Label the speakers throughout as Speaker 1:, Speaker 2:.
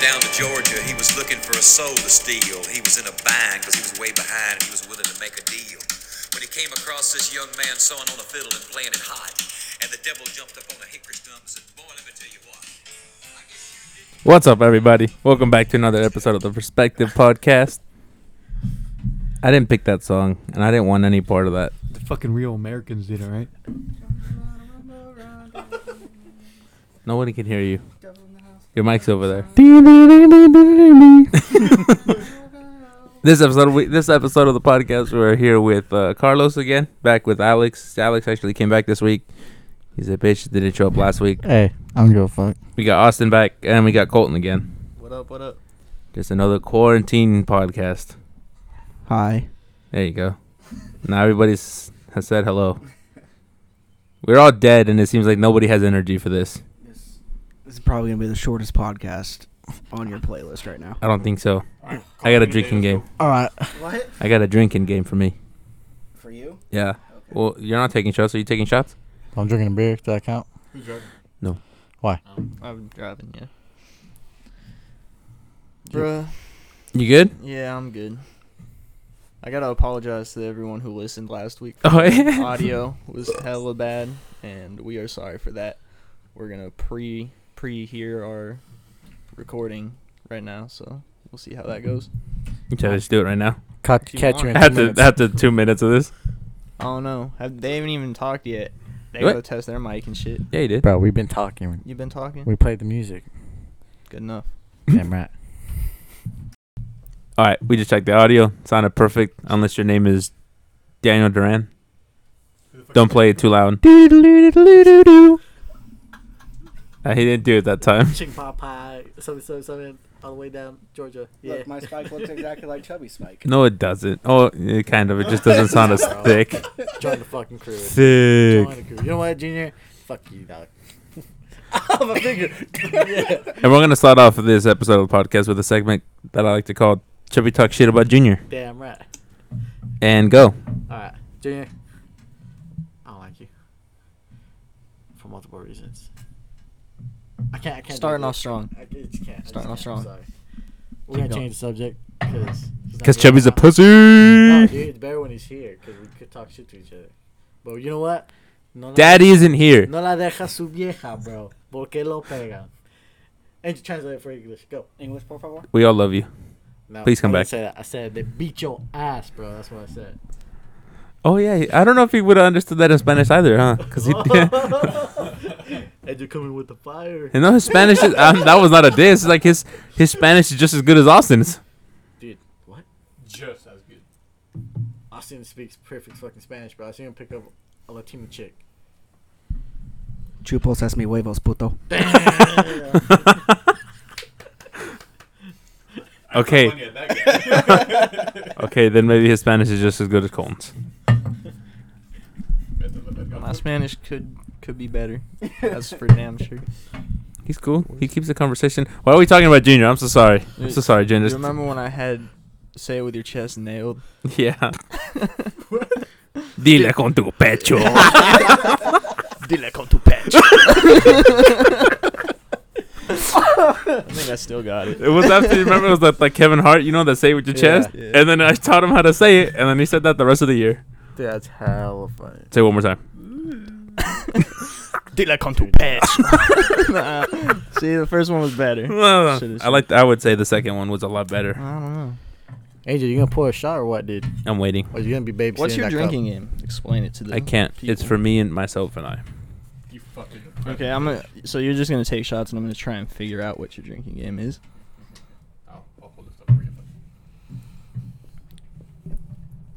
Speaker 1: down to Georgia, he was looking for a soul to steal. He was in a bind because he was way behind and he was willing to make a deal. When he came across this young man sawing on a fiddle and playing it hot, and the devil jumped up on a hickory stump and said, Boy, let me tell you what. I guess you did.
Speaker 2: What's up, everybody? Welcome back to another episode of the Perspective Podcast. I didn't pick that song, and I didn't want any part of that.
Speaker 3: The fucking real Americans did it, right?
Speaker 2: Nobody can hear you. Your mic's over there. This episode, we, this episode of the podcast, we're here with uh, Carlos again, back with Alex. Alex actually came back this week. He's a bitch. Didn't show up last week.
Speaker 4: Hey, I don't give a fuck.
Speaker 2: We got Austin back, and we got Colton again.
Speaker 5: What up? What up?
Speaker 2: Just another quarantine podcast.
Speaker 4: Hi.
Speaker 2: There you go. Now everybody's has said hello. We're all dead, and it seems like nobody has energy for this.
Speaker 4: This is probably gonna be the shortest podcast on your playlist right now.
Speaker 2: I don't think so. I got a drinking game.
Speaker 4: All right.
Speaker 5: What?
Speaker 2: I got a drinking game for me.
Speaker 5: For you?
Speaker 2: Yeah. Well, you're not taking shots. Are you taking shots?
Speaker 4: I'm drinking a beer. Does that count?
Speaker 5: Who's driving?
Speaker 2: No.
Speaker 4: Why?
Speaker 5: I'm driving, yeah. Bruh,
Speaker 2: You good?
Speaker 5: yeah, I'm good. I gotta apologize to everyone who listened last week.
Speaker 2: Oh,
Speaker 5: The
Speaker 2: yeah.
Speaker 5: Audio was hella bad, and we are sorry for that. We're gonna pre pre hear our recording right now, so we'll see how that goes.
Speaker 2: Should I just do it right now?
Speaker 4: Catch,
Speaker 5: If you
Speaker 4: catch
Speaker 5: want.
Speaker 4: you in two
Speaker 2: After
Speaker 4: minutes.
Speaker 2: after two minutes of this.
Speaker 5: I don't know. Have, they haven't even talked yet. They
Speaker 2: What?
Speaker 5: gotta test their mic and shit.
Speaker 2: Yeah, you did.
Speaker 4: Bro, we've been talking.
Speaker 5: You been talking?
Speaker 4: We played the music.
Speaker 5: Good enough.
Speaker 4: Damn right.
Speaker 2: All right, we just checked the audio. Sounded perfect, unless your name is Daniel Duran. Don't play it too loud. Uh, he didn't do it that time.
Speaker 6: Ching Pop Pie, something, something, something, all the way down Georgia. Yeah.
Speaker 7: Look, my spike looks exactly like Chubby Spike.
Speaker 2: No, it doesn't. Oh, it kind of. It just doesn't sound as thick.
Speaker 6: Join the fucking crew. Join
Speaker 2: Thick.
Speaker 6: the crew. You know what, Junior? Fuck you, dog. I'm a figure. yeah.
Speaker 2: And we're gonna start off this episode of the podcast with a segment that I like to call "Chubby Talk Shit About Junior."
Speaker 6: Damn right.
Speaker 2: And go.
Speaker 6: All right, Junior. I don't like you for multiple reasons. I can't. I can't. do
Speaker 5: Starting
Speaker 6: this.
Speaker 5: off strong.
Speaker 6: I I just can't. I
Speaker 5: Starting off
Speaker 6: just can't.
Speaker 5: strong.
Speaker 6: I'm sorry. We're gonna
Speaker 5: going.
Speaker 6: change the subject because.
Speaker 2: Cause Chubby's a
Speaker 6: No,
Speaker 2: pussy.
Speaker 6: dude, it's better when he's here because we could talk shit to each other. But you know what? None of-
Speaker 2: Daddy isn't here.
Speaker 6: No la deja su vieja, bro. Porque lo pegan. And you translate it for English. Go.
Speaker 7: English, por favor.
Speaker 2: We all love you.
Speaker 6: No,
Speaker 2: Please come
Speaker 6: I didn't
Speaker 2: back.
Speaker 6: Say that. I said they beat your ass, bro. That's what I said.
Speaker 2: Oh yeah, I don't know if he would have understood that in Spanish either, huh? Cause he.
Speaker 6: and you're coming with the fire,
Speaker 2: You know his Spanish is um, that was not a diss. It's like his his Spanish is just as good as Austin's.
Speaker 6: dude. What?
Speaker 3: Just as good.
Speaker 6: Austin speaks perfect fucking Spanish, bro. I seen him pick up a Latina chick.
Speaker 4: Chupos es mi huevos, puto.
Speaker 2: Okay, okay, then maybe his Spanish is just as good as Colton's.
Speaker 5: My Spanish could could be better. That's for damn sure.
Speaker 2: He's cool. He keeps the conversation. Why are we talking about Junior? I'm so sorry. I'm so sorry,
Speaker 5: You
Speaker 2: Junior.
Speaker 5: remember when I had say it with your chest nailed?
Speaker 2: Yeah. Dile con tu pecho.
Speaker 5: Dile con tu pecho. I think I still got it.
Speaker 2: It was after you remember it was that like Kevin Hart, you know, that say it with your
Speaker 5: Yeah.
Speaker 2: chest.
Speaker 5: Yeah.
Speaker 2: And then I taught him how to say it, and then he said that the rest of the year.
Speaker 5: That's hella funny.
Speaker 2: Say it one more time.
Speaker 5: Dile con tu pecho. nah, see, the first one was better. Should've
Speaker 2: I
Speaker 5: said-
Speaker 2: like. I would say the second one was a lot better.
Speaker 5: I don't know.
Speaker 6: Angel, you gonna pour a shot or what, dude?
Speaker 2: I'm waiting.
Speaker 6: Or you gonna be babysitting?
Speaker 5: What's your
Speaker 6: that cup?
Speaker 5: drinking game? Explain it to the
Speaker 2: I can't. It's
Speaker 5: people.
Speaker 2: for me and myself and I.
Speaker 3: You fucking.
Speaker 5: Okay, I'm gonna. So you're just gonna take shots, and I'm gonna try and figure out what your drinking game is.
Speaker 3: I'll, I'll hold this up for you.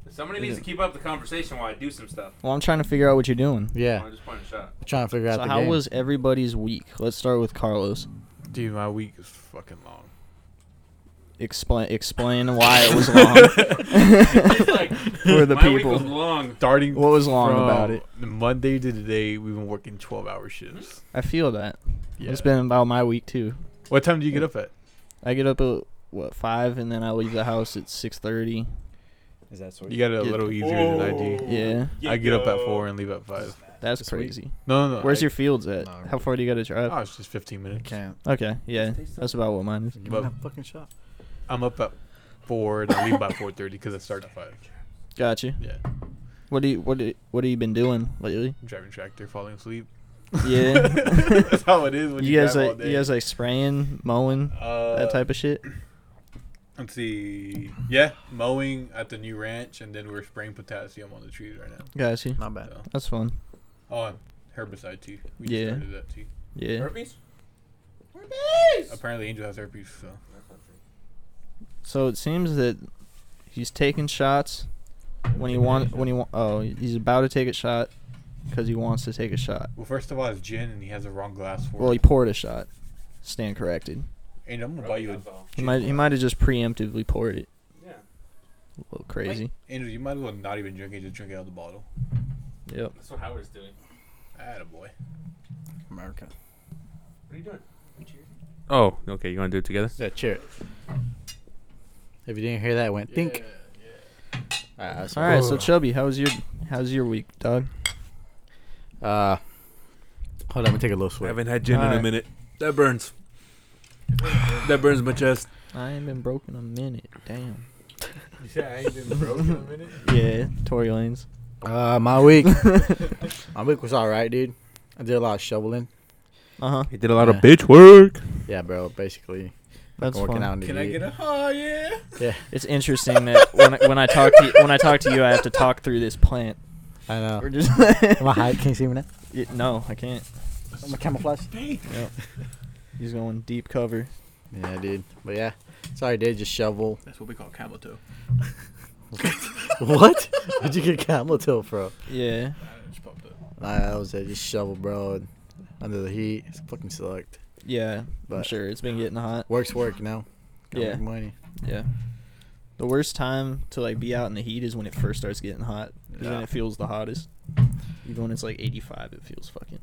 Speaker 2: Somebody
Speaker 5: needs to
Speaker 2: keep up the conversation while I do some stuff.
Speaker 5: Well, I'm trying to figure out what you're doing.
Speaker 6: Yeah.
Speaker 2: just pointing a shot.
Speaker 6: Trying to figure out
Speaker 5: So
Speaker 6: the
Speaker 5: how
Speaker 6: game.
Speaker 5: was everybody's week? Let's start with Carlos.
Speaker 3: Dude, my week is fucking long.
Speaker 5: Explain explain why it was long for the people.
Speaker 2: long.
Speaker 3: Starting.
Speaker 5: What was long about
Speaker 3: from
Speaker 5: it?
Speaker 3: Monday to today, we've been working 12 hour shifts.
Speaker 5: I feel that.
Speaker 3: Yeah.
Speaker 5: Hmm? It's been about my week too.
Speaker 3: what time do you get up at?
Speaker 5: I get up at what five, and then I leave the house at six thirty.
Speaker 7: Is that sort
Speaker 3: You got it a
Speaker 5: Yeah.
Speaker 2: Oh.
Speaker 3: little easier than I do.
Speaker 5: Yeah.
Speaker 3: I get up at 4 and leave at 5.
Speaker 5: That's
Speaker 6: This week.
Speaker 5: crazy.
Speaker 3: No, no, no.
Speaker 5: Where's
Speaker 3: I-
Speaker 5: your fields at?
Speaker 6: No.
Speaker 5: How far do you got to drive?
Speaker 3: Oh, it's just 15 minutes.
Speaker 6: Can't.
Speaker 5: okay, yeah, that's about what mine is.
Speaker 6: Give
Speaker 3: But-
Speaker 6: me that fucking shot.
Speaker 3: I'm up at four and I leave by 4:30 because it starts at five.
Speaker 5: Got you.
Speaker 3: Yeah,
Speaker 5: What do you what do you, what have you been doing lately?
Speaker 3: driving tractor, falling asleep.
Speaker 5: Yeah.
Speaker 3: that's how it is when you,
Speaker 5: you guys
Speaker 3: drive all
Speaker 5: like
Speaker 3: day.
Speaker 5: you guys like spraying, mowing,
Speaker 3: uh,
Speaker 5: that type of shit.
Speaker 3: Let's see. Yeah, mowing at the new ranch, and then we're spraying potassium on the trees right now.
Speaker 5: Got you.
Speaker 6: Not bad.
Speaker 3: So.
Speaker 5: That's fun.
Speaker 3: Oh, and herbicide too. We
Speaker 5: Yeah.
Speaker 3: just started that too.
Speaker 5: Yeah.
Speaker 2: Herpes?
Speaker 3: Apparently, Angel has herpes, so
Speaker 5: So it seems that he's taking shots when he want when he want. Oh, he's about to take a shot because he wants to take a shot.
Speaker 3: well, first of all, it's gin, and he has the wrong glass for
Speaker 5: Well, he
Speaker 3: it.
Speaker 5: poured a shot. Stand corrected.
Speaker 3: Angel, I'm gonna buy you a.
Speaker 5: He might he might have just preemptively poured it.
Speaker 2: Yeah.
Speaker 5: A little crazy.
Speaker 3: Angel, you might as well not even drink it. Just drink it out of the bottle.
Speaker 5: Yep.
Speaker 2: That's what Howard's doing.
Speaker 3: Attaboy.
Speaker 6: America.
Speaker 2: What are you doing? Oh, okay. You want to do it together?
Speaker 6: Is that cheer? If you didn't hear that, it went think. Uh,
Speaker 5: All right. So Chubby, how's your how's your week, dog?
Speaker 6: Uh, hold on, let me take a little
Speaker 2: I
Speaker 6: swig.
Speaker 2: haven't had gin in a
Speaker 5: Alright.
Speaker 2: minute. That burns. that burns my chest.
Speaker 5: I ain't been broken a minute. Damn.
Speaker 3: You said I ain't been broken in a minute.
Speaker 5: Yeah, Tory Lanes.
Speaker 6: Uh, my week, my week was all right, dude. I did a lot of shoveling.
Speaker 5: Uh huh.
Speaker 2: He did a lot of
Speaker 6: Yeah.
Speaker 2: bitch work.
Speaker 6: Yeah, bro. Basically,
Speaker 5: That's
Speaker 6: working
Speaker 5: fun.
Speaker 6: out. In the
Speaker 3: Can I
Speaker 6: heat.
Speaker 3: get a? Oh yeah.
Speaker 5: It's interesting that when I, when I talk to you, when I talk to you, I have to talk through this plant.
Speaker 6: I know.
Speaker 5: We're just
Speaker 6: Am I high? Can you see me now?
Speaker 5: Yeah, no, I can't.
Speaker 6: I'm a camouflage.
Speaker 5: He's going deep cover.
Speaker 6: Yeah, dude. But yeah, sorry, dude. Just shovel.
Speaker 3: That's what we call camel toe.
Speaker 6: what? Did you get camel toe, bro?
Speaker 5: Yeah.
Speaker 3: I just popped up.
Speaker 6: Nah, that was it. Just shovel, bro. and Under the heat, it's fucking sucked.
Speaker 5: Yeah. I'm
Speaker 6: But-
Speaker 5: sure it's been getting hot.
Speaker 6: Works work, you know. Gotta
Speaker 5: Yeah.
Speaker 6: make money.
Speaker 5: Yeah. The worst time to like be out in the heat is when it first starts getting hot. 'cause
Speaker 6: Yeah.
Speaker 5: Then it feels the hottest. Even when it's like 85, it feels fucking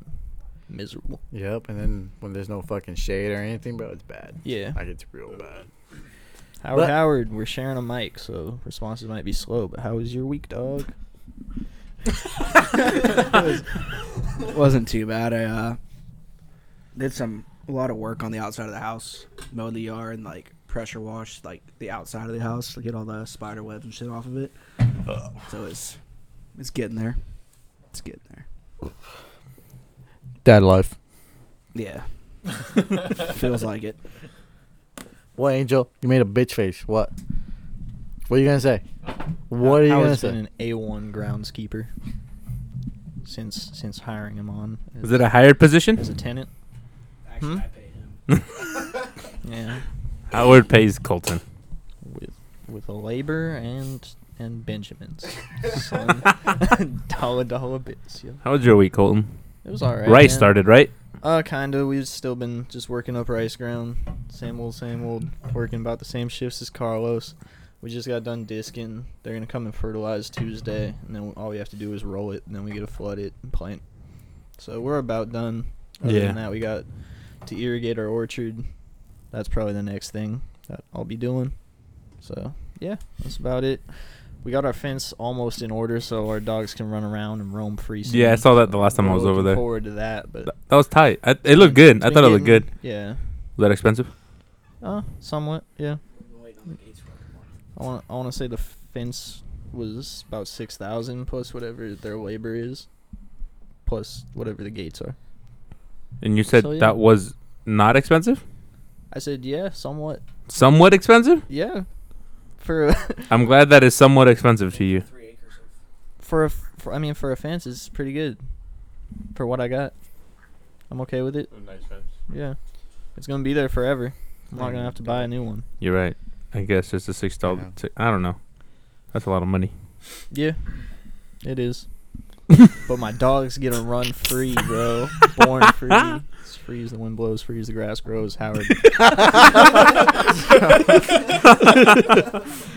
Speaker 5: miserable.
Speaker 6: Yep. And then when there's no fucking shade or anything, bro, it's bad.
Speaker 5: Yeah.
Speaker 6: Like it's real bad.
Speaker 5: Howard
Speaker 6: But-
Speaker 5: Howard, we're sharing a mic, so responses might be slow. But how was your week, dog?
Speaker 4: wasn't too bad. I uh, did some a lot of work on the outside of the house, mowed the yard, and like pressure washed like the outside of the house to get all the spider webs and shit off of it. So it's it's getting there. It's getting there.
Speaker 6: Dad life.
Speaker 4: Yeah, feels like it.
Speaker 6: What, Angel? You made a bitch face. What? What are you gonna say?
Speaker 5: Uh,
Speaker 6: What are you gonna
Speaker 5: Howard's
Speaker 6: say?
Speaker 5: been an A1 groundskeeper since since hiring him on. as-
Speaker 2: Is it a hired position?
Speaker 5: as a tenant?
Speaker 4: Actually,
Speaker 5: Hmm?
Speaker 4: I paid him.
Speaker 5: Yeah,
Speaker 2: Howard pays Colton.
Speaker 5: with with a labor and and Benjamins, Son. dollar dollar bits. Yeah,
Speaker 2: How was your week, Colton?
Speaker 5: it was all right.
Speaker 2: Rice
Speaker 5: man.
Speaker 2: started, right?
Speaker 5: Uh, kinda. We've still been just working up rice ground. Same old, same old. Working about the same shifts as Carlos. We just got done disking. They're gonna come and fertilize Tuesday, and then all we have to do is roll it, and then we get to flood it and plant. So we're about done. Other
Speaker 2: Yeah.
Speaker 5: than that, we got to irrigate our orchard. That's probably the next thing that I'll be doing. So yeah, that's about it. We got our fence almost in order, so our dogs can run around and roam free. soon.
Speaker 2: Yeah, I saw that the last time I
Speaker 5: We're
Speaker 2: was over
Speaker 5: looking
Speaker 2: there.
Speaker 5: Forward to that, but
Speaker 2: Th- That was tight. I, it looked good.
Speaker 5: it's
Speaker 2: I
Speaker 5: been
Speaker 2: thought it looked good.
Speaker 5: getting- Yeah.
Speaker 2: Was that expensive?
Speaker 5: Uh, somewhat. Yeah.
Speaker 7: We've been waiting on the gates for a while.
Speaker 5: I want. I want to say the fence was about six thousand plus whatever their labor is, plus whatever the gates are.
Speaker 2: And you said
Speaker 5: So, yeah.
Speaker 2: that was not expensive?
Speaker 5: I said yeah, somewhat.
Speaker 2: Somewhat expensive?
Speaker 5: Yeah. For
Speaker 2: I'm glad that is somewhat expensive to you.
Speaker 7: Three acres of
Speaker 5: for a f- for, I mean for a fence it's pretty good. For what I got, I'm okay with it.
Speaker 3: Nice fence.
Speaker 5: Yeah. It's gonna be there forever. I'm not gonna have to buy a new one.
Speaker 2: You're right. I guess just a six dollar.
Speaker 6: know.
Speaker 2: t- I don't know. That's a lot of money.
Speaker 5: Yeah, it is. but my dogs get to run free, bro. Born free. It's free as the wind blows, free as the grass grows. Howard.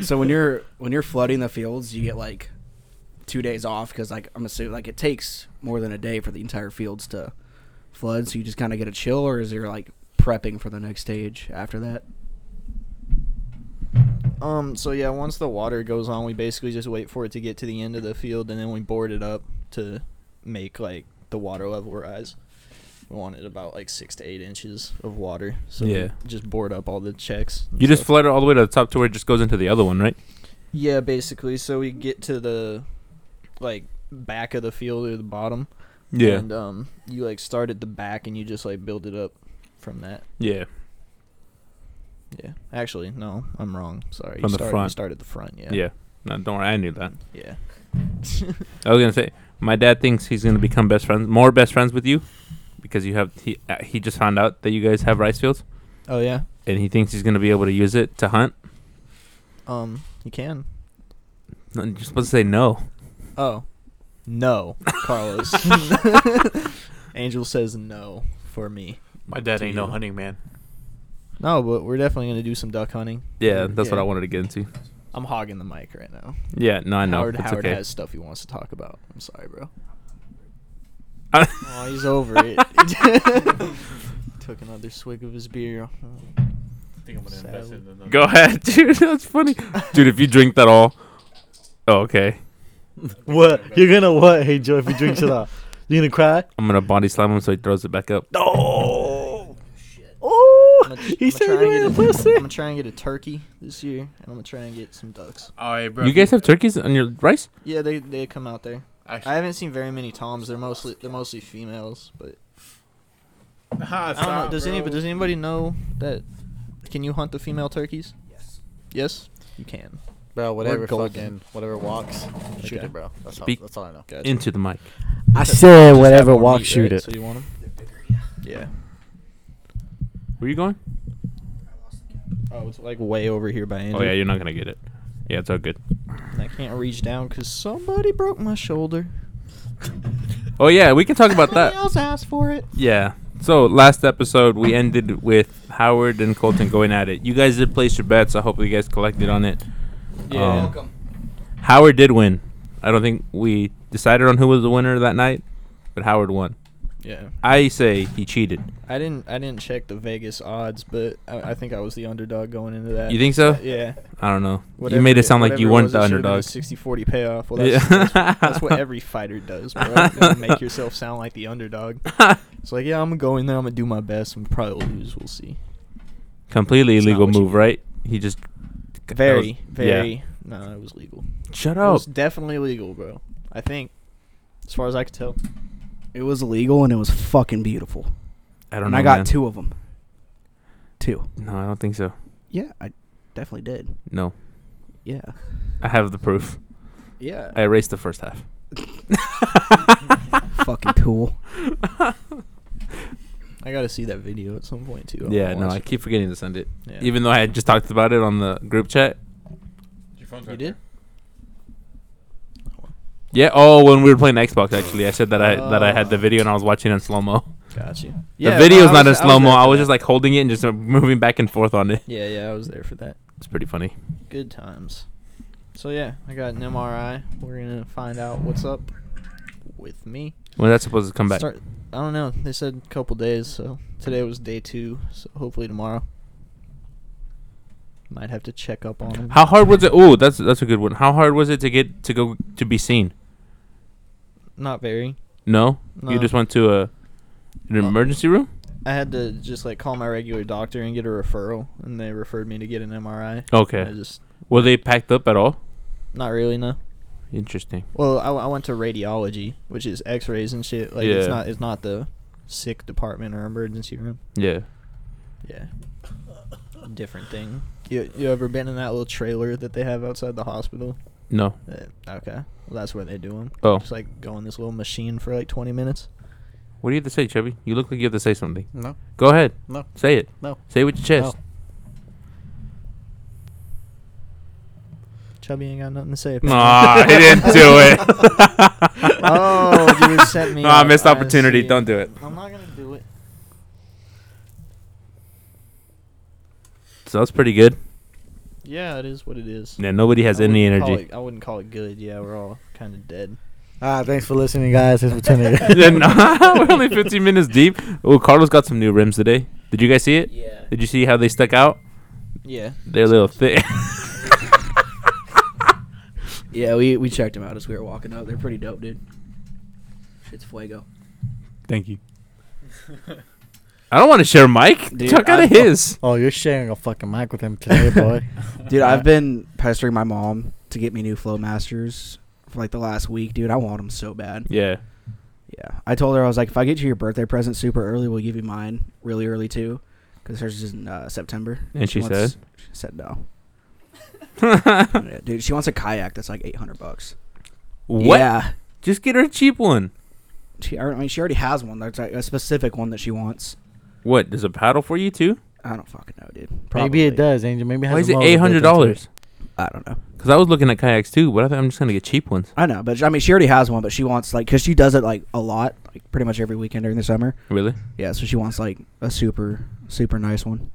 Speaker 4: So when you're when you're flooding the fields, you get like two days off because like I'm assuming like it takes more than a day for the entire fields to flood. So you just kind of get a chill, or is there like prepping for the next stage after that?
Speaker 5: Um. So yeah, once the water goes on, we basically just wait for it to get to the end of the field, and then we board it up to make like the water level rise. We wanted about like six to eight inches of water. So
Speaker 2: Yeah.
Speaker 5: yeah. just board up all the checks. and
Speaker 2: You just
Speaker 5: stuff.
Speaker 2: flood it all the way to the top to where it just goes into the other one, right?
Speaker 5: Yeah, basically. So we get to the like back of the field or the bottom. And um you like start at the back and you just like build it up from that.
Speaker 2: Yeah.
Speaker 5: Yeah. Actually, no, I'm wrong. Sorry.
Speaker 2: From
Speaker 5: you
Speaker 2: the
Speaker 5: start, You
Speaker 2: front.
Speaker 5: start at the front, yeah.
Speaker 2: Yeah. No, don't worry. I knew that.
Speaker 5: Yeah.
Speaker 2: I was gonna say, my dad thinks he's gonna become best friends, more best friends with you, because you have he uh, he just found out that you guys have rice fields,
Speaker 5: Oh yeah.
Speaker 2: and he thinks he's gonna be able to use it to hunt.
Speaker 5: Um you can.
Speaker 2: No, You're supposed to say no.
Speaker 5: Oh. No, Carlos. Angel says no for me.
Speaker 6: My dad
Speaker 5: To
Speaker 6: ain't no
Speaker 5: you.
Speaker 6: hunting man.
Speaker 5: No, but we're definitely gonna do some duck hunting.
Speaker 2: Yeah, that's what
Speaker 5: Yeah.
Speaker 2: I wanted to get into.
Speaker 5: I'm hogging the mic right now.
Speaker 2: Yeah, no, I know.
Speaker 5: Howard,
Speaker 2: it's
Speaker 5: Howard
Speaker 2: okay.
Speaker 5: has stuff he wants to talk about. I'm sorry, bro.
Speaker 2: I-
Speaker 5: Oh, he's over it. Took another swig of his beer.
Speaker 3: I think I'm gonna invest
Speaker 5: Salad.
Speaker 3: in another.
Speaker 2: Go ahead, dude. That's funny, dude. If you drink that all, oh, okay.
Speaker 3: What? You're
Speaker 5: gonna what? Hey, Joe, if you drink to that, you gonna cry?
Speaker 2: I'm gonna body slam him so he throws it back up.
Speaker 5: No.
Speaker 8: Oh,
Speaker 5: I'm
Speaker 8: he said he
Speaker 5: gonna
Speaker 8: was pussy.
Speaker 5: I'm gonna try and get a turkey this year, and I'm gonna try and get some ducks.
Speaker 3: All right, bro.
Speaker 2: You guys have turkeys on your rice?
Speaker 5: Yeah, they they come out there. I
Speaker 3: Actually,
Speaker 5: haven't seen very many toms. They're mostly they're mostly females, but
Speaker 3: nah,
Speaker 5: I don't know.
Speaker 3: stop,
Speaker 5: Does
Speaker 3: bro.
Speaker 5: anybody does anybody know that? Can you hunt the female turkeys?
Speaker 7: Yes.
Speaker 5: Yes, you can.
Speaker 8: Bro, whatever
Speaker 5: golden.
Speaker 8: fucking whatever walks, shoot
Speaker 5: Okay.
Speaker 8: it, bro. That's all.
Speaker 2: Speak-
Speaker 8: That's all I know.
Speaker 5: Gotcha.
Speaker 2: Into the mic.
Speaker 8: I
Speaker 5: Just
Speaker 8: said
Speaker 5: have
Speaker 8: whatever
Speaker 5: more
Speaker 8: walks,
Speaker 5: meat,
Speaker 8: shoot
Speaker 5: right?
Speaker 8: it.
Speaker 5: So you want 'em?
Speaker 7: They're bigger, yeah.
Speaker 5: Yeah.
Speaker 2: Where you going?
Speaker 7: I lost the count.
Speaker 5: Oh, it's like way over here by Andrew.
Speaker 2: Oh yeah, you're not gonna get it. Yeah, it's all good.
Speaker 5: And I can't reach down because somebody broke my shoulder.
Speaker 2: Oh yeah, we can talk about that.
Speaker 5: Somebody else asked for it.
Speaker 2: Yeah. So last episode we ended with Howard and Colton going at it. You guys did place your bets. I hope you guys collected on it. Um,
Speaker 5: welcome.
Speaker 2: Howard did win. I don't think we decided on who was the winner that night, but Howard won.
Speaker 5: Yeah.
Speaker 2: I say he cheated.
Speaker 5: I didn't. I didn't check the Vegas odds, but I, I think I was the underdog going into that.
Speaker 2: You think so?
Speaker 5: Yeah.
Speaker 2: I don't know. you made it sound like you
Speaker 5: whatever it
Speaker 2: weren't
Speaker 5: was,
Speaker 2: the
Speaker 5: it should've been a
Speaker 2: underdog.
Speaker 5: 60-40 payoff. Well, that's,
Speaker 2: Yeah.
Speaker 5: that's, that's what every fighter does, bro. You gotta make yourself sound like the underdog. It's like, yeah, I'm gonna go in there. I'm gonna do my best. I'm probably lose. We'll see.
Speaker 2: Completely
Speaker 5: It's not
Speaker 2: illegal
Speaker 5: what you-
Speaker 2: move, right? He just that
Speaker 5: Very,
Speaker 2: was-
Speaker 5: very.
Speaker 2: Yeah.
Speaker 5: No, it was legal.
Speaker 2: Shut
Speaker 5: It
Speaker 2: up.
Speaker 5: was definitely legal, bro. I think, as far as I could tell.
Speaker 4: It was illegal and it was fucking beautiful.
Speaker 2: I don't
Speaker 4: and
Speaker 2: know.
Speaker 4: I got
Speaker 2: man.
Speaker 4: two of them. Two.
Speaker 2: No, I don't think so.
Speaker 4: Yeah, I definitely did.
Speaker 2: No,
Speaker 4: Yeah.
Speaker 2: I have the proof.
Speaker 4: Yeah.
Speaker 2: I erased the first half.
Speaker 4: fucking tool.
Speaker 5: I gotta see that video at some point too.
Speaker 2: yeah, no, I
Speaker 5: watch
Speaker 2: keep forgetting to send it.
Speaker 5: it. Yeah.
Speaker 2: Even though I had just talked about it on the group chat.
Speaker 3: Your phone's
Speaker 5: you
Speaker 3: right
Speaker 5: did.
Speaker 2: Yeah. Oh, when we were playing Xbox, actually, I said that I that I had the video and I was watching in slow mo.
Speaker 5: Got you.
Speaker 2: the video's not in slow mo. I was just like holding it and just uh, moving back and forth on it.
Speaker 5: Yeah, yeah, I was there for that.
Speaker 2: It's pretty funny.
Speaker 5: Good times. So yeah, I got an MRI. We're gonna find out what's up with me.
Speaker 2: When that's supposed to come back?
Speaker 5: Start- I don't know. They said a couple days, so today was day two. So hopefully tomorrow. Might have to check up on him.
Speaker 2: How hard was it? Oh, that's that's a good one. How hard was it to get to go to be seen?
Speaker 5: Not very.
Speaker 2: No, you
Speaker 5: No.
Speaker 2: just went to a an emergency room.
Speaker 5: I had to just like call my regular doctor and get a referral, and they referred me to get an MRI. And I
Speaker 2: Okay.
Speaker 5: just
Speaker 2: Were they packed up at all?
Speaker 5: not really no.
Speaker 2: Interesting.
Speaker 5: Well, I, I went to radiology, which is X-rays and shit. Like it's
Speaker 2: Yeah.
Speaker 5: not it's not the sick department or emergency room.
Speaker 2: Yeah.
Speaker 5: Yeah, different thing. You you ever been in that little trailer that they have outside the hospital?
Speaker 2: No.
Speaker 5: Uh, okay, well that's where they do them.
Speaker 2: Oh.
Speaker 5: just like go in this little machine for like twenty minutes.
Speaker 2: What do you have to say, Chubby? You look like you have to say something.
Speaker 8: No.
Speaker 2: Go ahead.
Speaker 8: No.
Speaker 2: Say it.
Speaker 8: No.
Speaker 2: Say it with your chest.
Speaker 5: Chubby ain't got nothing to say.
Speaker 2: Nah, he didn't do it.
Speaker 5: Oh, dude, it set me
Speaker 2: Nah,
Speaker 5: up.
Speaker 2: missed
Speaker 5: I
Speaker 2: opportunity.
Speaker 5: see.
Speaker 2: Don't do it.
Speaker 5: I'm not gonna do it.
Speaker 2: So that's pretty good.
Speaker 5: Yeah, it is what it is.
Speaker 2: Yeah, nobody has
Speaker 5: I
Speaker 2: any
Speaker 5: wouldn't call
Speaker 2: energy.
Speaker 5: it- I wouldn't call it good. Yeah, we're all kind of dead.
Speaker 8: Ah, thanks for listening, guys. Thanks for tuning in.
Speaker 2: Yeah, nah, we're only 15 minutes deep. Oh, Carlos got some new rims today. Did you guys see it?
Speaker 7: Yeah.
Speaker 2: Did you see how they stuck out?
Speaker 5: Yeah.
Speaker 2: They're a little thick.
Speaker 4: Yeah, we, we checked them out as we were walking up. They're pretty dope, dude. Shit's fuego.
Speaker 3: Thank you.
Speaker 2: I don't want to share Mike.
Speaker 4: Dude,
Speaker 2: Chuck out of
Speaker 4: I-
Speaker 2: his.
Speaker 8: Oh, you're sharing a fucking mic with him today, boy.
Speaker 4: Dude, I've been pestering my mom to get me new Flowmasters for like the last week, dude. I want them so bad.
Speaker 2: Yeah.
Speaker 4: Yeah. I told her, I was like, if I get you your birthday present super early, we'll give you mine really early too. Because hers is in uh, September.
Speaker 2: And she
Speaker 4: wants- She said no. Yeah, dude, she wants a kayak that's like 800 bucks.
Speaker 2: What?
Speaker 4: Yeah.
Speaker 2: Just get her a cheap one.
Speaker 4: She, I mean, she already has one. There's like a specific one that she wants.
Speaker 2: What? Does it paddle for you too?
Speaker 4: I don't fucking know, dude.
Speaker 8: Maybe it does, Angel. Maybe it has
Speaker 2: Why
Speaker 8: a
Speaker 2: is it
Speaker 8: motor built
Speaker 2: eight hundred dollars?
Speaker 4: I don't know.
Speaker 2: Because I was looking at kayaks too, but I think I'm just gonna get cheap ones.
Speaker 4: I know, but I mean, she already has one, but she wants like because she does it like a lot, like pretty much every weekend during the summer.
Speaker 2: Really?
Speaker 4: Yeah, so she wants like a super, super nice one.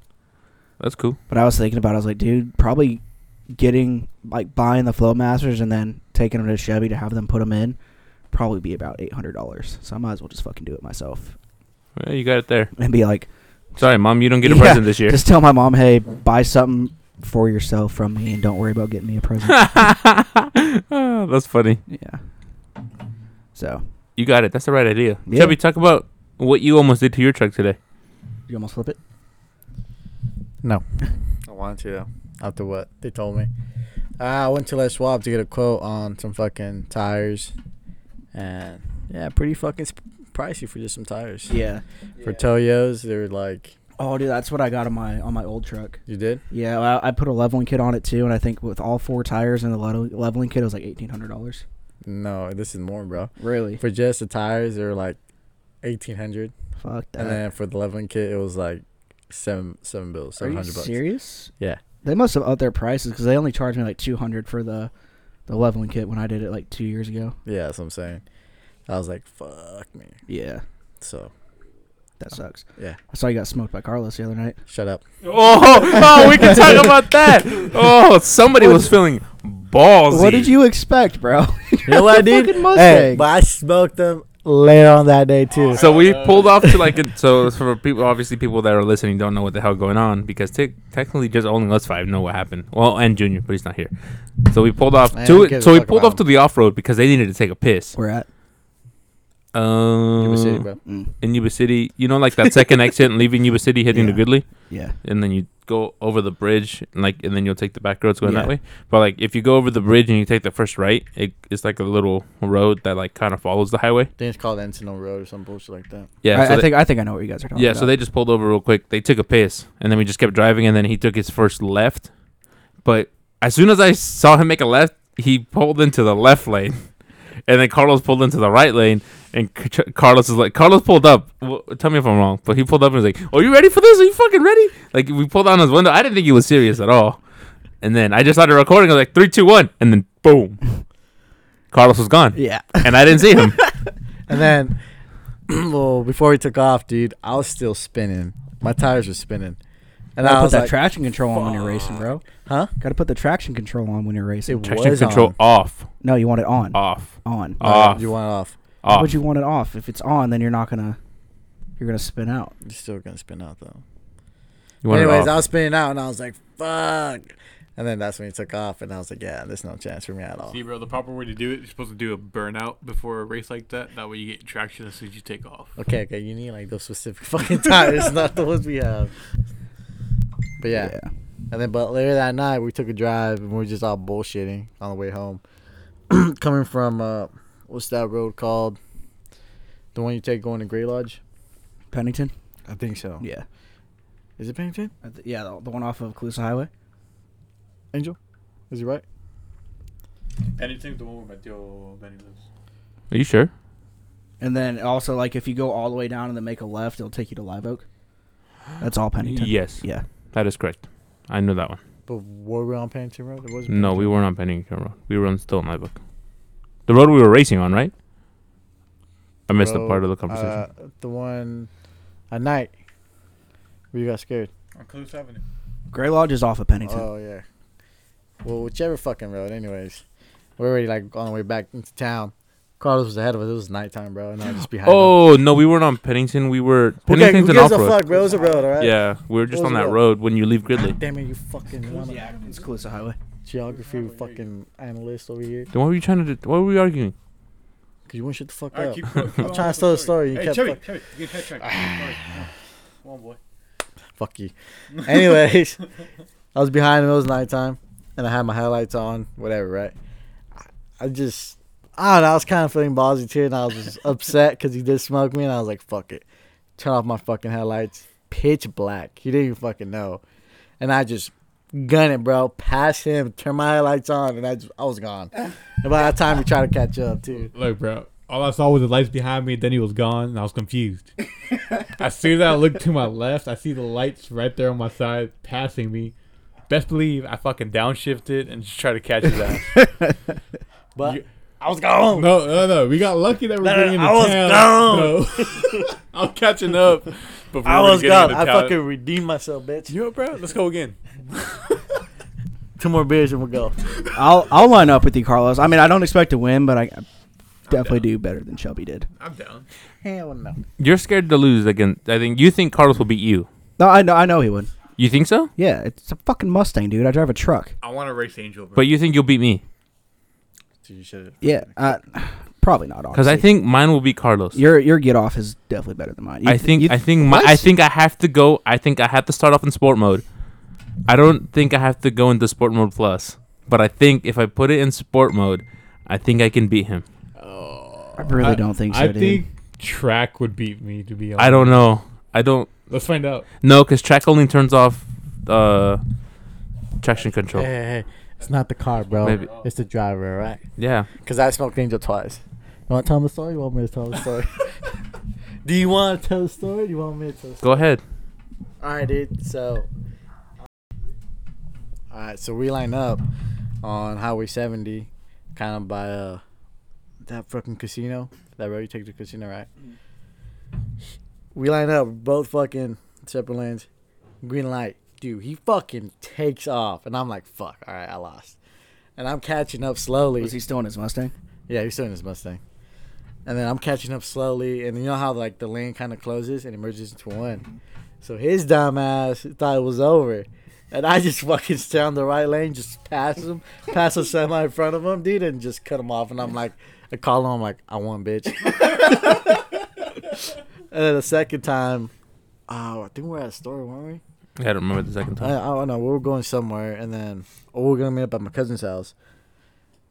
Speaker 2: That's cool.
Speaker 4: But I was thinking about, it, I was like, dude, probably getting like buying the Flowmasters and then taking them to Chevy to have them put them in, probably be about eight hundred dollars. So I might as well just fucking do it myself
Speaker 2: Yeah, you got it there.
Speaker 4: and be like,
Speaker 2: Sorry, mom, you don't get a
Speaker 4: Yeah,
Speaker 2: present this year.
Speaker 4: just tell my mom, hey, buy something for yourself from me and don't worry about getting me a present.
Speaker 2: Ah, That's funny.
Speaker 4: yeah. So
Speaker 2: You got it. That's the right idea.
Speaker 4: Yeah.
Speaker 2: Chubby, talk about what you almost did to your truck today.
Speaker 4: you almost flip it.
Speaker 8: No. I wanted to, though. After what they told me. Uh, I went to Les Schwab to get a quote on some fucking tires. And, yeah, pretty fucking sp- pricey for just some tires.
Speaker 4: Yeah.
Speaker 8: For Toyos, they were like,
Speaker 4: Oh, dude, that's what I got on my on my old truck.
Speaker 8: you did?
Speaker 4: Yeah, well, I put a leveling kit on it too, and I think with all four tires and the level- leveling kit, it was like eighteen hundred dollars.
Speaker 8: No, this is more, bro.
Speaker 4: Really?
Speaker 8: For just the tires, they were like 1800
Speaker 4: Fuck that.
Speaker 8: And then for the leveling kit, it was like seven seven bills,
Speaker 4: Are
Speaker 8: seven
Speaker 4: you
Speaker 8: hundred bucks.
Speaker 4: serious?
Speaker 8: Yeah.
Speaker 4: They must have upped their prices because they only charged me like two hundred for the the leveling kit when I did it like two years ago.
Speaker 8: Yeah, that's what I'm saying. I was like, fuck me.
Speaker 4: Yeah,
Speaker 8: So,
Speaker 4: that sucks.
Speaker 8: Oh, yeah,
Speaker 4: I saw you got smoked by Carlos the other night.
Speaker 8: shut up.
Speaker 2: Oh, oh, we can talk about that. Oh, somebody was feeling ballsy.
Speaker 4: What did you expect, bro?
Speaker 8: Oh, You know what I did?
Speaker 4: Fucking
Speaker 8: Hey,
Speaker 4: Mustang.
Speaker 8: but I smoked them later on that day too.
Speaker 2: So we pulled off to like a, so for people obviously people that are listening don't know what the hell going on because te- technically just only us five know what happened. Well, and Junior, but he's not here. So we pulled off
Speaker 8: Man,
Speaker 2: to
Speaker 8: who
Speaker 2: it.
Speaker 8: gives
Speaker 2: So
Speaker 8: a
Speaker 2: we
Speaker 8: fuck
Speaker 2: pulled
Speaker 8: about
Speaker 2: off to the off road because they needed to take a piss.
Speaker 4: We're at.
Speaker 2: Um,
Speaker 8: Give a city, bro.
Speaker 4: Mm,
Speaker 2: in Yuba City, you know, like that second exit and leaving Yuba City, heading to
Speaker 4: Yeah.
Speaker 2: Goodley,
Speaker 4: yeah.
Speaker 2: and then you go over the bridge, and like, and then you'll take the back roads going that
Speaker 4: Yeah.
Speaker 2: way. But like, if you go over the bridge and you take the first right, it, it's like a little road that like kind of follows the highway.
Speaker 8: think it's called Encino Road or some bullshit like that.
Speaker 2: Yeah,
Speaker 4: I,
Speaker 2: so
Speaker 4: I
Speaker 2: they-
Speaker 4: think I think I know what you guys are talking
Speaker 2: yeah.
Speaker 4: about.
Speaker 2: So they just pulled over real quick. They took a piss, and then we just kept driving, and then he took his first left. But as soon as I saw him make a left, he pulled into the left lane, and then Carlos pulled into the right lane. And C- Ch- Carlos is like, Carlos pulled up. Well, tell me if I'm wrong, but he pulled up and was like, "Are you ready for this? Are you fucking ready?" Like we pulled down his window. I didn't think he was serious at all. And then I just started recording. I was like, three, two, one, and then boom, Carlos was gone,
Speaker 4: yeah.
Speaker 2: and I didn't see him.
Speaker 8: And then, well, before we took off, dude, I was still spinning. My tires were spinning, and
Speaker 4: Gotta
Speaker 8: I
Speaker 4: put
Speaker 8: was
Speaker 4: that
Speaker 8: like,
Speaker 4: traction control on when you're racing, bro.
Speaker 8: huh?
Speaker 4: Gotta put the traction control on when you're racing.
Speaker 8: It
Speaker 2: Traction
Speaker 8: was Uh,
Speaker 2: control
Speaker 8: on.
Speaker 2: off,
Speaker 4: no, you want it on.
Speaker 2: off,
Speaker 4: on.
Speaker 8: No,
Speaker 2: Off.
Speaker 8: You want it off?
Speaker 4: Why
Speaker 2: off.
Speaker 4: would you want it off? If it's on, then you're not gonna you're gonna spin out.
Speaker 8: You're still gonna spin out though.
Speaker 2: You want it
Speaker 8: Anyways,
Speaker 2: off.
Speaker 8: I was spinning out, and I was like, fuck. And then that's when he took off, and I was like, yeah, there's no chance for me at all.
Speaker 3: See, bro, the proper way to do it, you're supposed to do a burnout before a race like that. That way you get traction as soon as you take off.
Speaker 8: Okay, okay, you need like those specific fucking tires, not the ones we have. But yeah. And then, but later that night, we took a drive and we were just all bullshitting on the way home. Coming from, uh, what's that road called? The one you take going to Grey Lodge?
Speaker 4: Pennington.
Speaker 8: I think so.
Speaker 4: Yeah.
Speaker 8: Is it Pennington?
Speaker 4: I th- Yeah, the, the one off of Calusa Highway.
Speaker 8: Angel? Is it right?
Speaker 3: Anything the one where Mateo Benny lives.
Speaker 2: Are you sure?
Speaker 4: And then also, like, if you go all the way down and then make a left, it'll take you to Live Oak. That's all Pennington.
Speaker 2: Yes,
Speaker 4: Yeah.
Speaker 2: that is correct. I know that one.
Speaker 8: But were we on Pennington Road? It wasn't.
Speaker 2: No, we weren't on Pennington Road. We were on still on Liveoak. The road we were racing on, right? I missed a part of the conversation.
Speaker 8: Uh, the one at night where you got scared.
Speaker 3: On Close Avenue.
Speaker 4: Gray Lodge is off of Pennington.
Speaker 8: Oh yeah. Well, whichever fucking road. Anyways, we're already like on the way back into town. Carlos was ahead of us. It was nighttime, bro, and I was just behind. him.
Speaker 2: oh no, we weren't on Pennington. We were
Speaker 8: okay,
Speaker 2: Pennington's
Speaker 8: who
Speaker 2: an
Speaker 8: gives
Speaker 2: off
Speaker 8: a
Speaker 2: road.
Speaker 8: fuck, bro? It was a road, all right.
Speaker 2: Yeah, we were just
Speaker 8: What
Speaker 2: on
Speaker 8: was the
Speaker 2: that
Speaker 8: road?
Speaker 2: road when you leave Gridley.
Speaker 8: God damn it, you fucking wanna-
Speaker 4: Yeah, it's Calusa Highway.
Speaker 8: geography fucking analyst over here.
Speaker 2: Then why were you trying to? do- Why were we arguing?
Speaker 8: Cause you won't shut the fuck
Speaker 3: All right,
Speaker 8: up.
Speaker 3: keep, keep
Speaker 8: I'm trying to tell the story. You
Speaker 3: hey,
Speaker 8: kept
Speaker 3: Chubby,
Speaker 8: fuck-
Speaker 3: Chubby, you can catch Come on, boy.
Speaker 8: Fuck you. Anyways, I was behind him. It was nighttime, and I had my headlights on. Whatever, right? I, I just, I don't know. I was kind of feeling ballsy too, and I was just upset because he did smoke me, and I was like, "Fuck it." Turn off my fucking headlights. Pitch black. He didn't even fucking know, and I just gun it, bro. Pass him. Turn my headlights on, and I just, I was gone. and by that time, he tried to catch up too.
Speaker 3: Look, bro. All I saw was the lights behind me, then he was gone, and I was confused. as soon as I looked to my left, I see the lights right there on my side passing me. Best believe I fucking downshifted and just tried to catch his ass.
Speaker 8: But
Speaker 3: You-
Speaker 8: I was gone.
Speaker 3: No, no, no. We got lucky that we're
Speaker 8: No, no,
Speaker 3: getting into
Speaker 8: I was
Speaker 3: town. No. I'm catching up. Before
Speaker 8: I
Speaker 3: we're
Speaker 8: was
Speaker 3: getting
Speaker 8: gone.
Speaker 3: into
Speaker 8: I
Speaker 3: town.
Speaker 8: fucking redeemed myself, bitch.
Speaker 3: You know, what, bro. Let's go again.
Speaker 8: Two more beers and we'll go.
Speaker 4: I'll I'll line up with you, Carlos. I mean, I don't expect to win, but I definitely do better than Chubby did.
Speaker 3: I'm down.
Speaker 8: Hell no.
Speaker 2: You're scared to lose again. I think you think Carlos will beat you.
Speaker 4: No, I know I know he would.
Speaker 2: You think so?
Speaker 4: Yeah, it's a fucking Mustang, dude. I drive a truck.
Speaker 3: I want to race Angel, bro.
Speaker 2: But you think you'll beat me
Speaker 8: Dude, you should.
Speaker 4: Yeah, uh, probably not.
Speaker 2: because I think mine will beat Carlos.
Speaker 4: your your get off is definitely better than mine. You
Speaker 2: I
Speaker 4: th-
Speaker 2: think
Speaker 4: you
Speaker 2: I
Speaker 4: th-
Speaker 2: think my, I
Speaker 4: What?
Speaker 2: think I have to go. I think I have to start off in sport mode. I don't think I have to go into sport mode plus, but I think if I put it in sport mode, I think I can beat him.
Speaker 4: I really don't think so,
Speaker 3: I
Speaker 4: dude.
Speaker 3: think track would beat me. To be honest,
Speaker 2: I don't know. I don't
Speaker 3: Let's find out.
Speaker 2: know because track only turns off uh, traction
Speaker 8: Hey,
Speaker 2: control.
Speaker 8: hey, hey. It's not the car, bro.
Speaker 2: Maybe.
Speaker 8: It's the driver, all right?
Speaker 2: Yeah.
Speaker 8: Because I smoked Angel twice. You want to tell him the story? You want me to tell the story? Do you want to tell the story? Do you want me to tell the story?
Speaker 2: Go ahead.
Speaker 8: All right, dude. So, all right. So we line up on Highway 70, kind of by uh that fucking casino. That road you take to the casino, right? We line up both fucking separate lanes. Green light, dude. He fucking takes off, and I'm like, fuck. All right, I lost. And I'm catching up slowly.
Speaker 4: was he still in his Mustang?
Speaker 8: Yeah, he's still in his Mustang. And then I'm catching up slowly, and you know how like the lane kind of closes and it merges into one. So his dumb ass thought it was over, and I just fucking stay on the right lane, just pass him, pass a semi in front of him, dude, and just cut him off. And I'm like, I call him, I'm like, I won, bitch. and then the second time, oh, I think we we're at a store, weren't we?
Speaker 2: I don't remember the second time.
Speaker 8: I, I don't know. We were going somewhere, and then oh, we were gonna meet up at my cousin's house.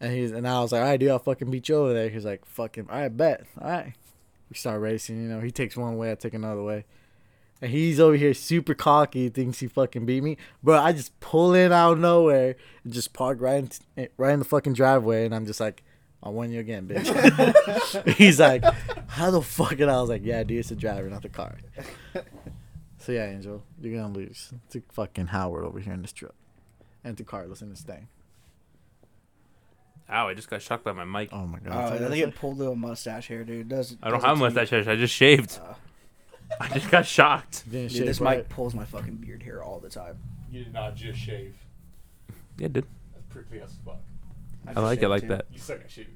Speaker 8: And he's and I was like, all right, dude, I'll fucking beat you over there. He's like, fucking, all right, bet, all right. We start racing. You know, he takes one way, I take another way. And he's over here super cocky, thinks he fucking beat me, bro. I just pull in out of nowhere and just park right in, right in the fucking driveway, and I'm just like, I won you again, bitch. he's like, how the fuck? And I was like, yeah, dude, it's the driver, not the car. So yeah, Angel, you're gonna lose to fucking Howard over here in this truck, and to Carlos in this thing.
Speaker 2: Ow! I just got shocked by my mic.
Speaker 8: Oh my god!
Speaker 4: pulled a mustache hair, dude. Does
Speaker 2: I don't have much that I just shaved. I just got shocked.
Speaker 8: Didn't
Speaker 4: Dude, this
Speaker 8: shave, right?
Speaker 4: mic pulls my fucking beard hair all the time.
Speaker 3: You did not just shave.
Speaker 2: Yeah, dude.
Speaker 3: That's prickly as fuck.
Speaker 2: I like it like that.
Speaker 3: You suck at shaving.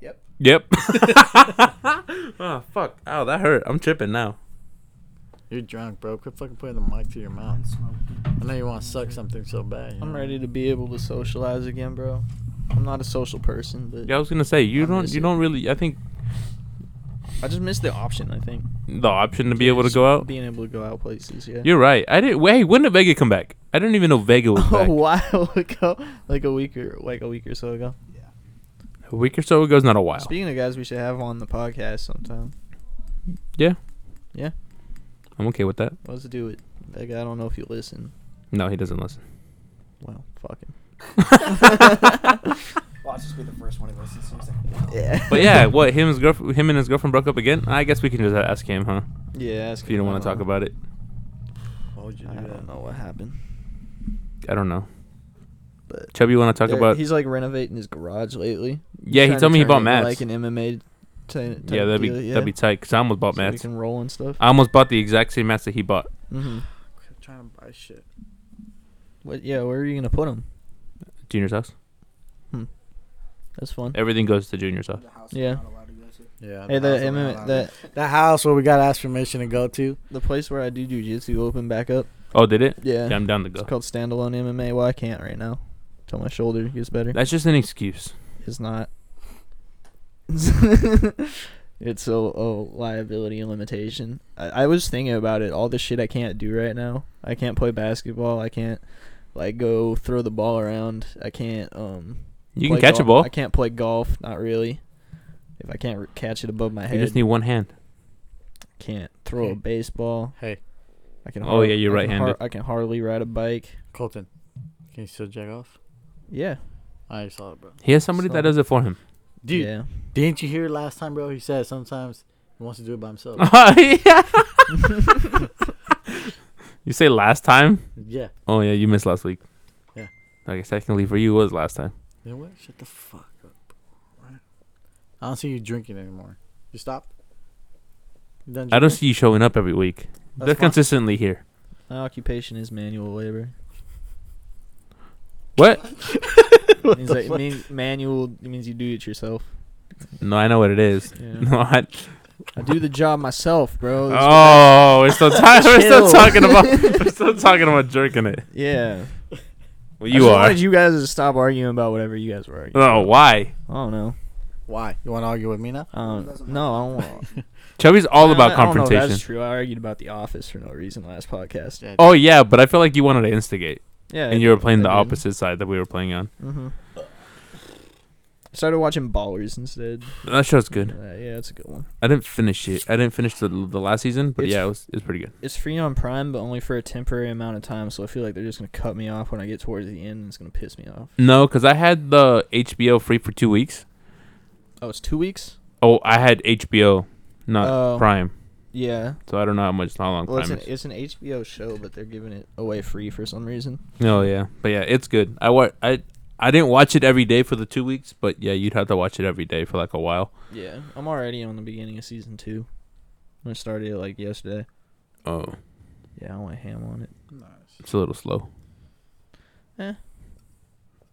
Speaker 4: Yep.
Speaker 2: Yep. oh fuck! Ow! That hurt. I'm tripping now.
Speaker 8: You're drunk, bro. Quit fucking putting the mic to your mouth. I know you want to suck something so bad. you
Speaker 5: I'm
Speaker 8: know?
Speaker 5: ready to be able to socialize again, bro. I'm not a social person, but
Speaker 2: Yeah, I was gonna say you
Speaker 5: I
Speaker 2: don't.
Speaker 5: miss
Speaker 2: You
Speaker 5: it.
Speaker 2: don't really. I think
Speaker 5: I just missed the option. I think
Speaker 2: the option to be able to go out.
Speaker 5: being able to go out places. Yeah.
Speaker 2: You're right. I didn't. Wait, when did Vega come back? I didn't even know Vega was
Speaker 5: a
Speaker 2: back.
Speaker 5: while ago, like a week or like a week or so ago.
Speaker 2: A week or so ago is not a while.
Speaker 5: Speaking of guys, we should have on the podcast sometime.
Speaker 2: I'm okay with that.
Speaker 5: Let's do it. That guy, I don't know if you listen.
Speaker 2: No, he doesn't listen.
Speaker 5: Well, fucking.
Speaker 7: Watch this be the first one he listens to. He's like,
Speaker 5: Yeah.
Speaker 2: But yeah, what him and his girlfriend, him and his girlfriend broke up again. I guess we can just ask him, huh?
Speaker 5: Yeah. Ask
Speaker 2: If you don't want to
Speaker 5: Uh,
Speaker 2: talk about it,
Speaker 8: Why would you
Speaker 5: I
Speaker 8: do that?
Speaker 5: don't know what happened.
Speaker 2: I don't know.
Speaker 5: But
Speaker 2: Chubby, you want to talk
Speaker 5: There-
Speaker 2: about?
Speaker 5: He's like renovating his garage lately.
Speaker 2: Yeah, he
Speaker 5: Trying to
Speaker 2: told me he
Speaker 5: turn
Speaker 2: bought
Speaker 5: it into,
Speaker 2: mats.
Speaker 5: Like an MMA. T- type
Speaker 2: yeah, that'd be
Speaker 5: deal, yeah.
Speaker 2: that'd be tight. Cause I almost bought
Speaker 5: So we
Speaker 2: mats. Ah.
Speaker 5: can roll and stuff.
Speaker 2: I almost bought the exact same mats that he bought.
Speaker 5: mm-hmm.
Speaker 8: Quit trying to buy shit.
Speaker 5: What? Yeah. Where are you gonna put him?
Speaker 2: Junior's house.
Speaker 5: That's fun.
Speaker 2: Everything goes to Junior's house.
Speaker 7: the house
Speaker 5: Yeah.
Speaker 7: yeah. not allowed to go to.
Speaker 8: Yeah.
Speaker 5: Hey, the
Speaker 8: house where we're not
Speaker 5: MMA,
Speaker 8: allowed
Speaker 5: the
Speaker 8: to- that house where we got to ask permission to go to.
Speaker 5: the place where I do jujitsu open back up.
Speaker 2: Oh, did it?
Speaker 5: Yeah.
Speaker 2: Yeah, I'm down to
Speaker 5: It's
Speaker 2: go.
Speaker 5: called standalone MMA. Well, I can't right now. till my shoulder gets better.
Speaker 2: That's just an excuse.
Speaker 5: It's not. it's a, a liability limitation. I, I was thinking about it. All the shit I can't do right now. I can't play basketball. I can't like go throw the ball around. I can't um.
Speaker 2: You can
Speaker 5: play
Speaker 2: catch a
Speaker 5: gol-
Speaker 2: ball.
Speaker 5: I can't play golf. Not really. If I can't re- catch it above my head,
Speaker 2: You just need one hand.
Speaker 5: can't throw a baseball.
Speaker 3: Hey.
Speaker 5: I can.
Speaker 2: Oh, yeah, you're
Speaker 5: I can har-
Speaker 2: right-handed.
Speaker 5: I can hardly ride a bike.
Speaker 3: Colton, can you still jack off?
Speaker 5: Yeah,
Speaker 3: I saw it, bro.
Speaker 2: He has somebody that
Speaker 5: So-
Speaker 2: does it for him.
Speaker 3: Dude,
Speaker 5: yeah.
Speaker 3: didn't you hear last time, bro? He said sometimes he wants to do it by himself.
Speaker 2: you say last time?
Speaker 3: yeah.
Speaker 2: Oh yeah, you missed last week.
Speaker 3: Yeah.
Speaker 2: I guess technically for you it was last time.
Speaker 3: You know what? Shut the fuck up. all right? I don't see you drinking anymore. You stop. You done
Speaker 2: I don't
Speaker 3: drinking?
Speaker 2: see you showing up every week.
Speaker 3: That's
Speaker 2: They're
Speaker 3: fine.
Speaker 2: consistently here.
Speaker 5: My occupation is manual labor.
Speaker 2: What?
Speaker 5: It means, that- it means manual. It means you do it yourself.
Speaker 2: No, I know what it is.
Speaker 5: Yeah.
Speaker 2: No, I,
Speaker 5: I do the job myself, bro. That's what-
Speaker 2: oh, we're still, ta- we're still
Speaker 5: Chill.
Speaker 2: talking about we're still talking about jerking it.
Speaker 5: yeah.
Speaker 2: Well,
Speaker 5: I
Speaker 2: you
Speaker 5: just
Speaker 2: are.
Speaker 5: wanted you guys to stop arguing about whatever you guys were arguing.
Speaker 2: oh,
Speaker 5: about.
Speaker 2: why?
Speaker 5: I don't know.
Speaker 8: Why? You want to argue with me now?
Speaker 5: I
Speaker 4: Um,
Speaker 5: don't, no, I don't. want-
Speaker 2: Chubby's all
Speaker 5: I-
Speaker 2: about
Speaker 5: I don't know if
Speaker 2: confrontation.
Speaker 5: That's true. I argued about the office for no reason last podcast.
Speaker 3: Yeah,
Speaker 2: Oh yeah, but I feel like you wanted to instigate,
Speaker 5: Yeah.
Speaker 2: and you were playing the
Speaker 5: I did.
Speaker 2: opposite side that we were playing on.
Speaker 5: Mm-hmm. Started watching Ballers instead.
Speaker 2: That show's good.
Speaker 5: Uh, yeah, it's a good one.
Speaker 2: I didn't finish it. I didn't finish the the last season, but
Speaker 5: It's-
Speaker 2: yeah, it was it was pretty good.
Speaker 5: It's free on Prime, but only for a temporary amount of time. So I feel like they're just gonna cut me off when I get towards the end. and It's gonna piss me off.
Speaker 2: No, because I had the HBO free for two weeks.
Speaker 5: Oh, it's two weeks.
Speaker 2: Oh, I had HBO, not
Speaker 5: Oh.
Speaker 2: Prime.
Speaker 5: Yeah.
Speaker 2: So I don't know how much how long
Speaker 5: Well, it's
Speaker 2: Prime
Speaker 5: an,
Speaker 2: is.
Speaker 5: it's an HBO show, but they're giving it away free for some reason.
Speaker 2: Oh yeah, but yeah, it's good. I wa- I I didn't watch it every day for the two weeks, but yeah, you'd have to watch it every day for like a while.
Speaker 5: Yeah, I'm already on the beginning of season two. I started it like yesterday.
Speaker 2: Oh,
Speaker 5: Yeah, I went ham on it.
Speaker 2: it's a little slow.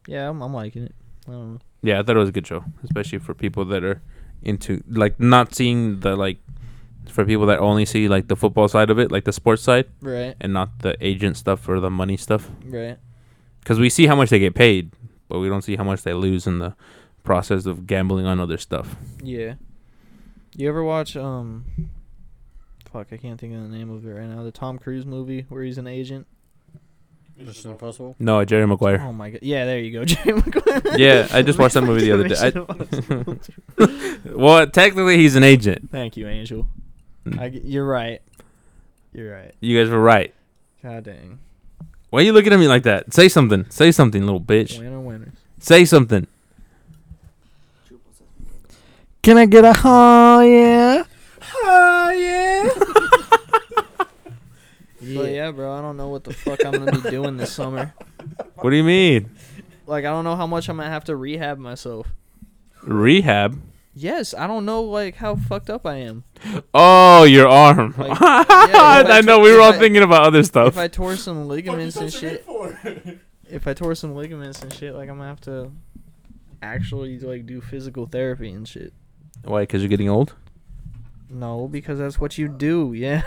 Speaker 5: Yeah, I'm, I'm liking it. I don't know.
Speaker 2: Yeah, I thought it was a good show, especially for people that are into like not seeing the like for people that only see like the football side of it, like the sports side,
Speaker 5: Right,
Speaker 2: and not the agent stuff or the money stuff.
Speaker 5: right.
Speaker 2: Because we see how much they get paid, but we don't see how much they lose in the process of gambling on other stuff.
Speaker 5: Yeah. You ever watch um? Fuck, I can't think of the name of it right now. The Tom Cruise movie where he's an agent.
Speaker 8: Mission Impossible.
Speaker 2: No, Jerry Maguire.
Speaker 5: Oh my god. Yeah, there you go, Jerry Maguire.
Speaker 2: Yeah, I just watched that movie the other day. I- well, technically he's an agent.
Speaker 5: Thank you, Angel. I g you're right. You're right.
Speaker 2: You guys were right.
Speaker 5: God dang.
Speaker 2: Why are you looking at me like that? Say something. Say something, little bitch.
Speaker 5: Winner, winners.
Speaker 2: Say something.
Speaker 8: Can I get a oh yeah?
Speaker 5: But yeah, bro, I don't know what the fuck I'm gonna be doing this summer.
Speaker 2: What do you mean?
Speaker 5: Like, I don't know how much I'm gonna have to rehab myself.
Speaker 2: Rehab.
Speaker 5: Yes, I don't know like how fucked up I am.
Speaker 2: Oh, your arm.
Speaker 5: Like, yeah, if
Speaker 2: I
Speaker 5: I
Speaker 2: know
Speaker 5: took-
Speaker 2: we were
Speaker 5: if
Speaker 2: all
Speaker 5: I-
Speaker 2: thinking about other stuff.
Speaker 5: If I tore some ligaments and shit, if I tore some ligaments and shit, like I'm gonna have to actually like do physical therapy and shit.
Speaker 2: Why? Because you're getting old.
Speaker 5: No, because that's what you do. Yeah.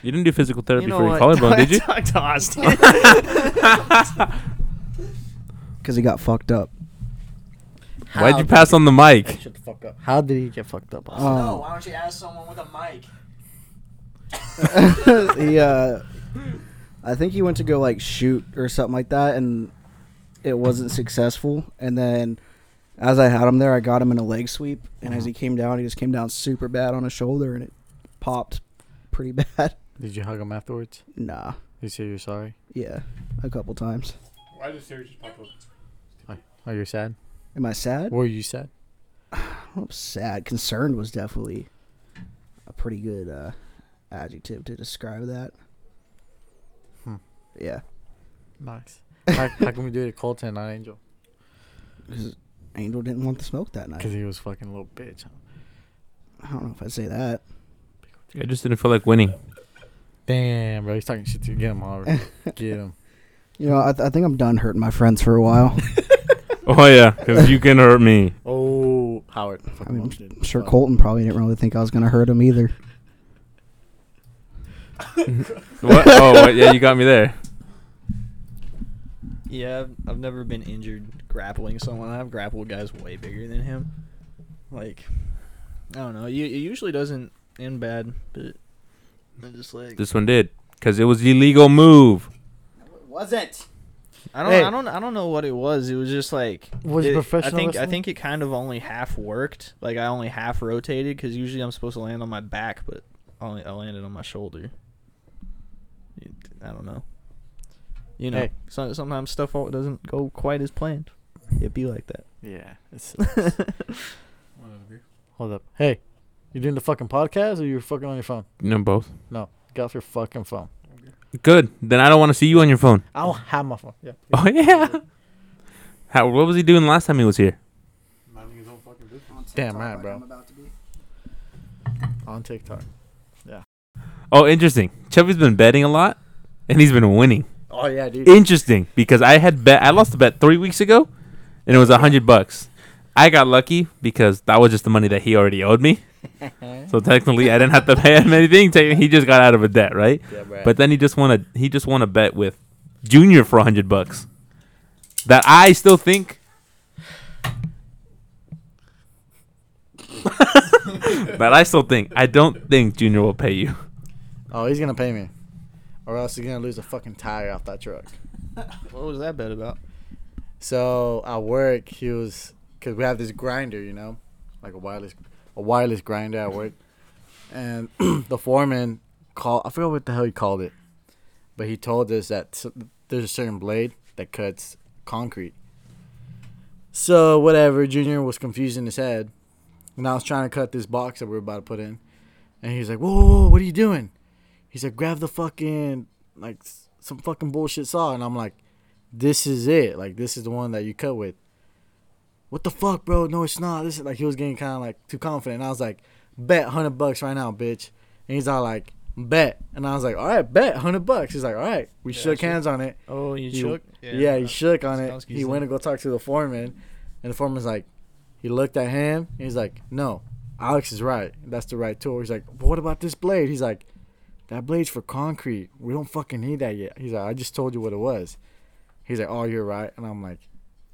Speaker 2: You didn't do physical therapy
Speaker 5: you know
Speaker 2: for your
Speaker 5: what?
Speaker 2: collarbone, did you?
Speaker 5: Talk to Austin.
Speaker 4: Because he got fucked up.
Speaker 2: Why'd you pass on the mic?
Speaker 8: Shut the fuck up. How did he get fucked up?
Speaker 4: Um,
Speaker 5: why don't you ask someone with a mic?
Speaker 4: he, uh, I think he went to go like shoot or something like that, and it wasn't successful. And then, as I had him there, I got him in a leg sweep, and as he came down, he just came down super bad on his shoulder, and it popped pretty bad.
Speaker 8: Did you hug him afterwards?
Speaker 4: Nah,
Speaker 8: You say you're sorry?
Speaker 4: yeah, a couple times.
Speaker 3: Why did Siri just pop up?
Speaker 8: Oh, you're sad.
Speaker 4: Am I sad?
Speaker 8: Were you sad?
Speaker 4: I'm sad. Concerned was definitely a pretty good uh, adjective to describe that.
Speaker 8: Hmm.
Speaker 4: Yeah,
Speaker 8: Nice. how, how can we do it at Colton, not Angel?
Speaker 4: because Angel didn't want the smoke that night.
Speaker 8: Because he was fucking a little bitch. huh?
Speaker 4: I don't know if I'd say that.
Speaker 2: I just didn't feel like winning.
Speaker 8: Damn, bro, he's talking shit to you. Get him Oliver. Get him.
Speaker 4: You know, I, th- I think I'm done hurting my friends for a while.
Speaker 2: Oh yeah, because you can hurt me.
Speaker 8: Oh, Howard.
Speaker 4: I
Speaker 8: Fucking
Speaker 4: mean,
Speaker 8: loves
Speaker 4: I'm
Speaker 8: it.
Speaker 4: sure
Speaker 8: Fuck.
Speaker 4: Colton probably didn't really think I was going to hurt him either.
Speaker 2: What? Oh, what? yeah, you got me there.
Speaker 5: Yeah, I've, I've never been injured grappling someone. I've grappled guys way bigger than him. Like, I don't know. You, it usually doesn't end bad, but I'm just like
Speaker 2: This one did because it was illegal move.
Speaker 7: Was it?
Speaker 5: I don't
Speaker 8: Hey.
Speaker 5: I don't I don't know what it was. It was just like
Speaker 8: Was it
Speaker 5: it-
Speaker 8: professional
Speaker 5: I think I
Speaker 8: wrestling?
Speaker 5: think it kind of only half worked. Like I only half rotated because usually I'm supposed to land on my back, but I only I landed on my shoulder. It- I don't know. You know,
Speaker 8: Hey.
Speaker 5: so, sometimes stuff all- doesn't go quite as planned. It be like that.
Speaker 6: Yeah. It's,
Speaker 8: Hold up. Hey, you doing the fucking podcast or you're fucking on your phone?
Speaker 2: You know both.
Speaker 8: No, get off your fucking phone.
Speaker 2: Good. Then I don't want to see you on your phone.
Speaker 8: I don't have my phone. Yeah.
Speaker 2: Oh yeah. How? What was he doing last time he was here?
Speaker 7: On TikTok
Speaker 8: Damn right,
Speaker 7: like
Speaker 8: bro.
Speaker 7: I'm about to be.
Speaker 8: On TikTok.
Speaker 2: Oh, interesting. Chubby's been betting a lot, and he's been winning.
Speaker 8: Oh yeah, dude.
Speaker 2: Interesting because I had bet. I lost a bet three weeks ago, and it was a hundred bucks. I got lucky because that was just the money that he already owed me. so technically, I didn't have to pay him anything. Technically, He just got out of a debt, right?
Speaker 8: yeah, bro.
Speaker 2: But then he just won a he just won a bet with Junior for a hundred bucks. That I still think. that I still think. I don't think Junior will pay you.
Speaker 8: oh, he's gonna pay me, or else he's gonna lose a fucking tire off that truck.
Speaker 5: What was that bet about?
Speaker 8: So at work, he was because we have this grinder, you know, like a wireless, a wireless grinder at work, and the foreman called. I forgot what the hell he called it, but he told us that s- there's a certain blade that cuts concrete. So whatever, Junior was confused in his head, and I was trying to cut this box that we were about to put in, and he's like, "Whoa, whoa, whoa what are you doing?" He's like, "Grab the fucking like s- some fucking bullshit saw," and I'm like this is it. Like this is the one that you cut with. What the fuck, bro? No, it's not. This is like he was getting kind of like too confident. And I was like, bet hundred bucks right now, bitch. And he's all like, bet. And I was like, all right, bet hundred bucks. He's like, all right. We shook
Speaker 5: sure.
Speaker 8: hands on it.
Speaker 5: Oh, you
Speaker 8: He-
Speaker 5: shook.
Speaker 8: Yeah, he shook on it.
Speaker 5: Skowski's
Speaker 8: He went to go talk to the foreman, and the foreman's like, he looked at him. And he's like, no, Alex is right. That's the right tool. He's like, but what about this blade? He's like, that blade's for concrete. We don't fucking need that yet. He's like, I just told you what it was. He's like, oh, you're right. And I'm like,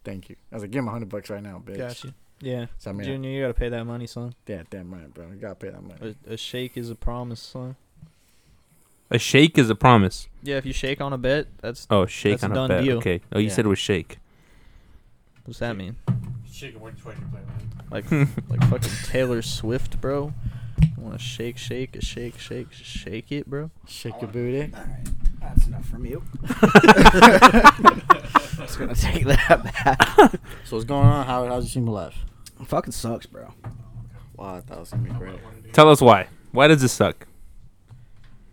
Speaker 8: thank you. I was like, give him a hundred bucks right now, bitch.
Speaker 5: Gotcha. Yeah,
Speaker 8: So I mean,
Speaker 5: Junior, you gotta pay that money, son.
Speaker 8: yeah, damn right, bro. You gotta pay that money.
Speaker 5: A, a shake is a promise, son.
Speaker 2: A shake is a promise.
Speaker 5: Yeah, if you shake on a bet, that's
Speaker 2: Oh, shake
Speaker 5: That's a
Speaker 2: on a,
Speaker 5: done
Speaker 2: bet.
Speaker 5: deal.
Speaker 2: Okay. Oh, you
Speaker 8: Yeah.
Speaker 2: said it was shake.
Speaker 5: what's that mean?
Speaker 3: Chicken, what you play, man?
Speaker 5: Like like fucking Taylor Swift, bro. Want to shake, shake, shake, shake, shake it, bro.
Speaker 8: Shake your booty.
Speaker 7: All right, that's enough from you.
Speaker 4: It's gonna take that back.
Speaker 8: So what's going on, Howard? How's your single life?
Speaker 4: fucking sucks, bro.
Speaker 8: Wow, I thought it was gonna be great.
Speaker 2: Tell us why. Why does this suck?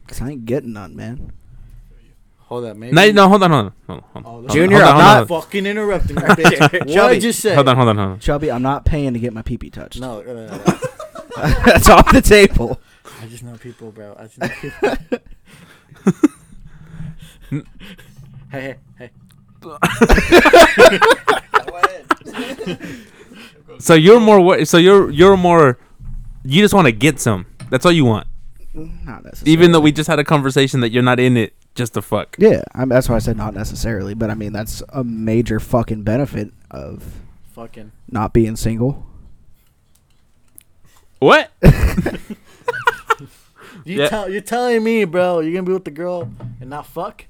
Speaker 4: Cause I ain't getting none, man.
Speaker 8: Hold up, maybe.
Speaker 2: No, no, hold on, hold on, hold on, hold
Speaker 8: Oh,
Speaker 2: on.
Speaker 8: that's-
Speaker 4: Junior,
Speaker 2: hold on,
Speaker 4: I'm
Speaker 2: hold on,
Speaker 4: not
Speaker 2: hold
Speaker 8: fucking interrupting me, bitch. what I
Speaker 4: Chubby.
Speaker 8: just say?
Speaker 2: on, hold on, hold on.
Speaker 4: Chubby, I'm not paying to get my pee pee touched.
Speaker 8: No, no, no, no.
Speaker 4: That's off the table.
Speaker 8: I just know people, bro. I just know people. hey, hey, hey.
Speaker 2: So you're more. wa- So you're you're more. You just want to get some. That's all you want.
Speaker 4: Not necessarily.
Speaker 2: Even though we just had a conversation that you're not in it just to fuck.
Speaker 4: Yeah, I mean, that's why I said not necessarily, but I mean that's a major fucking benefit of
Speaker 8: Fucking.
Speaker 4: not being single.
Speaker 2: What?
Speaker 8: You
Speaker 2: Yeah.
Speaker 8: tell, you're telling me, bro, you're going to be with the girl and not fuck?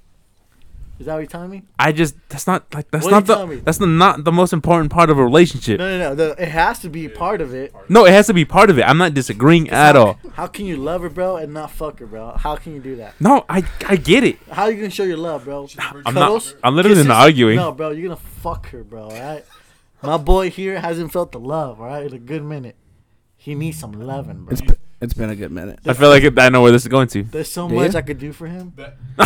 Speaker 8: Is that what you're telling me?
Speaker 2: I just that's not like that's
Speaker 8: What are
Speaker 2: not
Speaker 8: you
Speaker 2: the
Speaker 8: telling me?
Speaker 2: that's the, not the most important part of a relationship.
Speaker 8: No, no, no. The, it has to be part of it.
Speaker 2: No, it has to be part of it. I'm not disagreeing at
Speaker 8: how,
Speaker 2: all.
Speaker 8: How can you love her, bro, and not fuck her, bro? How can you do that?
Speaker 2: No, I I get it.
Speaker 8: How are you going to show your love, bro?
Speaker 2: I'm not. I'm literally not arguing.
Speaker 8: No, bro, you're going to fuck her, bro, all right? My boy here hasn't felt the love, all right, in a good minute. He needs some loving, bro.
Speaker 4: It's b- it's been a good minute.
Speaker 2: I feel like I know where this is going to.
Speaker 8: There's so
Speaker 4: Do
Speaker 8: much
Speaker 4: you?
Speaker 8: I could do for him.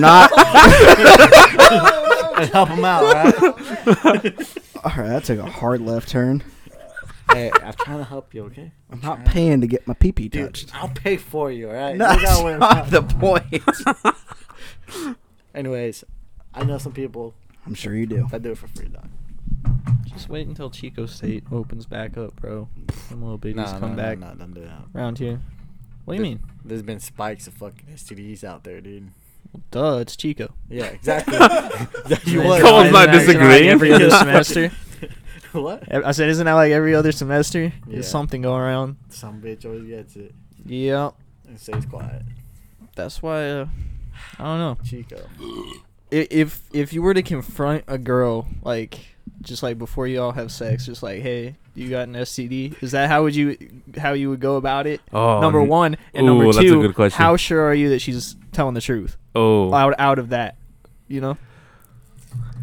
Speaker 4: not.
Speaker 8: and help him out, right?
Speaker 4: All right, that took a hard left turn.
Speaker 8: hey, I'm trying to help you, okay?
Speaker 4: I'm not paying to get my pee pee
Speaker 8: Dude,
Speaker 4: touched.
Speaker 8: I'll pay for you, all right?
Speaker 4: No,
Speaker 8: You
Speaker 4: that's
Speaker 8: gotta worry
Speaker 4: not
Speaker 8: about
Speaker 4: the
Speaker 8: it.
Speaker 4: point.
Speaker 8: Anyways, I know some people
Speaker 4: I'm sure you do.
Speaker 8: that do it for free, dog.
Speaker 5: Just wait until Chico State opens back up, bro. Some little babies come back
Speaker 8: don't do that.
Speaker 5: around here. What do you mean?
Speaker 8: There's been spikes of fucking STDs out there, dude.
Speaker 5: Duh, it's Chico.
Speaker 8: Yeah, exactly. you
Speaker 5: Isn't
Speaker 8: would.
Speaker 2: Cole's
Speaker 5: that- isn't
Speaker 2: not
Speaker 5: that- isn't that like
Speaker 2: disagreeing.
Speaker 5: Every other semester.
Speaker 8: What?
Speaker 5: E, I said, isn't that like every other semester?
Speaker 8: Yeah.
Speaker 5: There's something going around.
Speaker 6: Some bitch always gets it
Speaker 5: Yeah,
Speaker 6: and stays quiet.
Speaker 5: that's why. Uh, I don't know.
Speaker 8: Chico.
Speaker 5: I- If if you were to confront a girl, like just like before you all have sex, just like, hey, you got an STD. Is that how would you how you would go about it?
Speaker 2: Oh,
Speaker 5: number
Speaker 2: n-
Speaker 5: one and
Speaker 2: Ooh,
Speaker 5: number
Speaker 2: that's a
Speaker 5: two.
Speaker 2: good question.
Speaker 5: How sure are you that she's telling the truth
Speaker 2: Oh,
Speaker 5: out out of that? You know,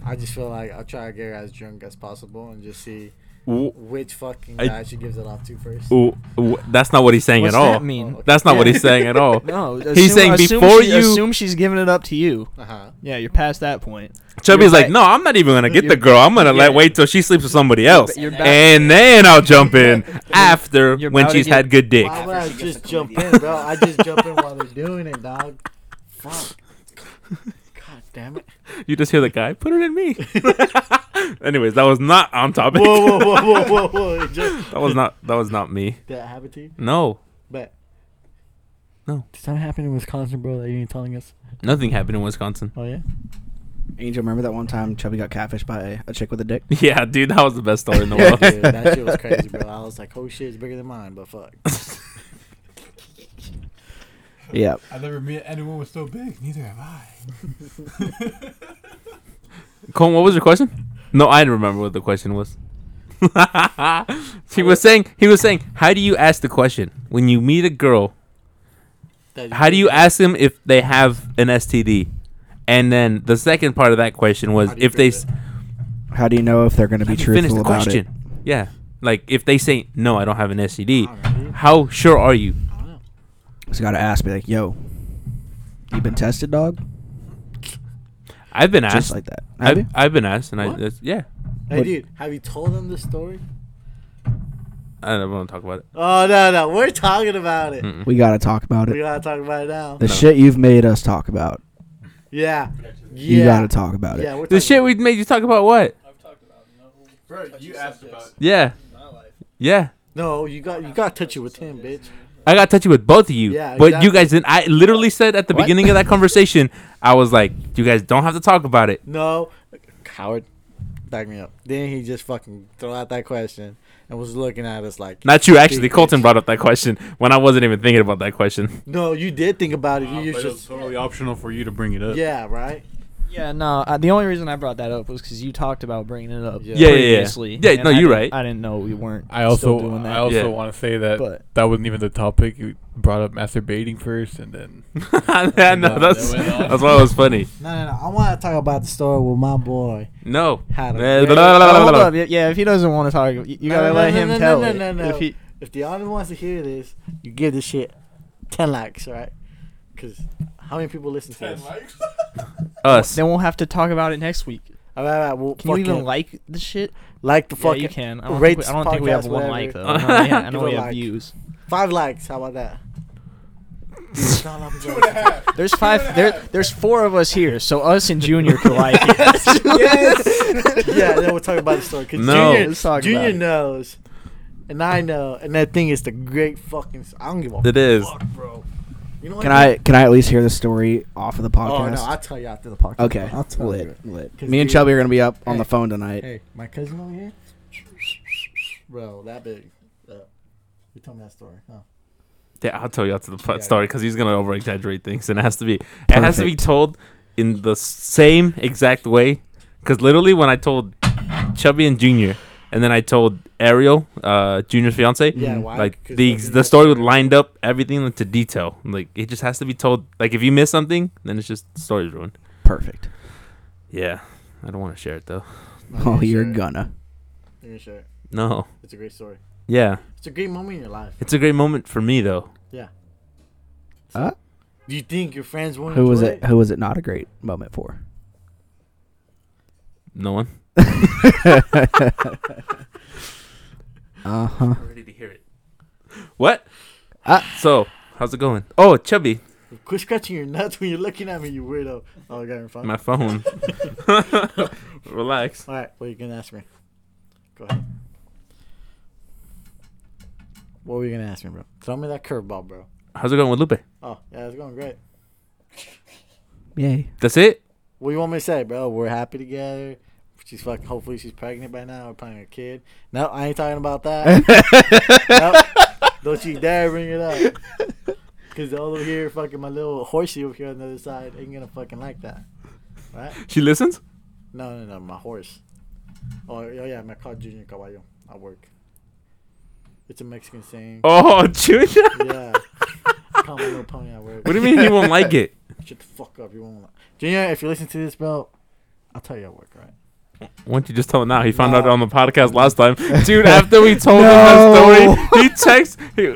Speaker 8: I just feel like I'll try to get her as drunk as possible and just see
Speaker 2: Ooh,
Speaker 8: which fucking
Speaker 2: I-
Speaker 8: guy she gives it off to first.
Speaker 2: ooh, ooh, that's not what he's saying
Speaker 5: what's
Speaker 2: at all.
Speaker 5: that mean?
Speaker 8: Oh, okay.
Speaker 2: That's not what he's saying at all.
Speaker 5: No,
Speaker 2: He's
Speaker 5: assume-
Speaker 2: saying
Speaker 5: assume
Speaker 2: before
Speaker 5: she-
Speaker 2: you-
Speaker 5: assume she's giving it up to you.
Speaker 8: Uh huh.
Speaker 5: Yeah, you're past that point.
Speaker 2: Chubby's
Speaker 5: You're
Speaker 2: like,
Speaker 5: right.
Speaker 2: no, I'm not even gonna get the
Speaker 5: You're-
Speaker 2: girl. I'm gonna
Speaker 5: yeah.
Speaker 2: let wait till she sleeps with somebody else,
Speaker 5: You're back-
Speaker 2: and then I'll jump in after
Speaker 5: You're
Speaker 2: when
Speaker 5: about to
Speaker 2: she's
Speaker 5: get-
Speaker 2: had good dick.
Speaker 8: Why would
Speaker 7: After
Speaker 8: I
Speaker 7: she gets
Speaker 8: just
Speaker 7: the
Speaker 8: jump
Speaker 7: chlamydia.
Speaker 8: in, bro? I just jump in while they're doing it, dog.
Speaker 7: Fuck.
Speaker 6: God damn it!
Speaker 2: You just hear the guy, put it in me. Anyways, that was not on topic.
Speaker 8: Whoa, whoa, whoa, whoa, whoa! It Just,
Speaker 2: that was not that was not me.
Speaker 8: that happened to you?
Speaker 2: No,
Speaker 8: But
Speaker 2: No.
Speaker 8: Did something happen in Wisconsin, bro? That you ain't telling us?
Speaker 2: nothing happened in Wisconsin.
Speaker 8: Oh yeah.
Speaker 4: Angel, remember that one time Chubby got catfished by a chick with a dick?
Speaker 2: Yeah, dude, that was the best story in the world.
Speaker 8: Dude, that shit was crazy, bro. I was like, "Oh shit, it's bigger than mine," but fuck.
Speaker 4: Yeah.
Speaker 3: I never met anyone was so big. Neither have I.
Speaker 2: Colin, what was your question? No, I didn't remember what the question was. he was saying he was saying, how do you ask the question when you meet a girl?
Speaker 8: That
Speaker 2: How do you ask them if they have an STD? And then the second part of that question was
Speaker 8: How do you
Speaker 2: if they
Speaker 8: prove
Speaker 2: s-
Speaker 4: How do you know if they're going to be
Speaker 2: Let me finish
Speaker 4: truthful
Speaker 2: the
Speaker 4: about it?
Speaker 2: question. Yeah, like if they say no, I don't have an STD.
Speaker 8: Alright.
Speaker 2: How sure are you?
Speaker 8: I don't know.
Speaker 4: Just got to ask, be like, yo, you been tested, dog?
Speaker 2: I've been
Speaker 4: Just
Speaker 2: asked.
Speaker 4: like that. Have
Speaker 2: I've,
Speaker 4: you?
Speaker 2: I've been asked, and I
Speaker 8: What?
Speaker 2: that's- yeah.
Speaker 8: Hey,
Speaker 4: What-
Speaker 8: dude, have you told them the story?
Speaker 2: I don't want to talk about it.
Speaker 8: Oh no, no, we're talking about it.
Speaker 2: Mm-mm.
Speaker 4: We got to talk about
Speaker 8: We
Speaker 4: it.
Speaker 8: gotta talk about it now.
Speaker 4: The shit you've made us talk about.
Speaker 8: Yeah,
Speaker 4: You
Speaker 8: yeah,
Speaker 4: got to talk about it.
Speaker 8: yeah. We're
Speaker 2: The
Speaker 8: talking
Speaker 2: shit we made you talk about what?
Speaker 3: Bro, you asked about
Speaker 2: Yeah, yeah.
Speaker 8: No, you got you got touchy with him, bitch.
Speaker 2: I got touchy with both of you.
Speaker 8: Yeah,
Speaker 2: But you guys didn't. I literally said at the beginning of that conversation, I was like, you guys don't have to talk about it.
Speaker 8: No, coward. Back me up. Then he just fucking throw out that question and was looking at us like,
Speaker 2: Not you, actually.
Speaker 8: Big
Speaker 2: Colton
Speaker 8: bitch.
Speaker 2: brought up that question when I wasn't even thinking about that question.
Speaker 8: "No, you did think about it. You
Speaker 3: it.
Speaker 8: used
Speaker 3: But it was
Speaker 8: just,
Speaker 3: totally optional for you to bring it up.
Speaker 8: yeah, right."
Speaker 5: Yeah, no. I, the only reason I brought that up was because you talked about bringing it up.
Speaker 8: Yeah. Yeah, yeah,
Speaker 2: yeah.
Speaker 5: previously,
Speaker 2: Yeah,
Speaker 5: and
Speaker 2: no,
Speaker 5: I
Speaker 2: you're
Speaker 5: didn't-
Speaker 2: right.
Speaker 5: I didn't know we weren't.
Speaker 3: I also
Speaker 5: still doing
Speaker 8: uh,
Speaker 5: that.
Speaker 3: I also
Speaker 2: Yeah.
Speaker 3: want to say that
Speaker 5: But-
Speaker 3: that wasn't even the topic. You brought up masturbating first, and then
Speaker 2: yeah, no,
Speaker 3: No,
Speaker 2: that's
Speaker 3: that went off.
Speaker 2: that's why it was funny.
Speaker 8: No, no, no. I want to talk about the story with my boy.
Speaker 2: No.
Speaker 8: Had a-
Speaker 2: Eh,
Speaker 8: Yeah,
Speaker 2: blah, blah, blah,
Speaker 5: Oh,
Speaker 2: blah,
Speaker 5: hold
Speaker 2: blah.
Speaker 5: up, yeah, Yeah, if he doesn't want to talk, you, you
Speaker 8: No,
Speaker 5: gotta
Speaker 8: no,
Speaker 5: let
Speaker 8: no,
Speaker 5: him
Speaker 8: no,
Speaker 5: tell
Speaker 8: no,
Speaker 5: it.
Speaker 8: no, no,
Speaker 5: If he,
Speaker 8: If the audience wants to hear this, you give this shit ten likes, right? Because how many people listen to this?
Speaker 2: Us.
Speaker 5: then we'll have to talk about it next week.
Speaker 8: All right, all right. Well,
Speaker 5: Can you
Speaker 8: fuck
Speaker 5: even
Speaker 8: it.
Speaker 5: like the shit?
Speaker 8: like the
Speaker 5: Yeah,
Speaker 8: fucking
Speaker 5: you can. I don't,
Speaker 8: rate
Speaker 5: think we, I
Speaker 8: this
Speaker 5: don't think we have
Speaker 8: podcast,
Speaker 5: one
Speaker 8: whatever.
Speaker 5: like though. I know we have, I
Speaker 8: Give
Speaker 5: know
Speaker 8: a
Speaker 5: we have
Speaker 8: like.
Speaker 5: views.
Speaker 8: Five likes. How about that?
Speaker 5: There's five. There, there's four of us here, so us and Junior could like it.
Speaker 8: yeah, then we'll talk about the story. Cause
Speaker 2: No.
Speaker 8: Junior,
Speaker 5: Oh, Let's talk
Speaker 8: Junior
Speaker 5: about it.
Speaker 8: knows, and I know, and that thing is the great fucking. s- I don't give a
Speaker 2: It is.
Speaker 8: fuck, bro. You know what
Speaker 4: Can I can I at least hear the story off of the
Speaker 8: Oh
Speaker 4: podcast?
Speaker 8: no, I'll tell you after the podcast.
Speaker 4: okay.
Speaker 8: I'll tell you.
Speaker 4: lit, lit.
Speaker 8: 'Cause
Speaker 4: Me and
Speaker 8: dude-
Speaker 4: Chubby are going to be up on
Speaker 8: Hey.
Speaker 4: the phone tonight.
Speaker 8: Hey, my cousin over here, bro, that big. Uh, you tell me that story, huh?
Speaker 2: Yeah, I'll tell you after the
Speaker 8: Yeah,
Speaker 2: pu- story because he's gonna over exaggerate things, and it has to be it has to be
Speaker 4: Perfect.
Speaker 2: told in the same exact way. Because literally, when I told Chubby and Junior, and then I told Ariel, uh, Junior's fiance,
Speaker 8: Yeah, why?
Speaker 2: like
Speaker 8: 'Cause
Speaker 2: the
Speaker 8: I think
Speaker 2: the
Speaker 8: that's
Speaker 2: story
Speaker 8: the-
Speaker 2: was lined up everything to detail. Like it just has to be told. Like if you miss something, then it's just the story's ruined.
Speaker 4: Perfect.
Speaker 2: Yeah, I don't want to share it though.
Speaker 4: Oh, you're
Speaker 8: sure.
Speaker 4: gonna.
Speaker 8: You're gonna share it.
Speaker 2: No.
Speaker 8: It's a great story.
Speaker 2: Yeah,
Speaker 8: It's a great moment in your life.
Speaker 2: it's a great moment for me though.
Speaker 4: Uh,
Speaker 8: Do you think your friends won't?
Speaker 4: who was
Speaker 8: enjoy
Speaker 4: it? Who was it not a great moment for?
Speaker 2: No one.
Speaker 4: Uh huh.
Speaker 8: Uh-huh.
Speaker 2: ready to hear it. What?
Speaker 8: Uh,
Speaker 4: Ah.
Speaker 2: so how's it going? Oh, Chubby,
Speaker 8: Quit scratching your nuts when you're looking at me, you weirdo. Oh, I got it in front.
Speaker 2: my phone. Relax.
Speaker 8: All right, well, you can ask me. Go ahead. What were you gonna ask me, bro? Throw me that curveball, bro.
Speaker 2: How's it going with Lupe?
Speaker 8: Oh, yeah, it's going great.
Speaker 4: Yay.
Speaker 2: That's it.
Speaker 8: What do you want me to say, bro? We're happy together. She's fucking. Hopefully, she's pregnant by now. We're planning a kid. No, I ain't talking about that. Nope. Don't you dare bring it up. Cause over here, fucking my little horsey over here on the other side ain't gonna fucking like that, right?
Speaker 2: She listens.
Speaker 8: No, no, no, my horse. Oh, oh yeah, my called Junior Caballo. I work. It's a Mexican saying.
Speaker 2: Oh, Junior.
Speaker 8: Yeah. Call my little pony. I work.
Speaker 2: What do you mean he won't like it?
Speaker 8: Shut the fuck up. You won't. li- Junior, if you listen to this, bro, I'll tell you I work, right?
Speaker 2: Why don't you just tell him now? He found
Speaker 8: No.
Speaker 2: out on the podcast last time, dude. After we told him that story, he texts. He,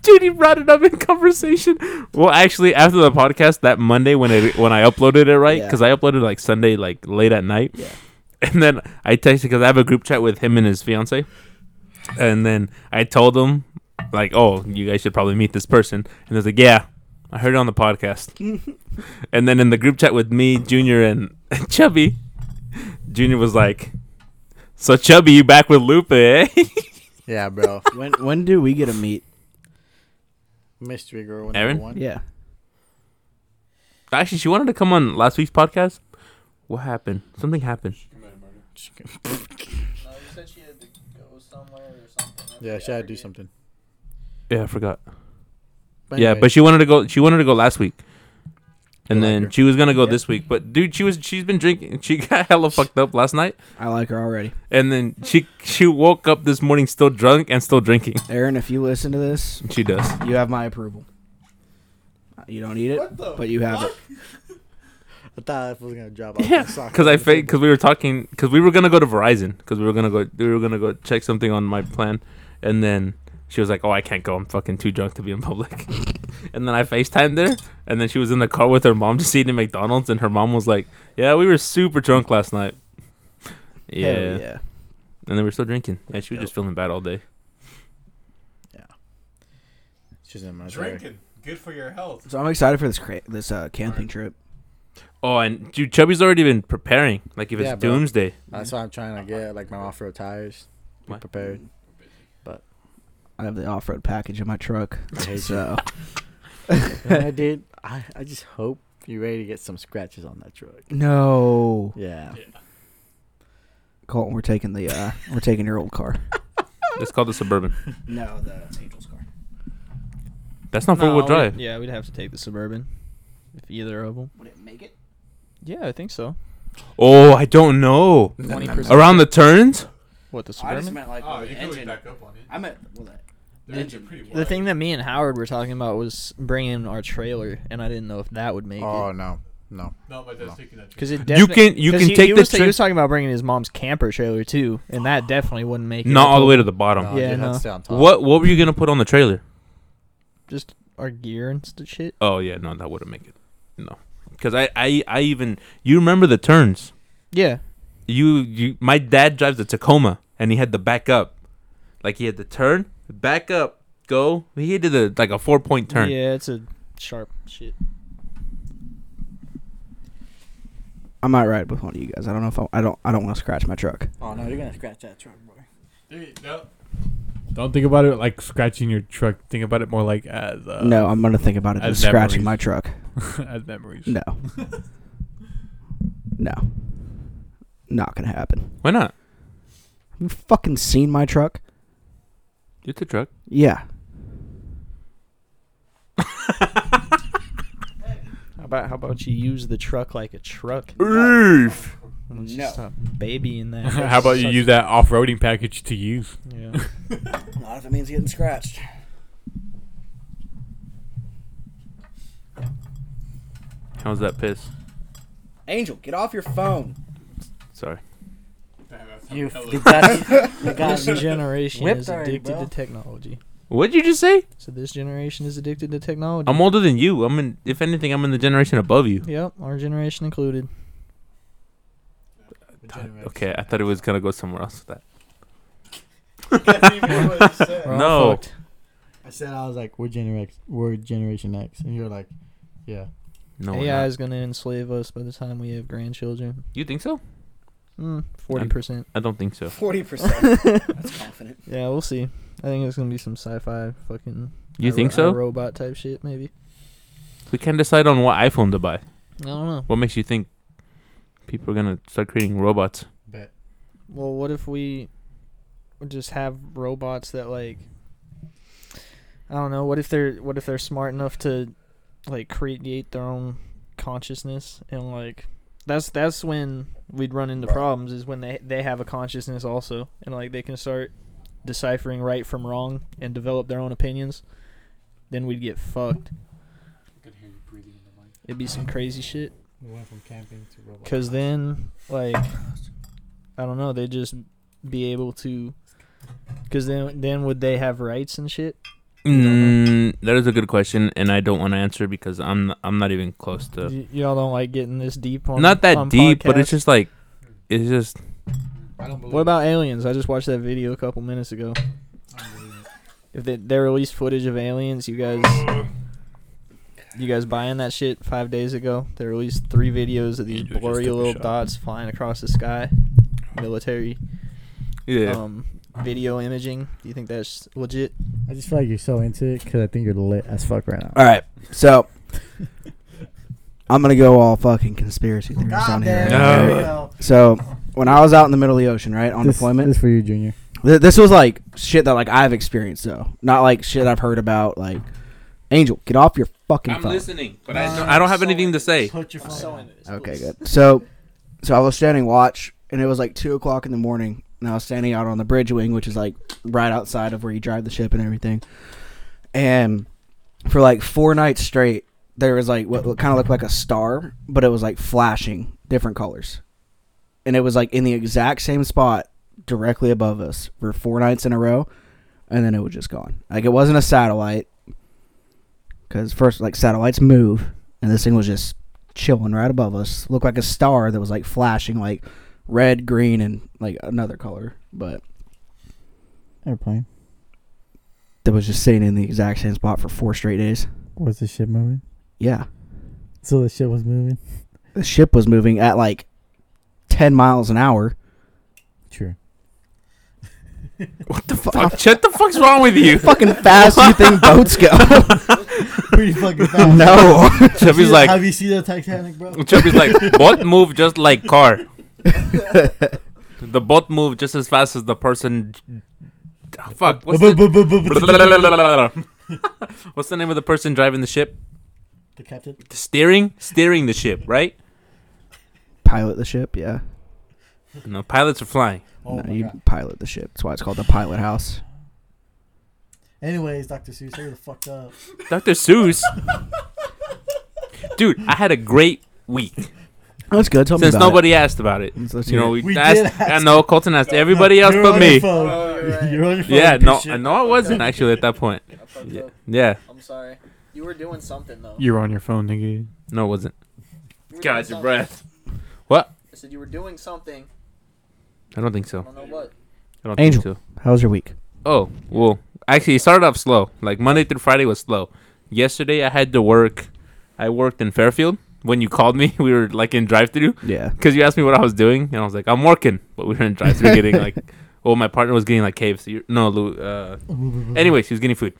Speaker 2: dude, he brought it up in conversation. Well, actually, after the podcast that Monday when it when I uploaded it right,
Speaker 8: Yeah.
Speaker 2: because I uploaded like Sunday, like late at night,
Speaker 8: Yeah.
Speaker 2: and then I texted because I have a group chat with him and his fiance, and then I told him like, "Oh, you guys should probably meet this person," and he's like, "Yeah." I heard it on the podcast, and then in the group chat with me, Junior, and Chubby, Junior was like, "So Chubby, you back with Lupe? Eh?
Speaker 8: Yeah, bro.
Speaker 4: When when do we get to meet?
Speaker 8: Mystery girl. number
Speaker 2: Aaron?
Speaker 8: One.
Speaker 4: Yeah.
Speaker 2: Actually, she wanted to come on last week's podcast. What happened? Something happened.
Speaker 5: No, you said she had to go somewhere or something.
Speaker 8: Yeah, should I do something?
Speaker 2: Yeah, I forgot.
Speaker 8: But
Speaker 2: Yeah,
Speaker 8: anyway,
Speaker 2: but she wanted to go. She wanted to go last week, and
Speaker 8: I like
Speaker 2: then
Speaker 8: her.
Speaker 2: she was gonna go
Speaker 8: Yeah.
Speaker 2: this week. But dude, she was she's been drinking. She got hella fucked up last night,
Speaker 4: I like her already.
Speaker 2: and then she she woke up this morning still drunk and still drinking.
Speaker 4: Aaron, if you listen to this,
Speaker 2: She does.
Speaker 4: you have my approval. You don't need it, but you have it.
Speaker 8: I thought I was gonna drop off.
Speaker 2: Yeah,
Speaker 8: the sock
Speaker 2: because I
Speaker 8: on the
Speaker 2: faked because
Speaker 8: table.
Speaker 2: we were talking because we were gonna go to Verizon because we were gonna go we were gonna go check something on my plan, and then she was like, "Oh, I can't go. I'm fucking too drunk to be in public." and then I Facetimed her, and then she was in the car with her mom just eating McDonald's, and her mom was like, "Yeah, we were super drunk last night." Yeah,
Speaker 4: Hell yeah.
Speaker 2: and then we are still drinking, and she was just feeling bad all day.
Speaker 8: She's in my Drinking.
Speaker 3: Drinking. Good for your health.
Speaker 4: So I'm excited for this cra- this uh, camping trip.
Speaker 2: Oh, and dude, Chubby's already been preparing. Like if it's
Speaker 8: Yeah, bro.
Speaker 2: doomsday,
Speaker 8: That's why I'm trying to get like my off-road tires. Be
Speaker 2: What?
Speaker 8: prepared.
Speaker 4: I have the off road package in my truck, so
Speaker 8: yeah, dude. I, I just hope you're ready to get some scratches on that truck.
Speaker 4: no,
Speaker 8: Yeah.
Speaker 4: Colton, we're taking the uh, we're taking your old car.
Speaker 2: it's called the suburban.
Speaker 4: No, the Angel's car.
Speaker 2: That's not four wheel drive.
Speaker 5: Yeah, we'd have to take the suburban. If either of them.
Speaker 4: Would it make it?
Speaker 5: Yeah, I think so.
Speaker 2: Oh, I don't know.
Speaker 5: Twenty percent.
Speaker 2: Around the turns.
Speaker 5: What the
Speaker 4: I just
Speaker 5: suburban?
Speaker 4: meant like
Speaker 3: Oh,
Speaker 4: the
Speaker 3: you can always
Speaker 4: engine.
Speaker 3: back up on it.
Speaker 4: I meant well, that
Speaker 3: The engine pretty
Speaker 5: The
Speaker 3: wide.
Speaker 5: thing that me and Howard were talking about was bringing our trailer, and I didn't know if that would make
Speaker 8: Oh
Speaker 5: it.
Speaker 8: no, no.
Speaker 3: No, my dad's taking that.
Speaker 5: Because it
Speaker 2: You
Speaker 5: definite-
Speaker 2: can- you
Speaker 5: 'cause
Speaker 2: can
Speaker 5: he,
Speaker 2: take
Speaker 5: he
Speaker 2: the
Speaker 5: was, ta-
Speaker 2: tra-
Speaker 5: he was talking about bringing his mom's camper trailer too, and that definitely wouldn't make it.
Speaker 2: Not
Speaker 5: with
Speaker 2: all the way to the bottom.
Speaker 8: no
Speaker 5: Yeah,
Speaker 8: you have to
Speaker 5: no.
Speaker 8: stay on top.
Speaker 2: What what were you gonna put on the trailer?
Speaker 5: just our gear and st- shit.
Speaker 2: Oh yeah, no, that wouldn't make it. No, because I, I I even you remember the turns.
Speaker 5: Yeah,
Speaker 2: You you my dad drives the Tacoma and he had the back up, like he had to turn back up, go. He did a like a four point turn.
Speaker 5: yeah, it's a sharp shit.
Speaker 4: I might ride with one of you guys. I don't know if I, I don't I don't want to scratch my truck.
Speaker 8: Oh no, you're gonna scratch that truck, boy.
Speaker 3: Dude, no. Don't think about it like scratching your truck. Think about it more like as uh,
Speaker 4: no, I'm gonna think about it
Speaker 3: as
Speaker 4: as
Speaker 3: memories.
Speaker 4: scratching my truck.
Speaker 3: as memories.
Speaker 4: No, no, not gonna happen.
Speaker 2: Why not?
Speaker 4: Have you fucking seen my truck?
Speaker 2: It's a truck.
Speaker 4: Yeah,
Speaker 5: How about how about you use the truck like a truck?
Speaker 2: Oof.
Speaker 5: Let's
Speaker 4: No.
Speaker 5: just stop babying that.
Speaker 3: How about you use that off-roading package to use?
Speaker 5: Yeah.
Speaker 4: not if it means getting scratched.
Speaker 2: How's that piss?
Speaker 4: Angel, get off your phone.
Speaker 2: Sorry.
Speaker 8: You that's, you got
Speaker 5: this
Speaker 8: me.
Speaker 5: generation
Speaker 8: Whipped
Speaker 5: is
Speaker 8: already,
Speaker 5: addicted
Speaker 8: bro.
Speaker 5: to technology.
Speaker 2: What'd you just say?
Speaker 5: So this generation is addicted to technology.
Speaker 2: I'm older than you. I'm in. If anything, I'm in the generation above you.
Speaker 5: yep, our generation included.
Speaker 2: Okay, I thought it was gonna go somewhere else with that.
Speaker 8: I
Speaker 5: We're all
Speaker 2: No.
Speaker 5: fucked.
Speaker 8: said I was like, we're generation, we're generation X, and you're like, yeah.
Speaker 2: No, we're
Speaker 5: AI
Speaker 2: not.
Speaker 5: is gonna enslave us by the time we have grandchildren. Hmm,
Speaker 2: you think so?
Speaker 5: Forty percent.
Speaker 2: I don't think so.
Speaker 7: Forty percent. That's confident.
Speaker 5: Yeah, we'll see. I think it's gonna be some sci-fi fucking.
Speaker 2: You
Speaker 5: I-
Speaker 2: think
Speaker 5: I
Speaker 2: so?
Speaker 5: Robot type shit, maybe.
Speaker 2: We can't decide on what iPhone to buy.
Speaker 5: I don't know.
Speaker 2: What makes you think people are gonna start creating robots?
Speaker 8: Bet.
Speaker 5: Well, what if we would just have robots that like I don't know, what if they're what if they're smart enough to like create their own consciousness and like that's that's when we'd run into problems is when they they have a consciousness also and like they can start deciphering right from wrong and develop their own opinions then we'd get fucked it'd be some crazy shit
Speaker 8: We went from camping to robot.
Speaker 5: Cause then, like, I don't know, they just be able to. Cause then, then would they have rights and shit?
Speaker 2: Mm, that is a good question, and I don't want to answer because I'm I'm not even close to.
Speaker 5: Y- y'all don't like getting this deep on.
Speaker 2: not that
Speaker 5: on
Speaker 2: deep, but it's
Speaker 5: podcasts?
Speaker 2: just like it's just
Speaker 8: I don't believe
Speaker 5: What about aliens? I just watched that video a couple minutes ago. If they they released footage of aliens, you guys, you guys buying that shit five days ago? They released three videos of these
Speaker 2: Andrew just
Speaker 5: blurry
Speaker 2: took a
Speaker 5: little
Speaker 2: shot.
Speaker 5: dots flying across the sky. Military
Speaker 2: yeah.
Speaker 5: um, video imaging. Do you think that's legit?
Speaker 8: I just feel like you're so into it because I think you're lit as fuck right now.
Speaker 4: All right, so I'm gonna go all fucking conspiracy theories on here. Right?
Speaker 2: No.
Speaker 4: now, right? So when I was out in the middle of the ocean, right on
Speaker 8: this,
Speaker 4: deployment,
Speaker 8: This for you, Junior.
Speaker 4: th- this was like shit that like I've experienced though, not like shit I've heard about. Like, Angel, get off your fucking phone.
Speaker 2: listening, but I don't, I don't have anything to say.
Speaker 8: Put your phone.
Speaker 4: Okay, good. So, so I was standing watch, and it was like two o'clock in the morning, and I was standing out on the bridge wing, which is like right outside of where you drive the ship and everything. And for like four nights straight, there was like what, what kind of looked like a star, but it was like flashing different colors, and it was like in the exact same spot directly above us for four nights in a row, and then it was just gone. Like it wasn't a satellite, because first like satellites move, and this thing was just chilling right above us. Looked like a star that was like flashing like red, green, and like another color. But
Speaker 8: Airplane.
Speaker 4: that was just sitting in the exact same spot for four straight days.
Speaker 8: Was the ship moving?
Speaker 4: Yeah.
Speaker 8: So the ship was moving.
Speaker 4: The ship was moving at like 10 miles an hour.
Speaker 8: True.
Speaker 4: What the fuck? How
Speaker 2: Fuck, Chet, the fuck's wrong with you?
Speaker 4: fucking fast do you think boats go?
Speaker 8: Pretty fucking
Speaker 4: no.
Speaker 2: Chubby's like,
Speaker 8: you seen the Titanic, bro?
Speaker 2: Chubby's like, both move just like car. the boat move just as fast as the person. Ah, Fuck. What's the, what's the name of the person driving the ship?
Speaker 8: The captain.
Speaker 2: Steering, steering the ship, right?
Speaker 4: Pilot the ship, yeah.
Speaker 2: No, pilots are flying.
Speaker 8: Oh
Speaker 4: no, you pilot the ship. That's why it's called the pilot house.
Speaker 8: Anyways, Dr. Seuss, they would have fucked up.
Speaker 2: Dr. Seuss. Dude, I had a great week
Speaker 4: That's good. Tell me
Speaker 2: since
Speaker 4: about it.
Speaker 2: nobody asked about it.
Speaker 4: Let's- let's
Speaker 2: You
Speaker 4: hear
Speaker 2: know,
Speaker 4: it.
Speaker 2: we,
Speaker 8: We
Speaker 2: asked,
Speaker 8: did ask.
Speaker 2: I know Colton asked everybody else but me.
Speaker 8: Oh, You're on your phone.
Speaker 2: Yeah, no,
Speaker 8: piece of
Speaker 2: I
Speaker 8: shit.
Speaker 2: know I wasn't actually at that point. Yeah, yeah.
Speaker 5: I'm sorry. You were doing something though.
Speaker 3: You're on your phone, nigga.
Speaker 2: no, it wasn't.
Speaker 5: You were doing
Speaker 2: God, your
Speaker 5: something.
Speaker 2: breath.
Speaker 5: I said you were doing something.
Speaker 2: I don't think so.
Speaker 5: I don't know what.
Speaker 2: I don't
Speaker 4: Angel.
Speaker 2: think so.
Speaker 4: How was your week?
Speaker 2: Oh, well, actually, it started off slow. Like Monday through Friday was slow. Yesterday, I had to work. I worked in Fairfield. When you called me, we were like in drive-through
Speaker 4: Yeah.
Speaker 2: because you asked me what I was doing, and I was like, I'm working. But we were in drive-through getting like, well, my partner was getting like KFC. No, Lou. Uh, anyway, she was getting food.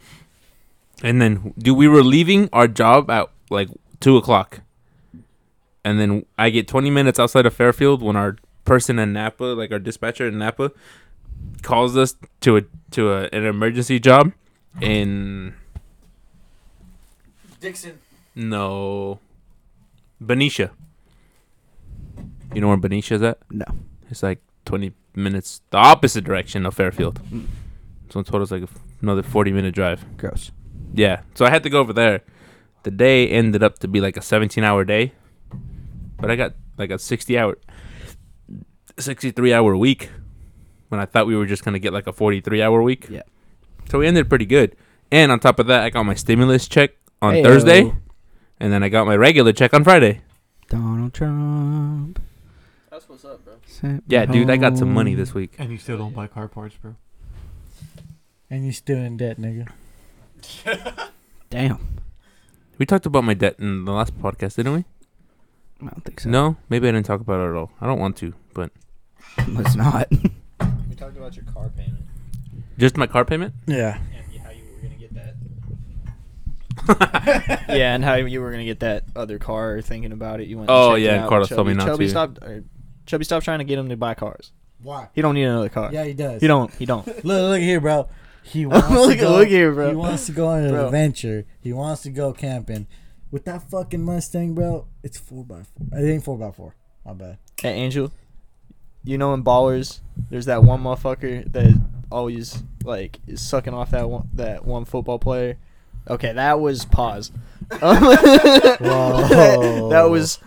Speaker 2: And then, dude, we were leaving our job at like two o'clock. And then I get 20 minutes outside of Fairfield when our person in Napa, like our dispatcher in Napa, calls us to a to a, an emergency job in
Speaker 5: Dixon.
Speaker 2: no Benicia. You know where Benicia is at?
Speaker 4: No.
Speaker 2: It's like 20 minutes the opposite direction of Fairfield. So in total, it's like another 40 minute drive.
Speaker 4: Gross.
Speaker 2: Yeah. So I had to go over there. The day ended up to be like a 17 hour day, but I got like a 60 hour, 63 hour week when I thought we were just going to get like a 43 hour week.
Speaker 4: Yeah.
Speaker 2: So we ended pretty good. And on top of that, I got my stimulus check on
Speaker 4: Heyo.
Speaker 2: Thursday, and then I got my regular check on Friday.
Speaker 4: Donald Trump.
Speaker 5: That's what's up, bro.
Speaker 4: sent me
Speaker 2: Yeah, dude, I got some money
Speaker 4: home.
Speaker 2: this week.
Speaker 3: And you still don't buy car parts, bro.
Speaker 8: And you're still in debt, nigga.
Speaker 4: Damn.
Speaker 2: We talked about my debt in the last podcast, didn't we?
Speaker 4: I don't think so.
Speaker 2: No, maybe I didn't talk about it at all. I don't want to, but
Speaker 4: Let's not.
Speaker 5: We talked about your car payment
Speaker 2: just my car payment.
Speaker 8: Yeah.
Speaker 5: and how you were gonna get that. yeah, and how you were gonna get that other car? Thinking about it, you went. and
Speaker 2: Oh,
Speaker 5: checked it
Speaker 2: yeah, and
Speaker 5: out.
Speaker 2: Carlos told me
Speaker 5: Chubby-
Speaker 2: not
Speaker 5: Chubby
Speaker 2: to.
Speaker 5: stopped. Or, Chubby stopped trying to get him to buy cars.
Speaker 8: Why?
Speaker 5: He don't need another car.
Speaker 8: Yeah, he does.
Speaker 5: He don't. He don't.
Speaker 8: Look, look here, bro. He wants to
Speaker 5: Look-
Speaker 8: go,
Speaker 5: look here, bro.
Speaker 8: He wants to go on an
Speaker 5: Bro.
Speaker 8: adventure. He wants to go camping. With that fucking Mustang, bro, it's four by four. It ain't four by four. My bad.
Speaker 5: Hey, Angel, you know in Ballers, there's that one motherfucker that always like is sucking off that one that one football player. Okay, that was pause. Um, that, that was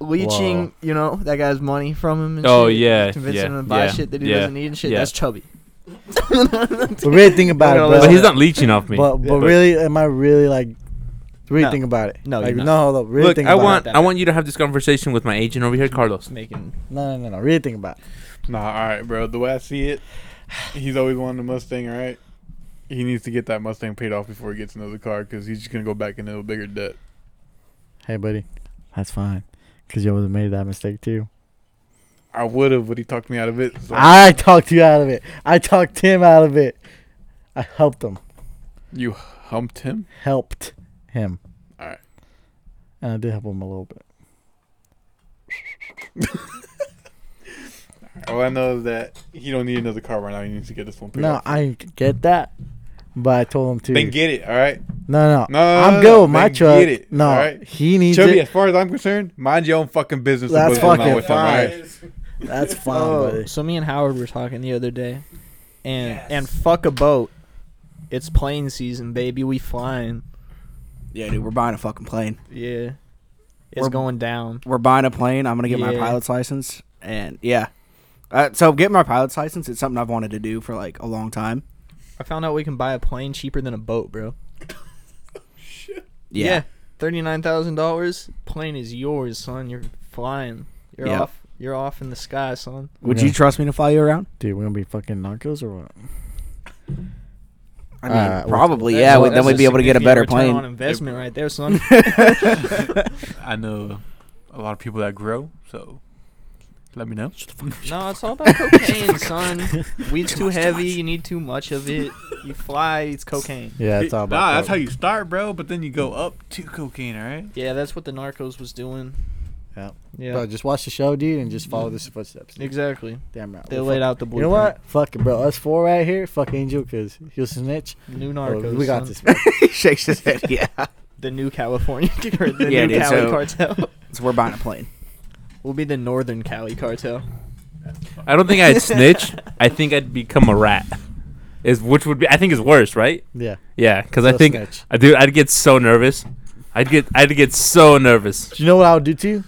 Speaker 5: leeching.
Speaker 8: Whoa.
Speaker 5: You know that guy's money from him. And
Speaker 2: Oh,
Speaker 5: shit,
Speaker 2: yeah,
Speaker 5: convincing
Speaker 2: yeah,
Speaker 5: him to buy
Speaker 2: yeah,
Speaker 5: shit that he
Speaker 2: yeah,
Speaker 5: doesn't need and shit.
Speaker 2: yeah.
Speaker 5: That's chubby.
Speaker 8: But really think about
Speaker 5: Look at
Speaker 8: it,
Speaker 5: all
Speaker 8: bro.
Speaker 5: those-
Speaker 2: But he's not leeching off me.
Speaker 8: But, but
Speaker 2: But-
Speaker 8: really, am I really like? Really
Speaker 5: No.
Speaker 8: think about it.
Speaker 5: No,
Speaker 8: like,
Speaker 5: you're not.
Speaker 8: no, hold up. Really
Speaker 2: Look,
Speaker 8: think
Speaker 2: I
Speaker 8: about
Speaker 2: want
Speaker 8: it.
Speaker 2: I want you to have this conversation with my agent over here, Carlos.
Speaker 5: Making
Speaker 8: No, no, no, no. Really think about it.
Speaker 3: Nah, all right, bro. The way I see it, he's always wanted a Mustang, all right? He needs to get that Mustang paid off before he gets another car because he's just gonna go back into a bigger debt.
Speaker 8: Hey, buddy, that's fine. Cause you would have made that mistake too.
Speaker 3: I would have, but he talked me out of it. So
Speaker 8: I talked you out of it. I talked him out of it. I helped him.
Speaker 3: you humped him.
Speaker 8: Helped him.
Speaker 3: Alright.
Speaker 8: And I did help him a little bit.
Speaker 3: All I know is that he don't need another car right now. He needs to get this one paid
Speaker 8: No,
Speaker 3: off.
Speaker 8: I get that, but I told him to.
Speaker 3: Then get it, all right?
Speaker 8: no, no,
Speaker 3: No, no,
Speaker 8: I'm
Speaker 3: no,
Speaker 8: good
Speaker 3: no.
Speaker 8: with my
Speaker 3: Then
Speaker 8: truck.
Speaker 3: get it,
Speaker 8: no,
Speaker 3: alright?
Speaker 8: he needs
Speaker 3: Chubby,
Speaker 8: it.
Speaker 3: as far as I'm concerned, mind your own fucking business.
Speaker 8: That's
Speaker 3: with what's going on
Speaker 8: fucking
Speaker 3: with him, all right?
Speaker 8: That's fine,
Speaker 5: Oh,
Speaker 8: buddy.
Speaker 5: so me and Howard were talking the other day, and and fuck a boat. It's plane season, baby. We flying.
Speaker 4: Yeah, dude, we're buying a fucking plane.
Speaker 5: Yeah, it's
Speaker 4: We're-
Speaker 5: going down.
Speaker 4: We're buying a plane. I'm gonna get my
Speaker 5: Yeah.
Speaker 4: pilot's license, and yeah. Uh, so getting my pilot's license, it's something I've wanted to do for like a long time.
Speaker 5: I found out we can buy a plane cheaper than a boat, bro.
Speaker 4: Yeah,
Speaker 5: thirty nine thousand dollars. Plane is yours, son. You're flying. You're
Speaker 4: Yeah.
Speaker 5: off. You're off in the sky, son.
Speaker 4: would
Speaker 8: Yeah.
Speaker 4: you trust me to fly you around?
Speaker 8: Dude, we're gonna be fucking narcos or what?
Speaker 4: I mean,
Speaker 8: Uh, well,
Speaker 4: probably.
Speaker 5: That's-
Speaker 4: Yeah, we,
Speaker 5: that's
Speaker 4: then we'd be able to get a
Speaker 5: significant
Speaker 4: better
Speaker 5: return on
Speaker 4: plane.
Speaker 5: investment right there, son.
Speaker 3: I know a lot of people that grow, so let me know.
Speaker 5: no, it's all about cocaine, son. Weed's too heavy. You need too much of it. You fly. It's cocaine.
Speaker 8: Yeah, it's all about.
Speaker 3: nah, that's
Speaker 8: that.
Speaker 3: how you start, bro. But then you go up to cocaine, all right?
Speaker 5: Yeah, that's what the Narcos was doing.
Speaker 8: Yeah.
Speaker 5: Yeah.
Speaker 8: Bro, just watch the show, dude, and just follow the footsteps. dude.
Speaker 5: Exactly.
Speaker 8: Damn right.
Speaker 5: They
Speaker 8: We're
Speaker 5: laid
Speaker 8: fucking-
Speaker 5: out the
Speaker 8: You know
Speaker 5: blueprint.
Speaker 8: what? Fuck it, bro. Us four right here. Fuck Angel, cause he'll snitch.
Speaker 5: New
Speaker 8: Oh,
Speaker 5: Narcos.
Speaker 8: we got
Speaker 5: son.
Speaker 8: this.
Speaker 4: he shakes his head. Yeah,
Speaker 5: The new California. or the
Speaker 4: Yeah,
Speaker 5: new
Speaker 4: dude,
Speaker 5: Cali
Speaker 4: so-
Speaker 5: cartel.
Speaker 4: so we're buying a plane.
Speaker 5: we'll be the Northern Cali cartel.
Speaker 2: I don't think I'd snitch. I think I'd become a rat. Is which would be I think is worse, right?
Speaker 8: Yeah.
Speaker 2: Yeah, because I
Speaker 8: Still
Speaker 2: think
Speaker 8: snitch.
Speaker 2: I dude I'd get so nervous. I'd get I'd get so nervous.
Speaker 8: Do you know what I would do to you?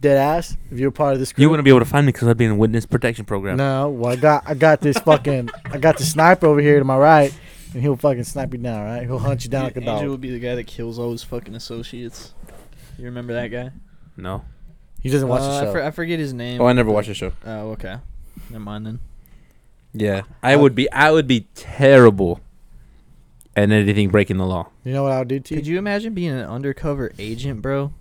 Speaker 8: Dead ass. If you're part of this crew.
Speaker 2: You wouldn't be able to find me because I'd be in witness protection program.
Speaker 8: No, well, I got I got this fucking I got the sniper over here to my right, and he'll fucking snipe you down, right? He'll hunt you down like a
Speaker 5: Angel
Speaker 8: dog.
Speaker 5: would be the guy that kills all his fucking associates. You remember that guy?
Speaker 2: No.
Speaker 8: He doesn't watch
Speaker 5: Uh,
Speaker 8: the show.
Speaker 5: I, for- I forget his name.
Speaker 2: never watched the show.
Speaker 5: oh, okay. Never mind then.
Speaker 2: Yeah, I would be I would be terrible at anything breaking the law.
Speaker 8: you know what I'll do to you?
Speaker 5: Could you imagine being an undercover agent, bro?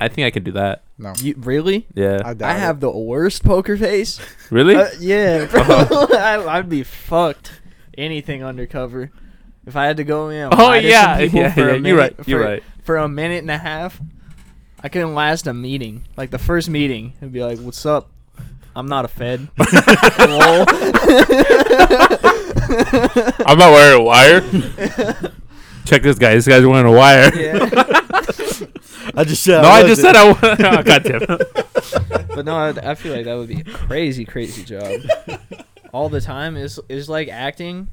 Speaker 2: I think I could do that.
Speaker 5: You really?
Speaker 2: Yeah.
Speaker 8: I, doubt
Speaker 5: I
Speaker 8: it.
Speaker 5: have the worst poker face.
Speaker 2: really? Uh-huh.
Speaker 5: Uh, yeah, bro. I, I'd be fucked. Anything undercover. If I had to go in. and
Speaker 2: oh
Speaker 5: lie to
Speaker 2: yeah,
Speaker 5: some
Speaker 2: yeah,
Speaker 5: people
Speaker 2: yeah.
Speaker 5: for a
Speaker 2: You're right.
Speaker 5: minute-
Speaker 2: You're
Speaker 5: for-
Speaker 2: right.
Speaker 5: For a minute and a half, I couldn't last a meeting. Like the first meeting, it'd be like, "What's up? I'm not a Fed." Lol.
Speaker 2: I'm not wearing a wire. Check this guy. This guy's wearing a wire.
Speaker 5: yeah.
Speaker 8: I just said.
Speaker 2: no, I
Speaker 8: was
Speaker 2: just
Speaker 8: it.
Speaker 2: said I want. Oh, goddamn.
Speaker 5: But no, I, I feel like that would be a crazy, crazy job. All the time is is like acting.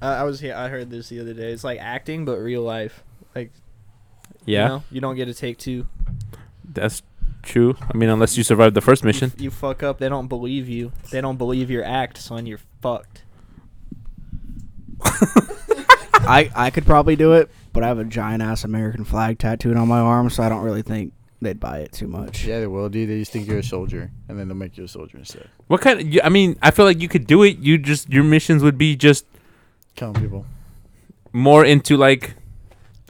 Speaker 5: Uh, I was here. I heard this the other day. It's like acting, but real life. Like
Speaker 2: Yeah,
Speaker 5: you, know, you don't get a take two.
Speaker 2: that's true. I mean, unless you survive the first mission.
Speaker 5: You fuck up, they don't believe you. They don't believe your act, son. You're fucked.
Speaker 4: I, I could probably do it, but I have a giant ass American flag tattooed on my arm, so I don't really think they'd buy it too much.
Speaker 8: Yeah, they will, dude. They just think you're a soldier, and then they'll make you a soldier instead.
Speaker 2: What kind? Of, you- I mean, I feel like you could do it. You just your missions would be just
Speaker 8: Killing people.
Speaker 2: more into like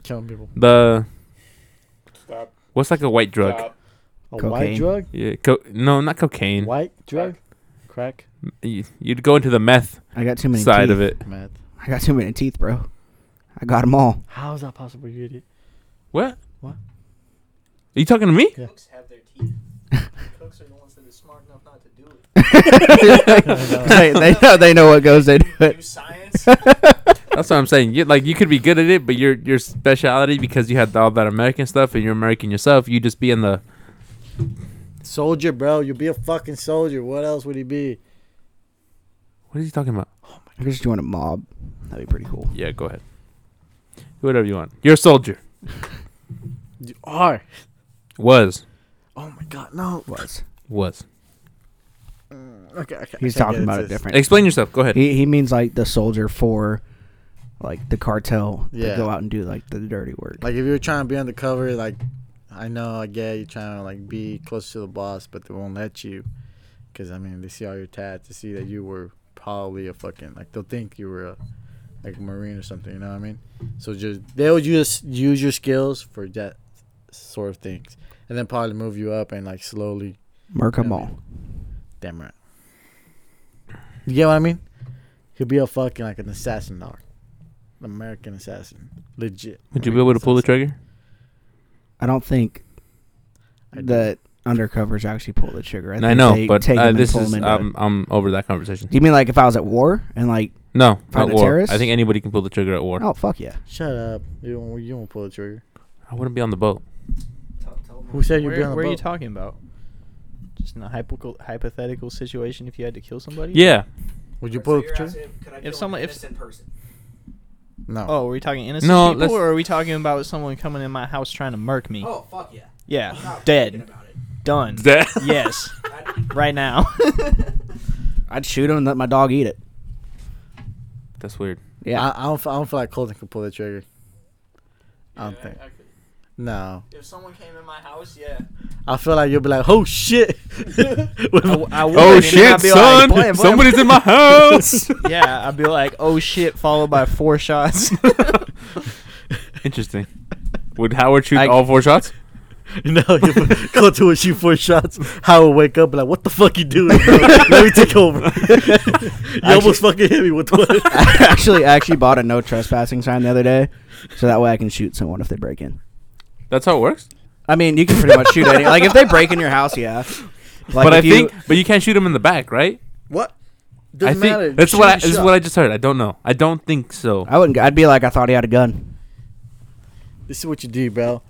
Speaker 8: Killing people.
Speaker 2: the
Speaker 3: Stop.
Speaker 2: what's like a white drug.
Speaker 3: Stop.
Speaker 8: A
Speaker 4: Cocaine.
Speaker 8: white drug?
Speaker 2: Yeah, co- no, not cocaine.
Speaker 8: White drug? Crack?
Speaker 2: You, would go into the meth
Speaker 4: I got too many
Speaker 2: side
Speaker 4: teeth.
Speaker 2: of it.
Speaker 8: Meth.
Speaker 4: I got too many teeth, bro. I got them all.
Speaker 5: How is that possible, you idiot?
Speaker 2: What?
Speaker 5: What?
Speaker 2: Are you talking to me?
Speaker 5: Cooks have their teeth. Cooks are the ones that are smart enough not to do it.
Speaker 8: Uh.
Speaker 4: they, they know they know what goes into it.
Speaker 5: science.
Speaker 2: That's what I'm saying. You, like you could be good at it, but your your speciality because you had all that American stuff and you're American yourself. You just be in the
Speaker 8: Soldier, bro. You'll be a fucking soldier. What else would he be?
Speaker 2: what is he talking about?
Speaker 4: I could just join a mob. That'd be pretty cool.
Speaker 2: Yeah, go ahead. Do whatever you want. You're a soldier.
Speaker 8: You are.
Speaker 2: Was
Speaker 5: oh my god, no.
Speaker 4: Was
Speaker 2: was.
Speaker 5: Okay, okay.
Speaker 4: he's
Speaker 5: okay, I
Speaker 4: talking
Speaker 5: get
Speaker 4: about
Speaker 5: It's
Speaker 4: it
Speaker 5: just-
Speaker 4: different?
Speaker 2: Explain yourself. Go ahead.
Speaker 4: He he means like the soldier for, like the cartel. Yeah.
Speaker 8: Yeah.
Speaker 4: go out and do like the dirty work.
Speaker 8: Like if you were trying to be undercover, like I know, I get you're trying to like be close to the boss, but they won't let you, because I mean they see all your tats, they see that you were probably a fucking like they'll think you were a like a marine or something. You know what I mean? So just they'll just use your skills for that sort of things, and then probably move you up and like slowly.
Speaker 4: Merc 'em
Speaker 8: Yeah.
Speaker 4: all.
Speaker 8: Damn right. You get what I mean? He'll be a fucking like an assassin dog, American assassin, legit.
Speaker 2: Would you be able to pull the trigger?
Speaker 4: I don't think
Speaker 8: I do.
Speaker 4: that undercovers actually pull the trigger. I,
Speaker 2: I,
Speaker 4: think
Speaker 2: know,
Speaker 4: they
Speaker 2: but
Speaker 4: take 'em
Speaker 2: uh,
Speaker 4: and
Speaker 2: this
Speaker 4: pull
Speaker 2: is
Speaker 4: 'em into it.
Speaker 2: I'm I'm over that conversation.
Speaker 4: Do you mean like if I was at war and like
Speaker 2: No,
Speaker 4: Find
Speaker 2: not
Speaker 4: a
Speaker 2: war.
Speaker 4: terrorist?
Speaker 2: I think anybody can pull the trigger at war.
Speaker 4: oh fuck yeah?
Speaker 8: Shut up. You don't, you won't pull the trigger.
Speaker 2: I wouldn't be on the boat.
Speaker 8: Who said you'd be
Speaker 5: Where,
Speaker 8: on the
Speaker 5: where are you
Speaker 8: boat?
Speaker 5: talking about? Just in a hypothetical, hypothetical situation, if you had to kill somebody.
Speaker 2: Yeah,
Speaker 8: Would you pull the trigger?
Speaker 5: If someone, if
Speaker 8: No.
Speaker 5: oh, are we talking innocent
Speaker 2: No,
Speaker 5: people,
Speaker 2: let's-
Speaker 5: or are we talking about someone coming in my house trying to murk me?
Speaker 7: Oh fuck yeah!
Speaker 5: yeah, dead, done.
Speaker 2: Dead.
Speaker 5: yes, right now.
Speaker 4: I'd shoot him and let my dog eat it.
Speaker 2: that's weird.
Speaker 4: Yeah.
Speaker 8: I, I don't. f- I don't feel like Colton could pull the trigger. I don't think. No.
Speaker 5: if someone came in my house, yeah.
Speaker 8: I feel like you'll be like, oh shit.
Speaker 5: I, I would,
Speaker 2: Oh
Speaker 5: and then I'd
Speaker 2: shit,
Speaker 5: be
Speaker 2: son!
Speaker 5: Like, "Boy, boy,
Speaker 2: Somebody's in my house.
Speaker 5: yeah, I'd be like, oh shit, followed by four shots.
Speaker 2: Interesting. Would Howard shoot
Speaker 4: I-
Speaker 2: all four shots?
Speaker 8: no. he'll- Colton would shoot four shots. How would wake up be like, what the fuck you doing? bro? Let me take over. you almost fucking hit me with one.
Speaker 4: I actually, I actually bought a no trespassing sign the other day, so that way I can shoot someone if they break in.
Speaker 2: That's how it works.
Speaker 4: I mean, you can pretty much shoot any. Like if they break in your house, yeah. Like,
Speaker 2: but I
Speaker 4: if you-
Speaker 2: think, but you can't shoot him in the back, right?
Speaker 8: what?
Speaker 2: I think that's what I, this is what I just heard. I don't know. I don't think so.
Speaker 4: I wouldn't. I'd be like, I thought he had a gun.
Speaker 8: This is what you do, bro.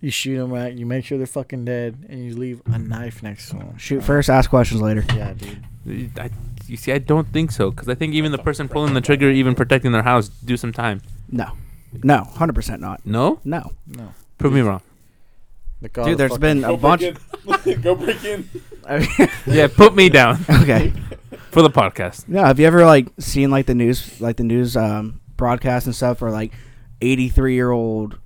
Speaker 8: You shoot them right. You make sure they're fucking dead, and you leave a knife next to them.
Speaker 4: Shoot first, ask questions later.
Speaker 8: Yeah, dude.
Speaker 2: I, you see, I don't think so because I think even the person pulling the trigger, even protecting their house, do some time.
Speaker 4: No, no, hundred percent not.
Speaker 2: No,
Speaker 4: No,
Speaker 8: No.
Speaker 2: prove me wrong.
Speaker 4: dude. There's been a bunch.
Speaker 3: Go break in.
Speaker 4: I mean,
Speaker 2: Yeah, put me down
Speaker 4: okay.
Speaker 2: for the podcast.
Speaker 4: No, have you ever like seen like the news, like the news um, broadcast and stuff, or like eighty-three year old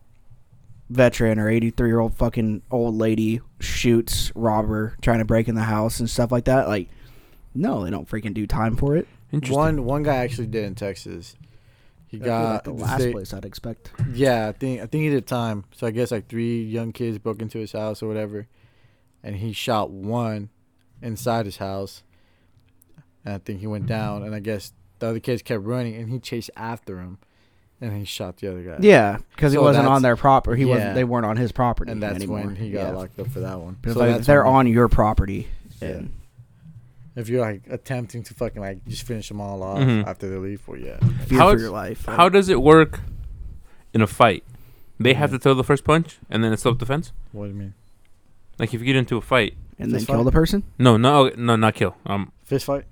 Speaker 4: veteran or eighty-three year old fucking old lady shoots robber trying to break in the house and stuff like that? Like, no, they don't freaking do time for it.
Speaker 2: Interesting.
Speaker 8: one. One guy actually did in Texas. He
Speaker 4: That'd be, like,
Speaker 8: got
Speaker 4: the last
Speaker 8: they-
Speaker 4: place I'd expect.
Speaker 8: Yeah, I think I think he did time. So I guess like three young kids broke into his house or whatever, and he shot one inside his house. And I think he went down, and I guess the other kids kept running, and he chased after him, and he shot the other guy.
Speaker 4: Yeah, because he
Speaker 8: So
Speaker 4: wasn't
Speaker 8: that's-
Speaker 4: on their property. He
Speaker 8: yeah.
Speaker 4: wasn't. They weren't on his property.
Speaker 8: and that's
Speaker 4: anymore.
Speaker 8: when he got
Speaker 4: Yeah.
Speaker 8: locked up for that one.
Speaker 4: Because
Speaker 8: So
Speaker 4: like,
Speaker 8: that's
Speaker 4: they're
Speaker 8: when-
Speaker 4: on your property.
Speaker 8: Yeah.
Speaker 4: and-
Speaker 8: If you're like attempting to fucking like just finish them all off
Speaker 4: Mm-hmm.
Speaker 2: Mhm.
Speaker 8: after they leave, well, yeah.
Speaker 4: fear
Speaker 2: How
Speaker 4: for
Speaker 2: is-
Speaker 4: your life. uh,
Speaker 2: How does it work in a fight? They have to throw the first punch and then it's self defense.
Speaker 8: What do you mean?
Speaker 2: Like if you get into a fight,
Speaker 4: and then
Speaker 8: Just
Speaker 4: kill
Speaker 8: fuck-
Speaker 4: the person?
Speaker 2: no, no, oh, no, not kill. Um,
Speaker 8: Fist fight?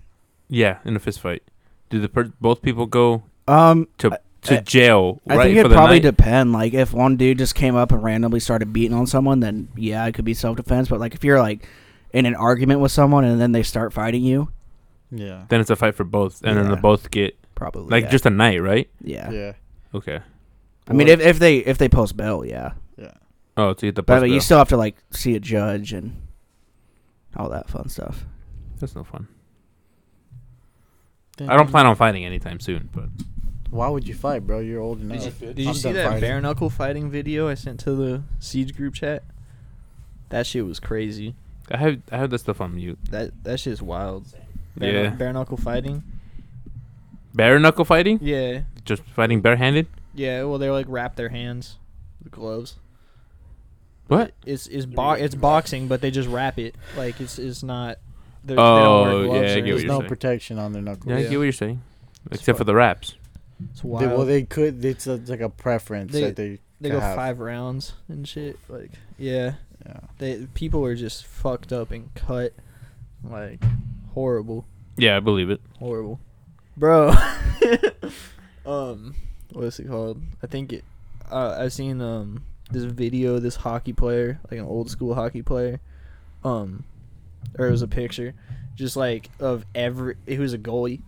Speaker 2: yeah, in a fist fight, do the per- both people go
Speaker 4: Um,
Speaker 2: to
Speaker 4: I-
Speaker 2: jail?
Speaker 4: I
Speaker 2: right
Speaker 4: think
Speaker 2: for
Speaker 4: it
Speaker 2: the
Speaker 4: probably
Speaker 2: night?
Speaker 4: depend. Like, if one dude just came up and randomly started beating on someone, then yeah, it could be self defense. But like, if you're like in an argument with someone and then they start fighting you,
Speaker 8: Yeah.
Speaker 2: then it's a fight for both, and then
Speaker 4: Yeah.
Speaker 2: they both get
Speaker 4: probably
Speaker 2: like
Speaker 4: yeah.
Speaker 2: just a night, right?
Speaker 4: yeah.
Speaker 8: Yeah.
Speaker 2: Okay.
Speaker 4: I mean, if, if they if they post bail, yeah,
Speaker 2: Oh, to get the
Speaker 4: but
Speaker 2: post
Speaker 4: like, you
Speaker 2: bail.
Speaker 4: still have to like see a judge and all that fun stuff.
Speaker 2: That's no fun. I don't plan on fighting anytime soon, but
Speaker 8: Why would you fight, bro? You're old enough.
Speaker 5: Did you, did you
Speaker 8: I'm
Speaker 5: see
Speaker 8: done
Speaker 5: that
Speaker 8: fighting.
Speaker 5: bare knuckle fighting video I sent to the siege group chat? That shit was crazy.
Speaker 2: I have I have that stuff on mute.
Speaker 5: That that shit's wild. Bare
Speaker 2: Yeah.
Speaker 5: knuckle- bare knuckle fighting.
Speaker 2: Bare knuckle fighting,
Speaker 5: Yeah,
Speaker 2: just fighting barehanded.
Speaker 5: Yeah, well, they like wrap their hands, with gloves.
Speaker 2: What?
Speaker 5: It's it's bo- it's boxing, but they just wrap it like it's it's not. They, they
Speaker 2: Oh,
Speaker 5: don't
Speaker 2: yeah, I
Speaker 5: wear gloves
Speaker 2: get
Speaker 5: or
Speaker 2: what
Speaker 8: There's
Speaker 5: anything.
Speaker 2: you're
Speaker 8: no
Speaker 2: saying.
Speaker 8: protection on their knuckles.
Speaker 2: Yeah, I
Speaker 5: Yeah.
Speaker 2: get what you're saying. Except for the wraps.
Speaker 5: It's
Speaker 8: They- well,
Speaker 5: wild. They,
Speaker 8: they could. It's, a, it's like a preference
Speaker 5: They-
Speaker 8: that they.
Speaker 5: go
Speaker 8: could have.
Speaker 5: five rounds and shit. Like yeah,
Speaker 8: Yeah.
Speaker 5: they people are just fucked up and cut, like horrible.
Speaker 2: Yeah, I believe it.
Speaker 5: horrible, bro. um, what's it called? I think it. Uh, I've seen um this video. of This hockey player, like an old school hockey player, um, or it was a picture, just like of every. He was a goalie,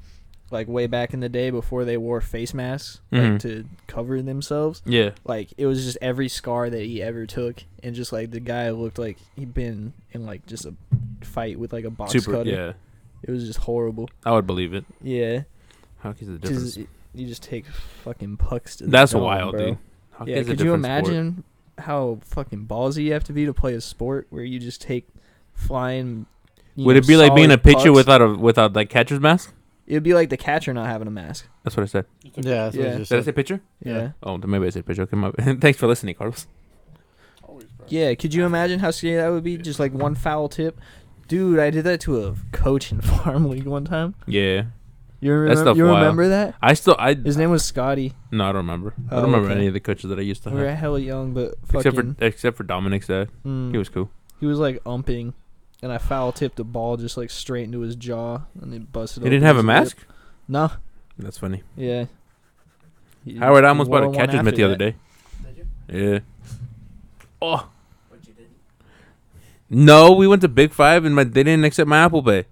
Speaker 5: like way back in the day before they wore face masks
Speaker 2: Mhm.
Speaker 5: like, to cover themselves.
Speaker 2: Yeah.
Speaker 5: Like it was just every scar that he ever took, and just like the guy looked like he'd been in like just a fight with like a box
Speaker 2: Super.
Speaker 5: cutter.
Speaker 2: Yeah.
Speaker 5: It was just horrible.
Speaker 2: I would believe it.
Speaker 5: Yeah.
Speaker 2: Hockey's a different.
Speaker 5: Just, you just take fucking pucks to the
Speaker 2: That's
Speaker 5: dome,
Speaker 2: wild,
Speaker 5: bro.
Speaker 2: dude. Hockey
Speaker 5: Yeah,
Speaker 2: is a
Speaker 5: could you
Speaker 2: different sport.
Speaker 5: imagine how fucking ballsy you have to be to play a sport where you just take flying? you
Speaker 2: Would
Speaker 5: know,
Speaker 2: it be like being a
Speaker 5: solid
Speaker 2: pitcher
Speaker 5: pucks?
Speaker 2: without a without like catcher's mask?
Speaker 5: It'd be like the catcher not having a mask.
Speaker 2: That's what I said.
Speaker 8: Yeah, that's
Speaker 5: Yeah.
Speaker 8: yeah.
Speaker 2: Did I say pitcher?
Speaker 5: Yeah.
Speaker 8: Yeah.
Speaker 2: Oh, then maybe I said pitcher. Okay, my, thanks for listening, Carlos.
Speaker 5: Yeah. Could you imagine how scary that would be? Just like one foul tip. Dude, I did that to a coach in farm league one time.
Speaker 2: Yeah,
Speaker 5: You remember?
Speaker 2: That stuff
Speaker 5: you
Speaker 2: wild.
Speaker 5: remember that?
Speaker 2: I still I
Speaker 5: His name was Scotty.
Speaker 2: no, I don't remember. I
Speaker 5: Oh,
Speaker 2: don't remember
Speaker 5: okay.
Speaker 2: any of the coaches that I used to
Speaker 5: We were
Speaker 2: have,
Speaker 5: hella young, but
Speaker 2: except
Speaker 5: fucking.
Speaker 2: for except for Dominic's dad.
Speaker 5: mm.
Speaker 2: He was cool.
Speaker 5: He was like umping, and I foul tipped the ball just like straight into his jaw, and it busted.
Speaker 2: He
Speaker 5: open
Speaker 2: didn't have a
Speaker 5: his
Speaker 2: mask.
Speaker 5: lip. No.
Speaker 2: That's funny.
Speaker 5: Yeah. He-
Speaker 2: Howard, I
Speaker 5: he
Speaker 2: almost bought
Speaker 5: wore
Speaker 2: a
Speaker 5: one
Speaker 2: catcher's mitt
Speaker 5: after
Speaker 2: the other day.
Speaker 5: that.
Speaker 2: Yeah. Oh
Speaker 7: What you did?
Speaker 2: no, we went to Big Five and my they didn't accept my Apple Pay.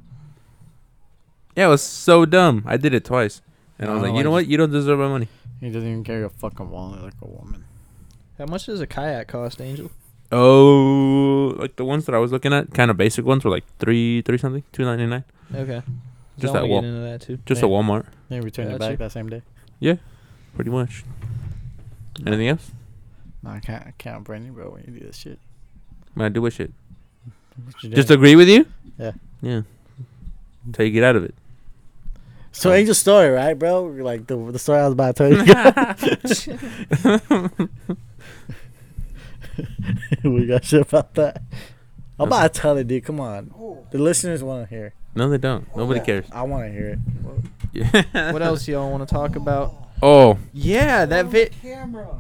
Speaker 2: Yeah, it was so dumb. I did it twice, and I was
Speaker 8: Oh,
Speaker 2: like,
Speaker 8: I
Speaker 2: you know
Speaker 8: just-
Speaker 2: what? You don't deserve my money.
Speaker 8: He doesn't even carry a fucking wallet like a woman.
Speaker 5: How much does a kayak cost, Angel?
Speaker 2: Oh, like the ones that I was looking at, kind of basic ones, were like three, three something, two ninety nine.
Speaker 5: Okay. 'Cause
Speaker 2: Just
Speaker 5: I
Speaker 2: that
Speaker 5: wanna
Speaker 2: wall.
Speaker 5: Get into that too.
Speaker 2: Just
Speaker 8: Yeah.
Speaker 2: at Walmart.
Speaker 8: They returned it
Speaker 5: Gotcha.
Speaker 8: back that same day.
Speaker 2: pretty much. Anything else?
Speaker 8: No, I can't. I can't brand you, bro. When you do this shit.
Speaker 2: Man, I do wish it.
Speaker 8: What you
Speaker 2: Just
Speaker 8: doing?
Speaker 2: agree with you.
Speaker 8: Yeah.
Speaker 2: Yeah. Until you get out of it. Oh.
Speaker 8: so Angel's story, right, bro? Like the the story I was about to tell you. we got shit about that. I'm about to tell it, dude. Come on. The listeners want to hear.
Speaker 2: No, they don't. Nobody cares.
Speaker 8: I want to hear it.
Speaker 2: Yeah.
Speaker 5: what else y'all want to talk about?
Speaker 2: Oh,
Speaker 5: Yeah, that vid.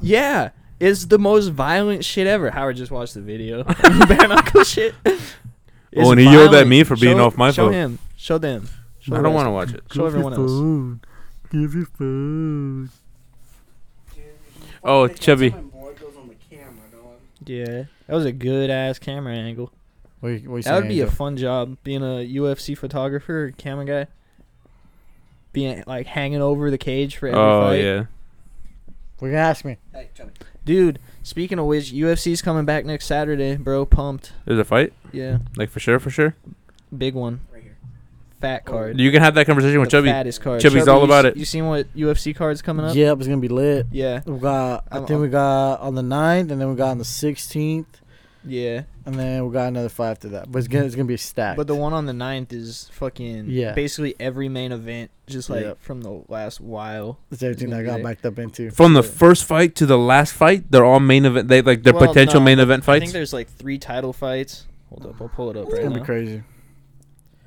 Speaker 5: Yeah, it's the most violent shit ever. Howard just watched the video. Bare knuckle shit. It's
Speaker 2: Oh, and he yelled at
Speaker 5: violent.
Speaker 2: me for being
Speaker 5: Show-
Speaker 2: off my
Speaker 5: Show
Speaker 2: phone.
Speaker 5: him. Show them. Show
Speaker 2: I
Speaker 5: the
Speaker 2: don't want
Speaker 5: rest.
Speaker 2: to watch it.
Speaker 5: Show everyone else.
Speaker 8: Give your phone.
Speaker 2: Oh, Chubby.
Speaker 5: Yeah, that was a good ass camera angle.
Speaker 8: What, you- what you
Speaker 5: That would
Speaker 8: saying,
Speaker 5: be a
Speaker 8: Angel?
Speaker 5: fun job being a UFC photographer, or camera guy, being like hanging over the cage for every
Speaker 2: Oh
Speaker 5: fight.
Speaker 2: yeah.
Speaker 8: We're gonna ask me.
Speaker 7: Hey, Chubby.
Speaker 5: Dude, speaking of which, UFC's coming back next Saturday, bro. Pumped.
Speaker 2: There's a fight,
Speaker 5: Yeah,
Speaker 2: like for sure, for sure.
Speaker 5: big one.
Speaker 7: Right here.
Speaker 5: Fat
Speaker 8: Oh,
Speaker 5: card.
Speaker 2: You can have that conversation with
Speaker 5: The
Speaker 2: Chubby.
Speaker 5: fattest card.
Speaker 2: Chubby's
Speaker 5: Chubby,
Speaker 2: all
Speaker 5: you
Speaker 2: about
Speaker 5: s-
Speaker 2: it.
Speaker 5: You seen what UFC cards coming up?
Speaker 8: Yep, it's gonna be lit.
Speaker 5: Yeah.
Speaker 8: We got. I
Speaker 5: I'm-
Speaker 8: think we got on the 9th, and then we got on the sixteenth,
Speaker 5: Yeah.
Speaker 8: and then we got another five after that. But it's gonna it's gonna be stacked.
Speaker 5: But the one on the 9th is fucking
Speaker 8: Yeah.
Speaker 5: basically every main event, just like
Speaker 8: Yep.
Speaker 5: from the last while.
Speaker 8: it's everything that I got backed up into.
Speaker 2: From the
Speaker 5: Yeah.
Speaker 2: first fight to the last fight, they're all main event. They like they're
Speaker 5: Well,
Speaker 2: potential
Speaker 5: no,
Speaker 2: main event
Speaker 5: I think
Speaker 2: fights.
Speaker 5: there's like three title fights. Hold up, I'll pull it up
Speaker 8: It's
Speaker 5: right
Speaker 8: gonna be
Speaker 5: now.
Speaker 8: crazy.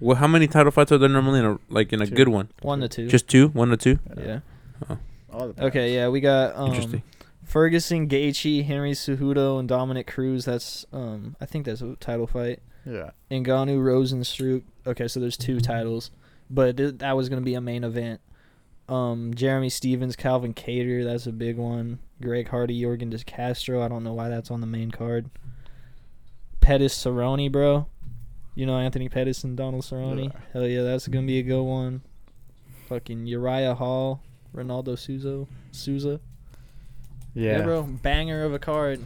Speaker 2: Well, how many title fights are there normally in a like in a
Speaker 8: Two.
Speaker 2: good one?
Speaker 5: One to two.
Speaker 2: Just two, one or two.
Speaker 5: yeah.
Speaker 8: All the
Speaker 5: Okay, yeah, we got um,
Speaker 2: Interesting.
Speaker 5: Ferguson, Gaethje, Henry Cejudo, and Dominic Cruz. That's um, I think that's a title fight.
Speaker 8: Yeah.
Speaker 5: Ngannou, Rosenstruck. Okay, so there's two titles, but th- that was gonna be a main event. Um, Jeremy Stevens, Calvin Cater. That's a big one. Greg Hardy, Jorgen De Castro. I don't know why that's on the main card. Pettis Cerrone, bro. You know Anthony Pettis and Donald Cerrone. Hell yeah, that's gonna be a good one. Fucking Uriah Hall, Ronaldo Souza, Souza. Yeah,
Speaker 8: Yeah.
Speaker 5: bro, banger of a card.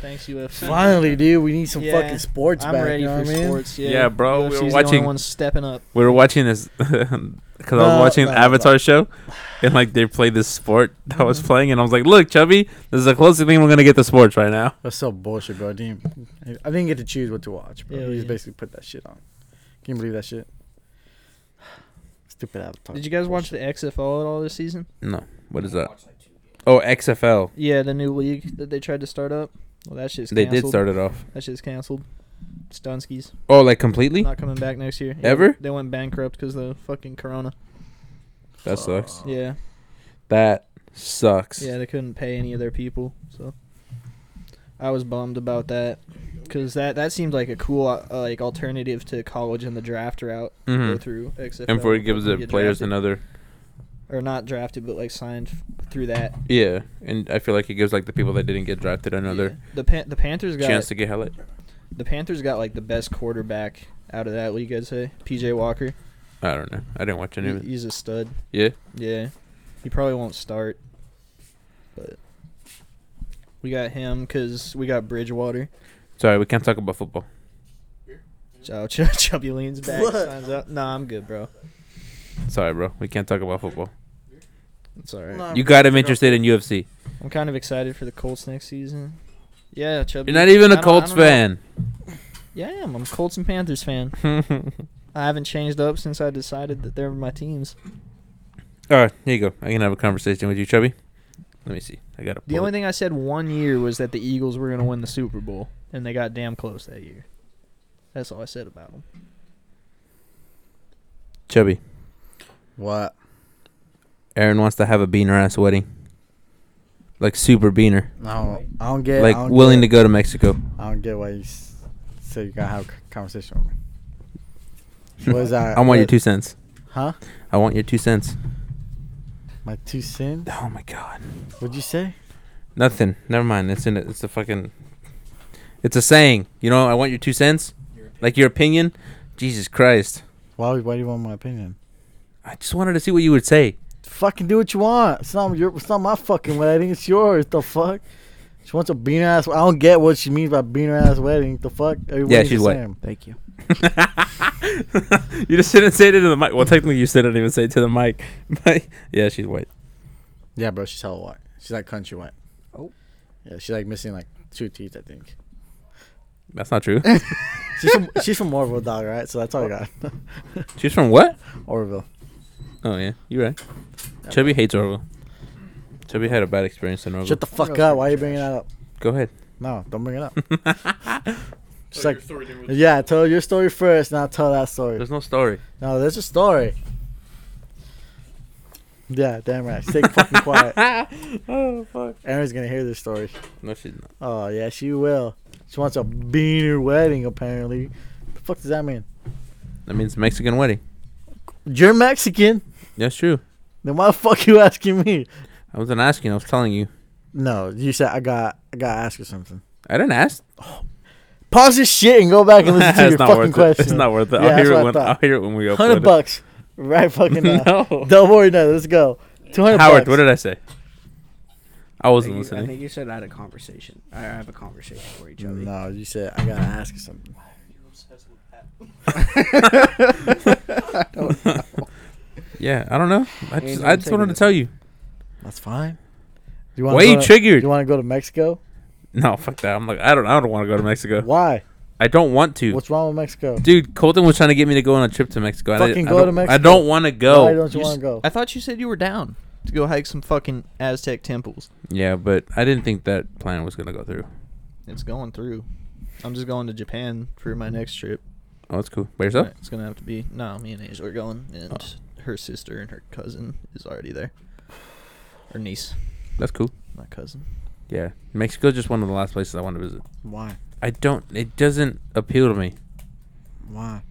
Speaker 5: Thanks UFC.
Speaker 8: Finally, dude, we need some
Speaker 5: Yeah,
Speaker 8: fucking sports
Speaker 5: I'm
Speaker 8: back.
Speaker 5: ready
Speaker 8: you
Speaker 5: for
Speaker 8: know what I mean?
Speaker 5: sports. Yeah,
Speaker 2: Yeah, bro, we
Speaker 5: UFC's
Speaker 2: were
Speaker 5: the only
Speaker 2: watching-
Speaker 5: one stepping up.
Speaker 2: We were watching this because I was
Speaker 8: No,
Speaker 2: watching
Speaker 8: no, no.
Speaker 2: Avatar show, and like they played this sport that I was playing, and I was like, "Look, chubby, this is the closest thing we're gonna get to sports right now."
Speaker 8: That's so bullshit, bro. I didn't, I didn't get to choose what to watch, bro.
Speaker 5: Yeah,
Speaker 8: he just
Speaker 5: yeah.
Speaker 8: basically put that shit on. Can you believe that shit? Stupid Avatar.
Speaker 5: Did you guys watch the XFL at all this season?
Speaker 2: No, what is that?
Speaker 7: Watch like two games.
Speaker 2: Oh, XFL.
Speaker 5: Yeah, the new league that they tried to start up. Well, that shit's
Speaker 2: They
Speaker 5: canceled.
Speaker 2: did start it off.
Speaker 5: That shit's canceled. Stunskies
Speaker 2: Oh, like completely?
Speaker 5: not coming back next year. Yeah,
Speaker 2: Ever?
Speaker 5: They went bankrupt because the fucking corona.
Speaker 2: That sucks.
Speaker 5: Yeah,
Speaker 2: That sucks.
Speaker 5: yeah, they couldn't pay any of their people, so I was bummed about that because that that seemed like a cool uh, like alternative to college and the draft route go
Speaker 2: Mhm.
Speaker 5: through XFL.
Speaker 2: And for it
Speaker 5: like,
Speaker 2: gives
Speaker 5: you
Speaker 2: the
Speaker 5: get
Speaker 2: players
Speaker 5: drafted-
Speaker 2: another.
Speaker 5: or not drafted, but like signed f- through that.
Speaker 2: Yeah, and I feel like it gives like the people that didn't get drafted another
Speaker 5: Yeah. The Pan- the Panthers got
Speaker 2: chance to get hella.
Speaker 5: the Panthers got like the best quarterback out of that league. I'd say PJ Walker.
Speaker 2: I don't know. I didn't watch any
Speaker 5: He,
Speaker 2: of it.
Speaker 5: he's a stud.
Speaker 2: Yeah.
Speaker 5: Yeah, he probably won't start, but we got him because we got Bridgewater.
Speaker 2: Sorry, we can't talk about football.
Speaker 5: Chow Chow Chubby leans back,
Speaker 8: What?
Speaker 5: signs up. Nah, I'm good, bro.
Speaker 2: Sorry, bro. We can't talk about football.
Speaker 5: It's alright.
Speaker 2: You got him interested in UFC.
Speaker 5: I'm kind of excited for the Colts next season. Yeah, Chubby.
Speaker 2: You're not even
Speaker 5: I
Speaker 2: a
Speaker 5: don't- I
Speaker 2: Colts
Speaker 5: don't know.
Speaker 2: fan.
Speaker 5: Yeah, I am. I'm a Colts and Panthers fan. I haven't changed up since I decided that they're my teams.
Speaker 2: All right, here you go. I can have a conversation with you, Chubby. Let me see. I got a.
Speaker 5: The only thing I said one year was that the Eagles were going to win the Super Bowl, and they got damn close that year. That's all I said about them.
Speaker 2: Chubby.
Speaker 8: What?
Speaker 2: Aaron wants to have a beaner ass wedding. Like super beaner.
Speaker 8: I don't, I don't get.
Speaker 2: like
Speaker 8: I don't
Speaker 2: willing
Speaker 8: get,
Speaker 2: to go to Mexico.
Speaker 8: I don't get why you s- say you're gonna have a c- conversation with me. What is that?
Speaker 2: I want your
Speaker 8: what-
Speaker 2: two cents.
Speaker 8: Huh?
Speaker 2: I want your two cents.
Speaker 8: My two cents?
Speaker 2: Oh my god.
Speaker 8: What'd you say?
Speaker 2: Nothing. Never mind. It's in it. It's a fucking. It's a saying. You know. I want your two cents. Like your opinion. Jesus Christ.
Speaker 8: Why? would- Why do you want my opinion?
Speaker 2: I just wanted to see what you would say.
Speaker 8: Fucking do what you want. It's not your. It's not my fucking wedding. It's yours. The fuck. She wants a beaner ass. I don't get what she means by beaner ass wedding. The fuck. Every
Speaker 2: Yeah,
Speaker 8: wedding's
Speaker 2: she's
Speaker 8: the
Speaker 2: white.
Speaker 8: same.
Speaker 4: Thank you.
Speaker 2: You just didn't say it to the mic. Well, technically, you still didn't even say it to the mic. But yeah, she's white.
Speaker 8: Yeah, bro. She's hella white. She's like country white.
Speaker 4: Oh.
Speaker 8: Yeah, she's like missing like two teeth. I think.
Speaker 2: That's not true.
Speaker 8: Eh. She's from, she's from Orville, dog. Right. So that's all I got.
Speaker 2: she's from what?
Speaker 8: Orville.
Speaker 2: Oh yeah, you're right. Chubby hates Orville. Chubby had a bad experience in Orville.
Speaker 8: Shut the fuck up. Why are you bringing that up?
Speaker 2: Go ahead.
Speaker 8: No, don't bring it up. She's like, yeah, tell your story first, not tell that story.
Speaker 2: There's no story.
Speaker 8: No, there's a story. Yeah, damn right. Stay fucking quiet.
Speaker 2: Oh fuck.
Speaker 8: Aaron's gonna hear this story.
Speaker 2: No, she's not.
Speaker 8: Oh yeah, she will. She wants a beaner wedding apparently. The fuck does that mean?
Speaker 2: That means Mexican wedding.
Speaker 8: You're Mexican.
Speaker 2: That's true.
Speaker 8: Then why the fuck you asking me?
Speaker 2: I wasn't asking. I was telling you.
Speaker 8: No, you said I got I gotta ask you something.
Speaker 2: I didn't ask.
Speaker 8: Pause this shit and go back and listen to your
Speaker 2: not
Speaker 8: fucking
Speaker 2: worth
Speaker 8: question.
Speaker 2: It. It's not worth it.
Speaker 8: Yeah,
Speaker 2: I'll,
Speaker 8: that's
Speaker 2: hear
Speaker 8: what
Speaker 2: it
Speaker 8: I
Speaker 2: when,
Speaker 8: thought.
Speaker 2: I'll hear it when we upload
Speaker 8: Hundred
Speaker 2: it.
Speaker 8: bucks, right fucking uh, now.
Speaker 2: no.
Speaker 8: Don't worry, no. Let's go. Two hundred.
Speaker 2: Howard,
Speaker 8: bucks.
Speaker 2: what did I say? I
Speaker 4: I think
Speaker 2: wasn't
Speaker 4: you- I
Speaker 2: listening.
Speaker 4: think you said I had a conversation. I have a conversation for each other.
Speaker 8: No, you said I gotta ask you something.
Speaker 2: Yeah, I don't know. I
Speaker 4: Ain't
Speaker 2: just,
Speaker 4: no
Speaker 2: I just wanted
Speaker 4: integrity.
Speaker 2: to tell you.
Speaker 8: That's fine. You
Speaker 2: Why you triggered?
Speaker 8: You want to go to Mexico?
Speaker 2: No, fuck that. I'm like, I don't, I don't want to go to Mexico.
Speaker 8: Why?
Speaker 2: I don't want to.
Speaker 8: What's wrong with Mexico?
Speaker 2: Dude, Colton was trying to get me to go on a trip to Mexico. and I
Speaker 8: Fucking
Speaker 2: didn't- I,
Speaker 8: go to
Speaker 2: don't- I
Speaker 8: Mexico.
Speaker 2: don't want to
Speaker 8: Why
Speaker 2: go.
Speaker 8: don't you
Speaker 5: You
Speaker 8: want
Speaker 5: s-
Speaker 8: to go?
Speaker 5: I thought you said you were down to go hike some fucking Aztec temples.
Speaker 2: Yeah, but I didn't think that plan was gonna go through.
Speaker 5: It's going through. I'm just going to Japan for my next trip.
Speaker 2: Oh, that's cool. By yourself?
Speaker 5: It's gonna have to be no. Me and Asia are going, and her sister and her cousin is already there. Her niece,
Speaker 2: That's cool.
Speaker 5: not cousin.
Speaker 2: Yeah, Mexico's just one of the last places I want to visit.
Speaker 8: Why?
Speaker 2: I don't. It doesn't appeal to me.
Speaker 8: Why?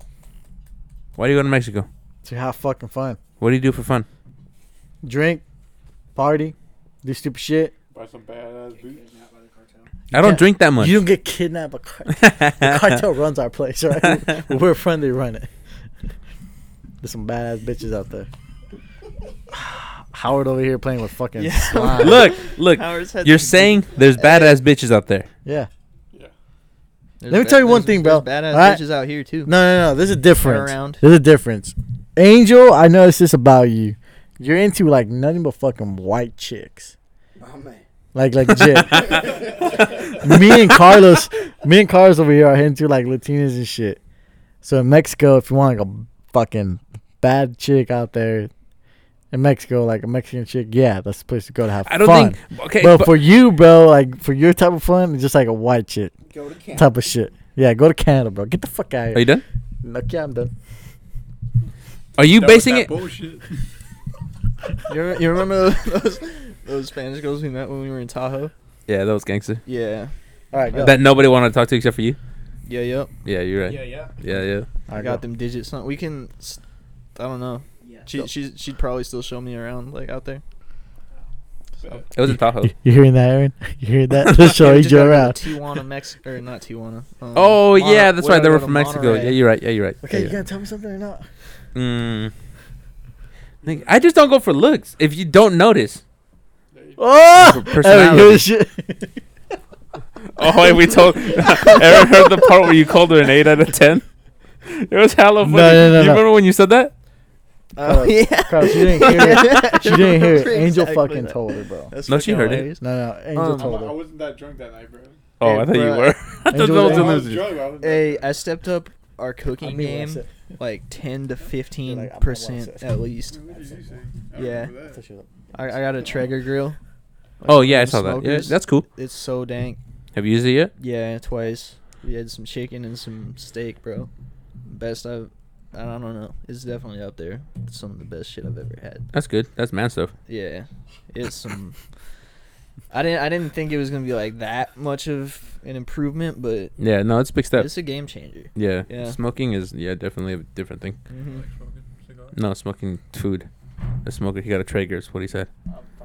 Speaker 2: Why do you go to Mexico?
Speaker 8: To have fucking fun.
Speaker 2: What do you do for fun?
Speaker 8: Drink, party, do stupid shit.
Speaker 3: Buy some badass boots.
Speaker 2: I don't
Speaker 8: can't-
Speaker 2: drink that much.
Speaker 8: You don't get kidnapped. By car- the cartel runs our place, right? We're a friend. They run it. There's some badass bitches out there. Howard over here playing with fucking
Speaker 5: Yeah.
Speaker 8: slime.
Speaker 2: look, look.
Speaker 5: Howard's had
Speaker 2: You're
Speaker 5: some
Speaker 2: saying there's badass bitches out there.
Speaker 8: Yeah.
Speaker 5: There's
Speaker 8: Let me
Speaker 5: ba-
Speaker 8: tell you one
Speaker 5: there's-
Speaker 8: thing,
Speaker 5: there's
Speaker 8: bro.
Speaker 5: Badass
Speaker 8: Alright?
Speaker 5: bitches out here too.
Speaker 8: No, no, no. There's a difference.
Speaker 5: around.
Speaker 8: There's a difference. Angel, I noticed this about you. You're into like nothing but fucking white chicks.
Speaker 7: Oh, man.
Speaker 8: Like like legit. me and Carlos, me and Carlos over here are into like Latinas and shit. So in Mexico, if you want like a fucking bad chick out there, in Mexico, like a Mexican chick, yeah, that's the place to go to have
Speaker 2: I don't
Speaker 8: fun.
Speaker 2: think. Okay,
Speaker 8: but,
Speaker 2: but-
Speaker 8: for you, bro, like for your type of fun, it's just like a white chick
Speaker 7: Go to camp.
Speaker 8: type of shit. Yeah, go to Canada, bro. Get the fuck out of
Speaker 2: are you
Speaker 8: here.
Speaker 2: done?
Speaker 8: Okay, I'm done.
Speaker 2: Are you
Speaker 3: That was
Speaker 2: basing
Speaker 3: that
Speaker 2: it?
Speaker 3: Bullshit.
Speaker 5: You, re- you remember those those Spanish girls we met when we were in Tahoe?
Speaker 2: yeah, that was gangster.
Speaker 5: Yeah.
Speaker 8: All right, go.
Speaker 2: That nobody wanted to talk to except for you.
Speaker 5: Yeah. Yep.
Speaker 2: Yeah, you're right.
Speaker 7: yeah.
Speaker 2: Yeah, yeah.
Speaker 8: All
Speaker 5: I
Speaker 8: right,
Speaker 5: got
Speaker 8: go.
Speaker 5: them digits. Son. We can. s- I don't know.
Speaker 7: Yeah.
Speaker 5: She she she'd probably still show me around like out there.
Speaker 2: It was in Tahoe.
Speaker 8: You, you hearing that, Aaron? You hearing that? They'll show
Speaker 5: Yeah, we
Speaker 8: each
Speaker 5: just gotta
Speaker 8: other
Speaker 5: go to
Speaker 8: around.
Speaker 5: Tijuana, Mexico, or not Tijuana. um,
Speaker 2: Oh
Speaker 5: Mon-
Speaker 2: yeah, that's
Speaker 5: we
Speaker 2: right. They
Speaker 5: gotta
Speaker 2: were
Speaker 5: go
Speaker 2: from
Speaker 5: to
Speaker 2: Mexico.
Speaker 5: Monterrey.
Speaker 2: Yeah, you're right. Yeah, you're right.
Speaker 8: Okay,
Speaker 2: yeah,
Speaker 8: you
Speaker 2: you're right.
Speaker 8: gonna tell me something or not?
Speaker 2: Mm. Nigga, I just don't go for looks. If you don't notice.
Speaker 8: Oh,
Speaker 2: For personality.
Speaker 8: Aaron, you're the shit.
Speaker 2: Oh, wait, we told. Aaron heard the part where you called her an eight out of ten. It was hella funny.
Speaker 8: No, no, no,
Speaker 2: you
Speaker 8: no.
Speaker 2: remember when you said that?
Speaker 5: Oh yeah.
Speaker 8: Carl, she didn't hear it. She didn't hear it.
Speaker 5: Remember
Speaker 8: Angel
Speaker 5: exactly
Speaker 8: fucking
Speaker 5: that.
Speaker 8: told her, bro.
Speaker 5: That's
Speaker 2: No, she
Speaker 5: fucking
Speaker 2: heard it.
Speaker 5: hilarious.
Speaker 8: No, no, Angel
Speaker 5: Um,
Speaker 3: I
Speaker 8: told her.
Speaker 3: wasn't that drunk that night, bro.
Speaker 2: Oh,
Speaker 5: Hey,
Speaker 2: I thought you
Speaker 5: bruh.
Speaker 2: were. I thought that
Speaker 8: Angel-
Speaker 2: was
Speaker 8: I
Speaker 2: in
Speaker 8: was
Speaker 2: those-
Speaker 5: Hey, I stepped up our
Speaker 8: I
Speaker 5: cooking
Speaker 8: knew what I
Speaker 5: game
Speaker 8: said.
Speaker 5: like ten to fifteen
Speaker 8: Like, I'm not
Speaker 5: percent
Speaker 8: upset.
Speaker 5: at least. Yeah.
Speaker 8: I thought she was-
Speaker 5: I, I got a Traeger grill.
Speaker 2: Oh
Speaker 5: Like,
Speaker 2: yeah, I
Speaker 5: from
Speaker 2: saw that. Yeah,
Speaker 5: Smokers.
Speaker 2: that's cool.
Speaker 5: it's so dank.
Speaker 2: Have you used it yet?
Speaker 5: Yeah, twice. We had some chicken and some steak, bro. Best I've. I don't know. It's definitely up there. Some of the best shit I've ever had.
Speaker 2: That's good. That's man stuff.
Speaker 5: Yeah, it's some. I didn't. I didn't think it was gonna be like that much of an improvement, but
Speaker 2: Yeah, no, it's big step.
Speaker 5: it's a game changer.
Speaker 2: Yeah.
Speaker 5: Yeah.
Speaker 2: smoking is yeah definitely a different thing.
Speaker 5: hmm
Speaker 2: No, smoking food. A smoker, he got a Traeger. Is what he said.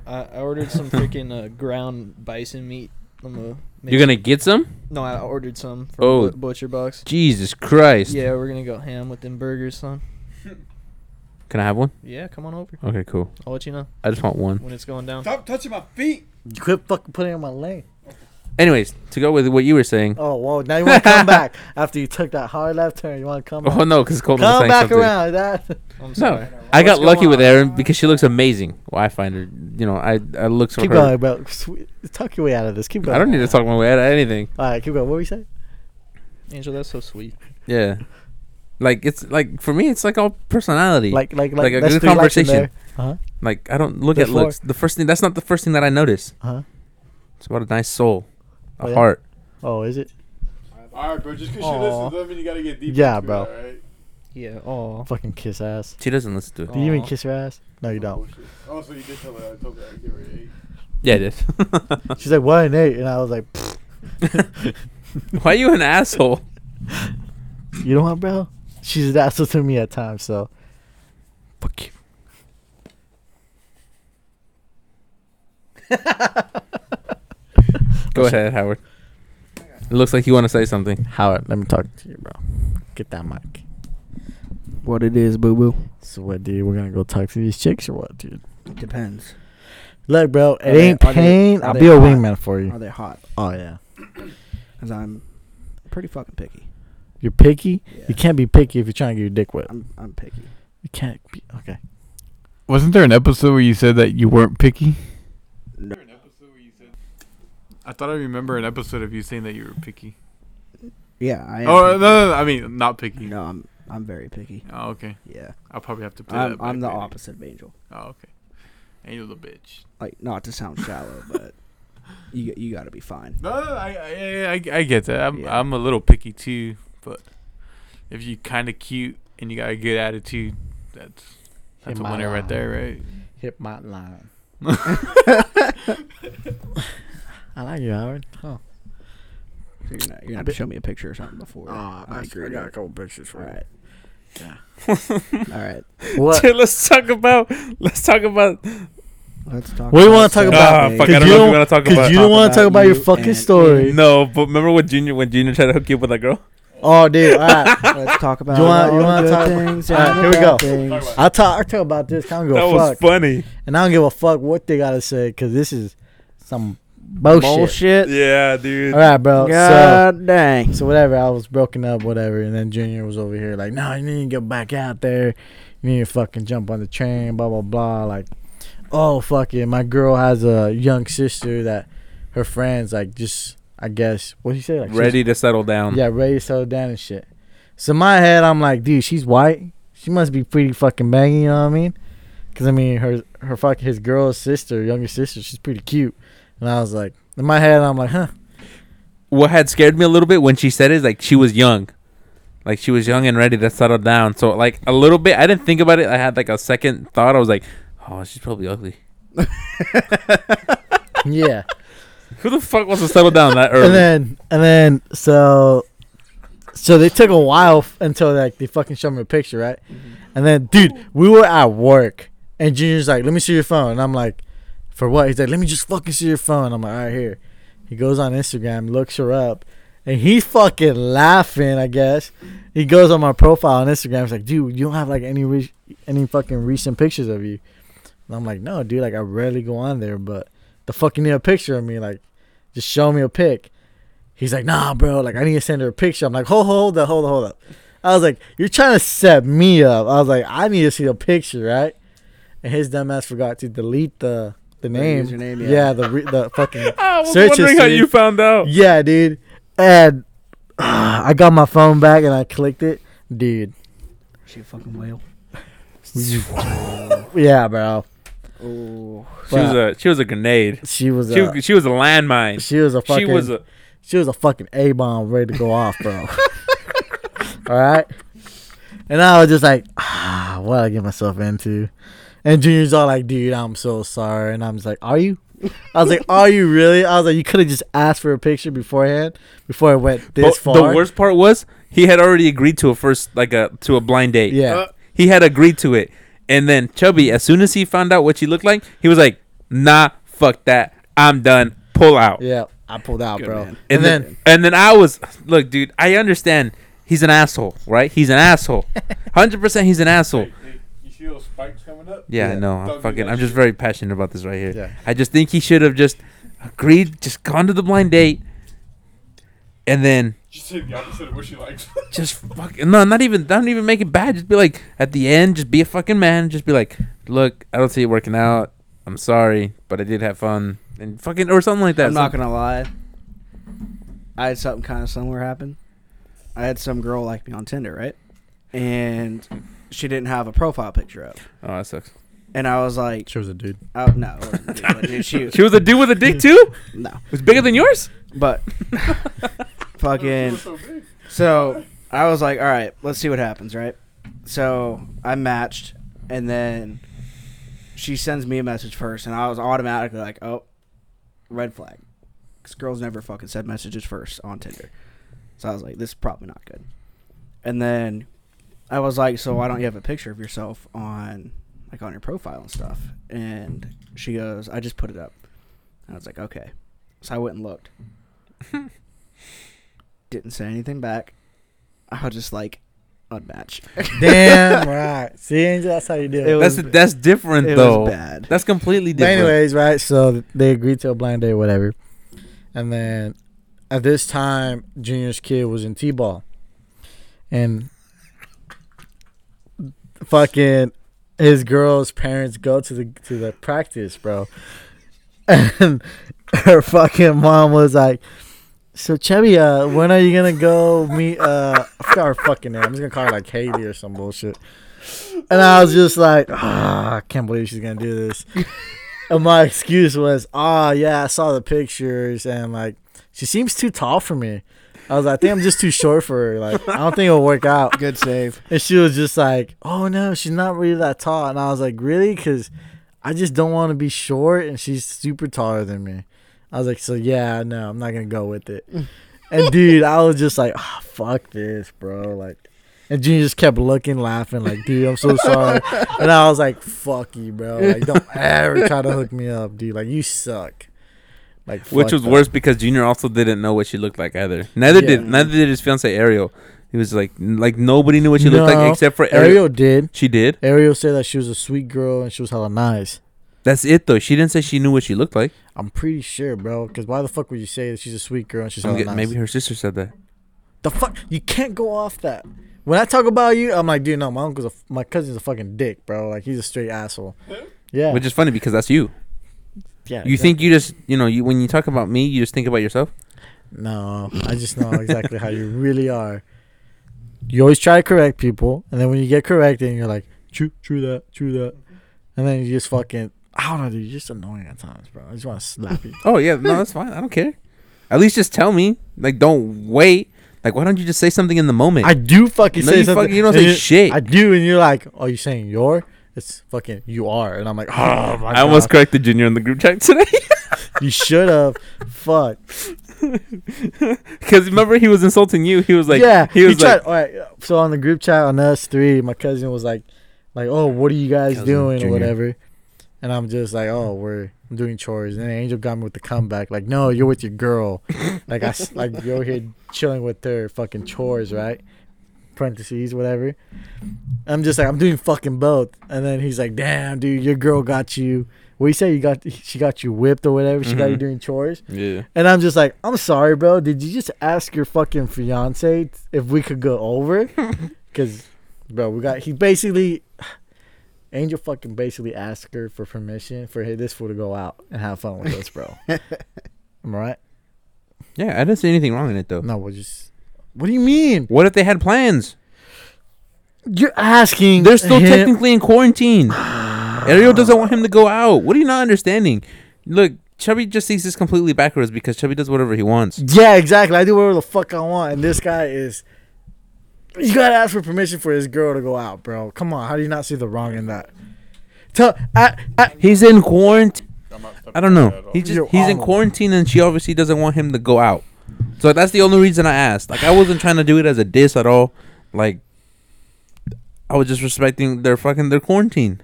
Speaker 5: I, I ordered some freaking uh, ground bison meat. I'm gonna make-
Speaker 2: You're gonna get some?
Speaker 5: No, I ordered some from
Speaker 2: Oh.
Speaker 5: Bu- Butcher Box.
Speaker 2: Jesus Christ!
Speaker 5: Yeah, we're gonna go ham with them burgers, son.
Speaker 2: Can I have one?
Speaker 5: Yeah, come on over.
Speaker 2: Okay, cool.
Speaker 5: I'll let you know
Speaker 2: I just want one.
Speaker 5: when it's going down.
Speaker 7: Stop touching my feet.
Speaker 8: You quit fucking putting it on my leg.
Speaker 2: Anyways, to go with what you were saying.
Speaker 8: Oh, whoa. Now you want to come back after you took that hard left turn. You want to come back?
Speaker 2: Oh no, because Colton was
Speaker 8: come
Speaker 2: saying
Speaker 8: back
Speaker 2: something.
Speaker 8: around. That.
Speaker 5: I'm
Speaker 2: No,
Speaker 5: sorry.
Speaker 2: I got
Speaker 5: going
Speaker 2: lucky with
Speaker 5: on?
Speaker 2: Erin because she looks amazing. Well, I find her, you know, I I look so.
Speaker 8: Keep going, bro. Sweet. Talk your way out of this. Keep going.
Speaker 2: I don't need to talk my way out of anything.
Speaker 8: All right, keep going. What were you saying?
Speaker 5: Angel, that's so sweet.
Speaker 2: Yeah, like it's like for me, it's like all personality.
Speaker 8: Like, like,
Speaker 2: Like
Speaker 8: like,
Speaker 2: a
Speaker 8: that's
Speaker 2: good
Speaker 8: three likes in
Speaker 2: conversation.
Speaker 8: there. Uh-huh.
Speaker 2: Like I don't look at
Speaker 8: Before-
Speaker 2: looks. The first thing that's not the first thing that I notice.
Speaker 8: Uh-huh.
Speaker 2: It's about a nice soul, a
Speaker 8: Oh, yeah?
Speaker 2: heart.
Speaker 8: Oh, is it?
Speaker 3: All right, bro. Just 'cause
Speaker 5: Aw.
Speaker 3: she listens doesn't mean you gotta get deep.
Speaker 8: Yeah,
Speaker 3: into it,
Speaker 8: bro.
Speaker 3: alright?
Speaker 5: Yeah. Oh.
Speaker 8: Fucking kiss ass.
Speaker 2: She doesn't listen to it.
Speaker 8: Do you even
Speaker 5: Aw.
Speaker 8: kiss her ass? No, you don't.
Speaker 3: Bullshit. Oh, so you did tell her. I told her I'd give her an eight.
Speaker 2: Yeah, it is.
Speaker 8: She's like, what an eight. And I was like, "Pfft,
Speaker 2: Why are you an asshole?
Speaker 8: you know what, bro? She's an asshole to me at times, so. Fuck you.
Speaker 2: Go ahead, Howard. It looks like you want to say something.
Speaker 8: Howard, let me talk to you, bro. Get that mic.
Speaker 4: What it is, boo boo?
Speaker 8: So what, dude? We're gonna go talk to these chicks or what, dude?
Speaker 4: Depends.
Speaker 8: Look, bro, eh, it
Speaker 4: Are they-
Speaker 8: ain't
Speaker 4: are they-
Speaker 8: pain.
Speaker 4: are
Speaker 8: I'll
Speaker 4: they
Speaker 8: be a
Speaker 4: hot?
Speaker 8: wingman for you.
Speaker 4: Are they hot?
Speaker 8: Oh yeah,
Speaker 4: Because I'm pretty fucking picky.
Speaker 8: you're picky.
Speaker 4: Yeah.
Speaker 8: You can't be picky if you're trying to get your dick wet.
Speaker 4: I'm I'm picky.
Speaker 8: You can't be. Okay.
Speaker 3: Wasn't there an episode where you said that you weren't picky?
Speaker 4: No.
Speaker 3: I thought I remember an episode of you saying that you were picky.
Speaker 4: Yeah, I am.
Speaker 3: Oh no,
Speaker 4: picky.
Speaker 3: no, no, I mean not picky.
Speaker 4: No, I'm I'm very picky.
Speaker 3: Oh, okay.
Speaker 4: Yeah,
Speaker 3: I'll probably have to play
Speaker 4: I'm
Speaker 3: that.
Speaker 4: I'm
Speaker 3: back
Speaker 4: the
Speaker 3: later.
Speaker 4: opposite of Angel.
Speaker 3: Oh, okay. Angel's a bitch.
Speaker 4: Like, not to sound shallow, but you you gotta be fine.
Speaker 3: No, no, no, I, I, I, I get that. I'm,
Speaker 4: Yeah.
Speaker 3: I'm a little picky too, but if you kind of cute and you got a good attitude, that's that's
Speaker 8: In
Speaker 3: a
Speaker 8: my
Speaker 3: winner right
Speaker 8: line.
Speaker 3: there, right?
Speaker 8: Hit my line. I like you, Howard. Oh.
Speaker 4: So you're gonna, you're gonna have to show me a picture or something before.
Speaker 8: Ah,
Speaker 4: agree. All
Speaker 8: couple pictures for
Speaker 4: right. All right.
Speaker 8: What?
Speaker 2: Dude, let's talk about. Let's talk about. Ah,
Speaker 4: Let's talk.
Speaker 8: What do you wanna
Speaker 4: about
Speaker 8: talk
Speaker 4: sex,
Speaker 8: about?
Speaker 4: babe.
Speaker 2: fuck!
Speaker 8: Cause
Speaker 2: I don't
Speaker 8: you
Speaker 2: know if
Speaker 8: don't-
Speaker 2: we want to talk
Speaker 8: Because
Speaker 2: about.
Speaker 8: you don't want to
Speaker 4: about
Speaker 8: talk about your
Speaker 4: you
Speaker 8: fucking
Speaker 4: and-
Speaker 8: story.
Speaker 2: no, but remember when Junior when Junior tried to hook you up with that girl?
Speaker 8: Oh, dude. All right.
Speaker 4: Let's talk about.
Speaker 8: You wanna-
Speaker 4: all
Speaker 8: you
Speaker 4: the
Speaker 8: wanna
Speaker 4: good
Speaker 8: talk-
Speaker 4: Things,
Speaker 8: all right,
Speaker 4: and the
Speaker 8: here we
Speaker 4: bad
Speaker 8: go.
Speaker 4: things.
Speaker 8: I'll talk, I'll talk about this. I don't give
Speaker 2: that
Speaker 8: a
Speaker 2: was
Speaker 8: fuck.
Speaker 2: funny.
Speaker 8: And I don't give a fuck what they got to say because this is some bullshit.
Speaker 2: Yeah, dude.
Speaker 8: All right, bro. Oh, So,
Speaker 4: God dang.
Speaker 8: So whatever, I was broken up, whatever, and then Junior was over here like, no, you need to go back out there. You need to fucking jump on the train, blah blah blah. Like, oh fuck it, my girl has a young sister that her friends like just, I guess, what he say, like she's-
Speaker 2: Ready to settle down.
Speaker 8: yeah, ready to settle down and shit. So in my head, I'm like, dude, she's white. She must be pretty fucking banging. You know what I mean? 'Cause Cause I mean, her her fuck his girl's sister, younger sister, she's pretty cute. And I was like, in my head, I'm like, huh.
Speaker 2: What had scared me a little bit when she said it is like she was young, like she was young and ready to settle down. So like a little bit, I didn't think about it. I had like a second thought. I was like, oh, she's probably ugly.
Speaker 8: Yeah.
Speaker 2: Who the fuck wants to settle down that early?
Speaker 8: and then and then so so they took a while f- until like they fucking showed me a picture, right?
Speaker 2: Mm-hmm.
Speaker 8: And then dude, we were at work and Junior's like, "Let me see your phone." And I'm like, "For what?" He's like, "Let me just fucking see your phone." I'm like, "All right, here." He goes on Instagram, looks her up, and he's fucking laughing. I guess he goes on my profile on Instagram. He's like, "Dude, you don't have like any re- any fucking recent pictures of you." And I'm like, "No, dude. Like, I rarely go on there, but the fucking need a picture of me. Like, just show me a pic." He's like, "Nah, bro. Like, I need to send her a picture." I'm like, "Hold, hold up, hold up, hold up." I was like, "You're trying to set me up." I was like, "I need to see a picture, right?" And his dumbass forgot to delete the the name.
Speaker 4: username, yeah.
Speaker 8: the re- the fucking.
Speaker 2: I was
Speaker 8: Search
Speaker 2: wondering how
Speaker 8: history.
Speaker 2: you found out.
Speaker 8: Yeah, dude. And uh, I got my phone back and I clicked it. Dude.
Speaker 4: She a fucking whale.
Speaker 8: Yeah, bro.
Speaker 4: Oh,
Speaker 2: She was a she was a grenade.
Speaker 8: She was
Speaker 2: She
Speaker 8: a
Speaker 2: was- she was a landmine.
Speaker 8: she was a fucking
Speaker 2: She was a
Speaker 8: she was a fucking A bomb ready to go off, bro. Alright? And I was just like, ah, what did I get myself into? And Junior's all like, dude, I'm so sorry. And I'm just like, Are you? I was like, Are you really? I was like, You could have just asked for a picture beforehand before it went this
Speaker 2: But
Speaker 8: far.
Speaker 2: The worst part was he had already agreed to a first like a to a blind date.
Speaker 8: Yeah.
Speaker 2: He had agreed to it. And then Chubby, as soon as he found out what she looked like, he was like, nah, fuck that. I'm done. Pull out.
Speaker 8: yeah. I pulled out,
Speaker 4: Good
Speaker 8: bro.
Speaker 4: man.
Speaker 2: And, then, and then I was look, dude, I understand he's an asshole, right? He's an asshole. Hundred percent he's an asshole.
Speaker 3: you see those spikes coming up?
Speaker 2: Yeah,
Speaker 8: Yeah.
Speaker 2: no,
Speaker 3: Don't
Speaker 2: I'm
Speaker 3: do
Speaker 2: fucking
Speaker 3: that
Speaker 2: I'm just
Speaker 3: shit.
Speaker 2: very passionate about this right here.
Speaker 8: Yeah.
Speaker 2: I just think he should have just agreed, just gone to the blind date and then
Speaker 3: She said the opposite of what she likes.
Speaker 2: just fucking no, not even don't even make it bad. Just be like at the end, just be a fucking man. Just be like, look, I don't see it working out. I'm sorry, but I did have fun and fucking or something like that.
Speaker 4: I'm not gonna lie. I had something kind of similar happen. I had some girl like me on Tinder, right? And she didn't have a profile picture up,
Speaker 2: Oh, that sucks.
Speaker 4: and I was like,
Speaker 8: She was a dude.
Speaker 4: "Oh no, it wasn't me, but dude, she
Speaker 2: She was a dude with a dick too.
Speaker 4: no."
Speaker 2: It was bigger than yours.
Speaker 4: But fucking so I was like, all right, let's see what happens, right? So I matched, and then she sends me a message first, and I was automatically like, oh, red flag, because girls never fucking send messages first on Tinder. So I was like, this is probably not good. And then I was like, so why don't you have a picture of yourself on like on your profile and stuff? And she goes, I just put it up. And I was like, okay. So I went and looked. Didn't say anything back. I was just like, unmatch.
Speaker 8: Damn right. See, Angel, that's how you do it.
Speaker 4: It
Speaker 2: That's
Speaker 4: was-
Speaker 2: that's different
Speaker 4: it
Speaker 2: though.
Speaker 4: was bad.
Speaker 2: That's completely
Speaker 8: But
Speaker 2: different.
Speaker 8: anyways, right? So they agreed to a blind date, whatever. And then at this time, Junior's kid was in T-ball, and fucking his girl's parents go to the to the practice, bro. And her fucking mom was like, "So Chevy, uh, when are you gonna go meet?" Uh, I forgot her fucking name. I'm just gonna call her like Haley or some bullshit. And I was just like, ah, I can't believe she's gonna do this. and my excuse was, oh yeah, I saw the pictures and like she seems too tall for me. I was like, I think I'm just too short for her. Like, I don't think it'll work out.
Speaker 4: Good save.
Speaker 8: And she was just like, "Oh no, she's not really that tall." And I was like, "Really?" Because I just don't want to be short, and she's super taller than me. I was like, "So yeah, no, I'm not gonna go with it." and dude, I was just like, oh, "Fuck this, bro!" Like, and Junior just kept looking, laughing, like, "Dude, I'm so sorry." and I was like, "Fuck you, bro! Like, don't ever try to hook me up, dude. Like, you suck." Like,
Speaker 2: Which
Speaker 8: fuck
Speaker 2: was
Speaker 8: that.
Speaker 2: worse because Junior also didn't know what she looked like either. Neither did
Speaker 8: Yeah.
Speaker 2: neither did his fiance Ariel. He was like like nobody knew what she looked
Speaker 8: No,
Speaker 2: like except for Ariel.
Speaker 8: Ariel did.
Speaker 2: She did.
Speaker 8: Ariel said that she was a sweet girl and she was hella nice.
Speaker 2: That's it though. She didn't say she knew what she looked like.
Speaker 8: I'm pretty sure, bro. Because why the fuck would you say that she's a sweet girl and she's
Speaker 2: I'm
Speaker 8: hella
Speaker 2: get-
Speaker 8: nice?
Speaker 2: Maybe her sister said that.
Speaker 8: the fuck you can't go off that. When I talk about you, I'm like, dude, no, my uncle's a f- my cousin's a fucking dick, bro. Like he's a straight asshole. Yeah,
Speaker 2: Which is funny because that's you.
Speaker 8: yeah.
Speaker 2: You think you just you know you when you talk about me, you just think about yourself.
Speaker 8: No, I just know exactly how you really are. You always try to correct people, and then when you get corrected, you're like, true, true that, true that, And then you just fucking. I don't know, dude. You're just annoying at times, bro. I just want to slap you.
Speaker 2: Oh yeah, no, that's fine. I don't care. At least just tell me. Like, don't wait. Like, why don't you just say something in the moment?
Speaker 8: I do fucking
Speaker 2: No,
Speaker 8: say
Speaker 2: you
Speaker 8: something.
Speaker 2: fucking- you don't
Speaker 8: and
Speaker 2: say shit.
Speaker 8: I do, and you're like, "Oh, you saying you're?" It's fucking you are, and I'm like, "Oh my
Speaker 2: I almost
Speaker 8: God.
Speaker 2: corrected Junior in the group chat today
Speaker 8: you should have." Fuck.
Speaker 2: because remember he was insulting you. He was like,
Speaker 8: yeah,
Speaker 2: he was
Speaker 8: tried.
Speaker 2: like,
Speaker 8: all right, so on the group chat on us three, my cousin was like, like, oh, what are you guys
Speaker 2: Cousin
Speaker 8: doing
Speaker 2: Junior.
Speaker 8: or whatever, and I'm just like, oh, we're I'm doing chores, and then Angel got me with the comeback, like, no, you're with your girl, like I s- like you're here chilling with her, fucking chores, right? Parentheses, whatever. I'm just like, I'm doing fucking both, and then he's like, damn, dude, your girl got you. What you say? You got she got you whipped or whatever. She got you
Speaker 2: Mhm.
Speaker 8: doing chores.
Speaker 2: yeah,
Speaker 8: And I'm just like, I'm sorry, bro. Did you just ask your fucking fiance if we could go over? Because, bro, we got. He basically, Angel fucking basically asked her for permission for hey, this fool to go out and have fun with us, bro. Am I right?
Speaker 2: yeah. I didn't see anything wrong in it though.
Speaker 8: No, we'll just. What do you mean?
Speaker 2: What if they had plans?
Speaker 8: You're asking.
Speaker 2: They're still
Speaker 8: him-
Speaker 2: technically in quarantine. Ariel doesn't want him to go out. What are you not understanding? Look, Chubby just sees this completely backwards because Chubby does whatever he wants.
Speaker 8: Yeah, exactly. I do whatever the fuck I want, and this guy is. You gotta ask for permission for his girl to go out, bro. Come on, how do you not see the wrong in that? Tell I, I
Speaker 2: He's in quarantine. I don't know. He
Speaker 8: You're
Speaker 2: just he's in
Speaker 8: all-
Speaker 2: quarantine and she obviously doesn't want him to go out. So that's the only reason I asked. Like I wasn't trying to do it as a diss at all. Like I was just respecting their fucking their quarantine.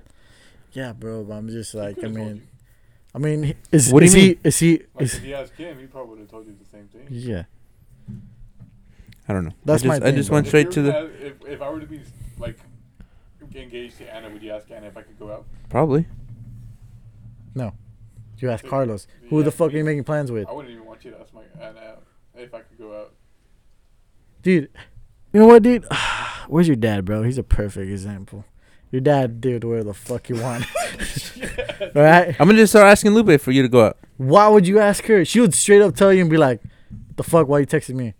Speaker 8: Yeah, bro, but I'm just like, I mean, I mean, is,
Speaker 2: What do
Speaker 8: is
Speaker 2: you
Speaker 8: he,
Speaker 2: mean?
Speaker 8: is he,
Speaker 3: Like,
Speaker 8: is,
Speaker 3: if you asked him, he probably would have told you the same thing.
Speaker 8: yeah.
Speaker 2: I don't know.
Speaker 8: That's
Speaker 2: I
Speaker 8: my
Speaker 2: just, I
Speaker 8: thing,
Speaker 2: just
Speaker 8: bro.
Speaker 2: went
Speaker 3: If
Speaker 2: straight
Speaker 3: you
Speaker 2: to the
Speaker 3: were- If, if I were to be like engaged to Anna, would you ask Anna if I could go out?
Speaker 2: probably.
Speaker 8: You ask Carlos, who the
Speaker 3: Yeah, Oh.
Speaker 8: fuck are you
Speaker 3: please.
Speaker 8: making plans with,
Speaker 3: I wouldn't even want you to ask my Anna out if I could go out.
Speaker 8: dude? You know what, dude? Where's your dad, bro? He's a perfect example. Your dad did where the fuck you want, all right?
Speaker 2: I'm gonna just start asking Lupe for you to go out.
Speaker 8: Why would you ask her? She would straight up tell you and be like, "The fuck? Why you texting me?"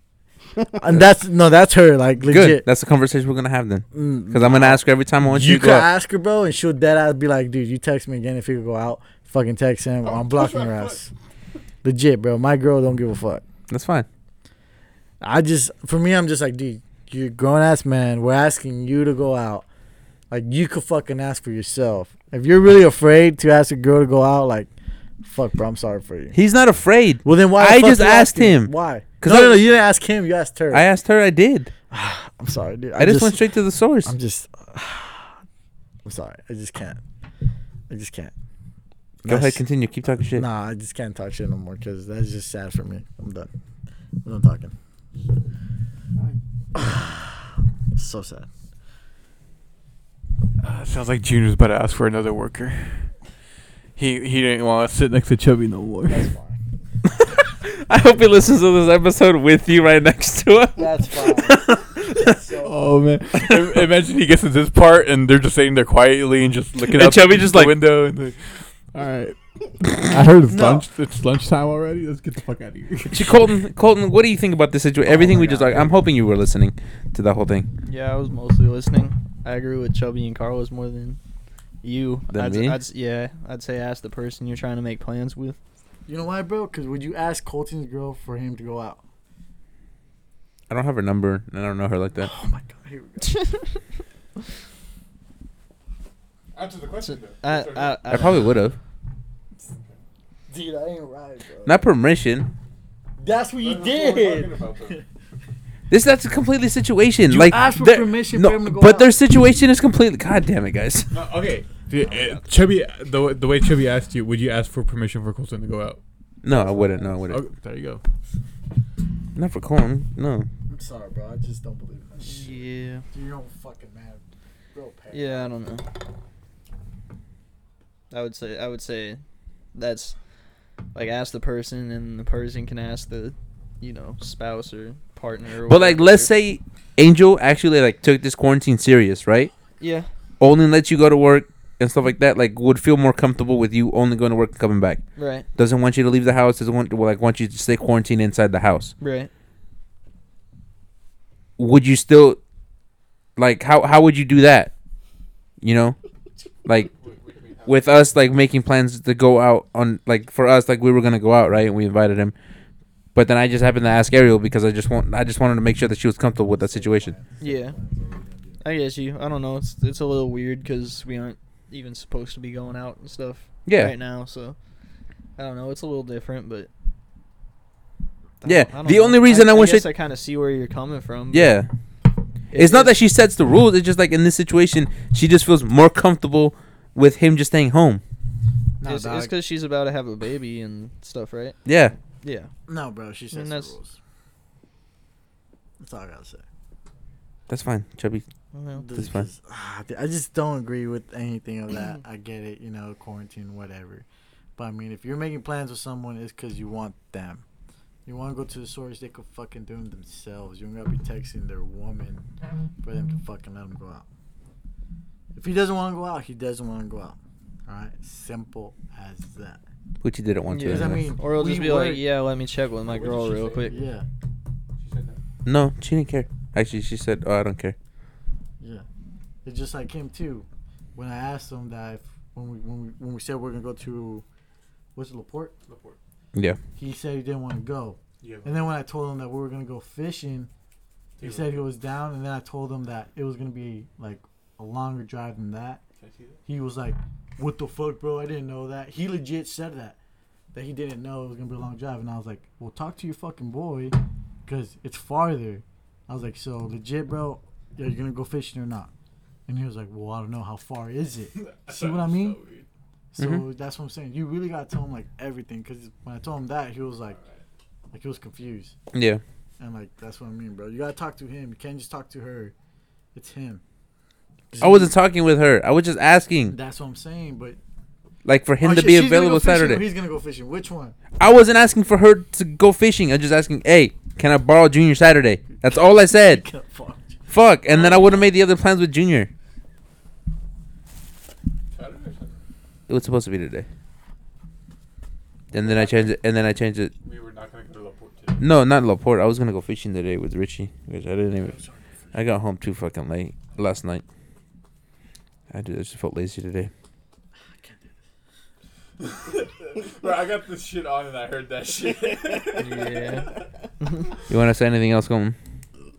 Speaker 8: and that's no, that's her, like
Speaker 2: Good.
Speaker 8: legit.
Speaker 2: That's the conversation we're gonna have then.
Speaker 8: Mm,
Speaker 2: Because I'm gonna ask her every time I want you,
Speaker 8: You
Speaker 2: to go
Speaker 8: could
Speaker 2: out.
Speaker 8: ask her, bro, and she'll dead ass be like, dude, you text me again if you could go out. Fucking text him. I'm blocking your ass. Legit, bro. My girl don't give a fuck.
Speaker 2: That's fine.
Speaker 8: I just, for me, I'm just like, dude, you're a grown ass man. We're asking you to go out. Like, you could fucking ask for yourself. If you're really afraid to ask a girl to go out, like, fuck, bro, I'm sorry for you.
Speaker 2: He's not afraid.
Speaker 8: Well, then why? the
Speaker 2: I
Speaker 8: fuck
Speaker 2: just
Speaker 8: you
Speaker 2: asked
Speaker 8: asking?
Speaker 2: him.
Speaker 8: Why?
Speaker 2: 'Cause
Speaker 8: no, no,
Speaker 2: I-
Speaker 8: no, you didn't ask him. You asked her.
Speaker 2: I asked her. I did.
Speaker 8: I'm sorry, dude.
Speaker 2: I, just, went straight to the source.
Speaker 8: I'm just, I'm sorry. I just can't. I just can't.
Speaker 2: Go ahead,
Speaker 8: That's-
Speaker 2: continue. Keep talking shit.
Speaker 8: Nah, I just can't talk shit no more because that's just sad for me. I'm done. I'm done talking. so sad.
Speaker 3: Uh, sounds like Junior's about to ask for another worker. He he didn't want to sit next to Chubby no more.
Speaker 8: That's fine.
Speaker 2: I hope he listens to this episode with you right next to him.
Speaker 8: That's fine.
Speaker 3: Oh man! I- Imagine he gets to this part and they're just sitting there quietly and just looking
Speaker 2: And
Speaker 3: out
Speaker 2: Chubby
Speaker 3: the,
Speaker 2: just
Speaker 3: the
Speaker 2: like-
Speaker 3: window. And like, All right, I heard it's
Speaker 8: No. lunch-
Speaker 3: It's lunchtime already. Let's get the fuck out of here.
Speaker 2: Ch- Colton, Colton, what do you think about this situation? Everything
Speaker 8: Oh my
Speaker 2: we just
Speaker 8: God.
Speaker 2: like. I'm hoping you were listening to that whole thing.
Speaker 5: Yeah, I was mostly listening. I agree with Chubby and Carlos more than you.
Speaker 2: Than
Speaker 5: I'd,
Speaker 2: me?
Speaker 5: I'd s- yeah, I'd say ask the person you're trying to make plans with.
Speaker 8: You know why, bro? Because would you ask Colton's girl for him to go out?
Speaker 2: I don't have her number, and I don't know her like that.
Speaker 8: Oh my god, here we go.
Speaker 3: Answer the
Speaker 5: So,
Speaker 3: question though.
Speaker 5: I,
Speaker 3: Yes or no?
Speaker 5: I, I,
Speaker 2: I probably would have.
Speaker 8: Dude, I ain't right, bro.
Speaker 2: Not permission.
Speaker 8: That's what you
Speaker 3: That's what we're talking
Speaker 8: did.
Speaker 3: about, though.
Speaker 2: This that's a completely situation.
Speaker 8: You
Speaker 2: like
Speaker 8: asked for
Speaker 2: they're-
Speaker 8: permission
Speaker 2: no,
Speaker 8: for him to go
Speaker 2: but
Speaker 8: out.
Speaker 2: their situation is completely. God damn it, guys.
Speaker 3: No, okay. Dude, uh, Chubby, the, wa- the way Chubby asked you, would you ask for permission for Colton to go out?
Speaker 2: No, I wouldn't. No, I wouldn't.
Speaker 3: Okay, there you go.
Speaker 2: Not for Colton. No.
Speaker 8: I'm sorry, bro. I just don't believe that. shit.
Speaker 5: yeah,
Speaker 8: Dude, you're on fucking mad. Bro,
Speaker 5: yeah, I don't know. I would say I would say that's like ask the person, and the person can ask the you know spouse or partner. Or
Speaker 2: But like,
Speaker 5: whatever.
Speaker 2: let's say Angel actually like took this quarantine serious, right?
Speaker 5: yeah,
Speaker 2: Only lets you go to work and stuff like that. Like, would feel more comfortable with you only going to work and coming back.
Speaker 5: right,
Speaker 2: Doesn't want you to leave the house. Doesn't want like want you to stay quarantined inside the house.
Speaker 5: right.
Speaker 2: Would you still like how how would you do that? You know, like with us like making plans to go out on like for us like we were gonna go out right and we invited him, but then I just happened to ask Ariel because I just want I just wanted to make sure that she was comfortable with that situation.
Speaker 5: Yeah, I guess you. I don't know. It's it's a little weird because we aren't even supposed to be going out and stuff.
Speaker 2: Yeah.
Speaker 5: Right now, so I don't know. It's a little different, but I
Speaker 2: Yeah,
Speaker 5: don't- I don't
Speaker 2: the
Speaker 5: know.
Speaker 2: only reason I wish I-
Speaker 5: guess I, kind of see where you're coming from. but
Speaker 2: Yeah,
Speaker 5: it
Speaker 2: it's not
Speaker 5: is-
Speaker 2: that she sets the rules. It's just like in this situation, she just feels more comfortable with him just staying home.
Speaker 4: Nah,
Speaker 5: it's
Speaker 4: dog.
Speaker 5: because she's about to have a baby and stuff, right?
Speaker 2: Yeah,
Speaker 5: Yeah.
Speaker 8: No, bro. She
Speaker 5: mean,
Speaker 8: says
Speaker 5: that's-
Speaker 8: the rules. That's all I gotta say.
Speaker 2: that's fine, chubby.
Speaker 5: I don't know.
Speaker 2: That's fine.
Speaker 8: Because, ah, dude, I just don't agree with anything of that. I get it, you know, quarantine, whatever. But I mean, if you're making plans with someone, it's because you want them. You want to go to the stores, they could fucking do them themselves. You don't gotta be texting their woman for them to fucking let them go out. If he doesn't want to go out, he doesn't want to go out. All right, simple as that.
Speaker 2: Which he didn't want to.
Speaker 5: Yeah.
Speaker 8: Because I
Speaker 2: anyway.
Speaker 8: mean,
Speaker 5: Or it'll just
Speaker 8: we
Speaker 5: be like,
Speaker 8: work-
Speaker 5: yeah, let me check with my girl real quick.
Speaker 8: Yeah,
Speaker 2: no, she didn't care. Actually, she said, "Oh, I don't care."
Speaker 8: yeah. It's just like him too. When I asked him that, if, when we when we when we said we're gonna go to, what's it, Laporte? Laporte.
Speaker 2: Yeah,
Speaker 8: He said he didn't want to go.
Speaker 3: Yeah.
Speaker 8: And then when I told him that we were gonna go fishing, he said he was down. And then I told him that it was gonna be like a longer drive than that. He was like, "What the fuck, bro? I didn't know that." He legit said that that he didn't know it was gonna be a long drive, and I was like, "Well, talk to your fucking boy, cause it's farther." I was like, "So legit, bro, are you gonna go fishing or not?" And he was like, "Well, I don't know how far is it." See what I mean? So
Speaker 2: Mm-hmm.
Speaker 8: that's what I'm saying. You really gotta tell him like everything, cause when I told him that, he was like, like he was confused,
Speaker 2: yeah.
Speaker 8: and like that's what I mean, bro. You gotta talk to him. You can't just talk to her. It's him.
Speaker 2: I wasn't talking with her. I was just asking,
Speaker 8: That's what I'm saying, but
Speaker 2: like, for him
Speaker 8: Oh,
Speaker 2: to
Speaker 8: shit,
Speaker 2: be
Speaker 8: she's gonna go
Speaker 2: available
Speaker 8: fishing or
Speaker 2: Saturday.
Speaker 8: He's gonna go fishing. Which one?
Speaker 2: I wasn't asking for her to go fishing. I was just asking, hey, can I borrow Junior Saturday? That's all I said.
Speaker 8: Fuck.
Speaker 2: Fuck. And then I would have made the other plans with Junior. It was supposed to be today. And then I changed it. And then I changed it.
Speaker 3: We were not gonna go to Laporte today.
Speaker 2: No, not Laporte. I was gonna go fishing today with Richie, which I didn't even. I got home too fucking late last night. I did. I just felt lazy today.
Speaker 3: Bro, I got this shit on and I heard that shit.
Speaker 5: yeah.
Speaker 2: You want to say anything else, Coleman?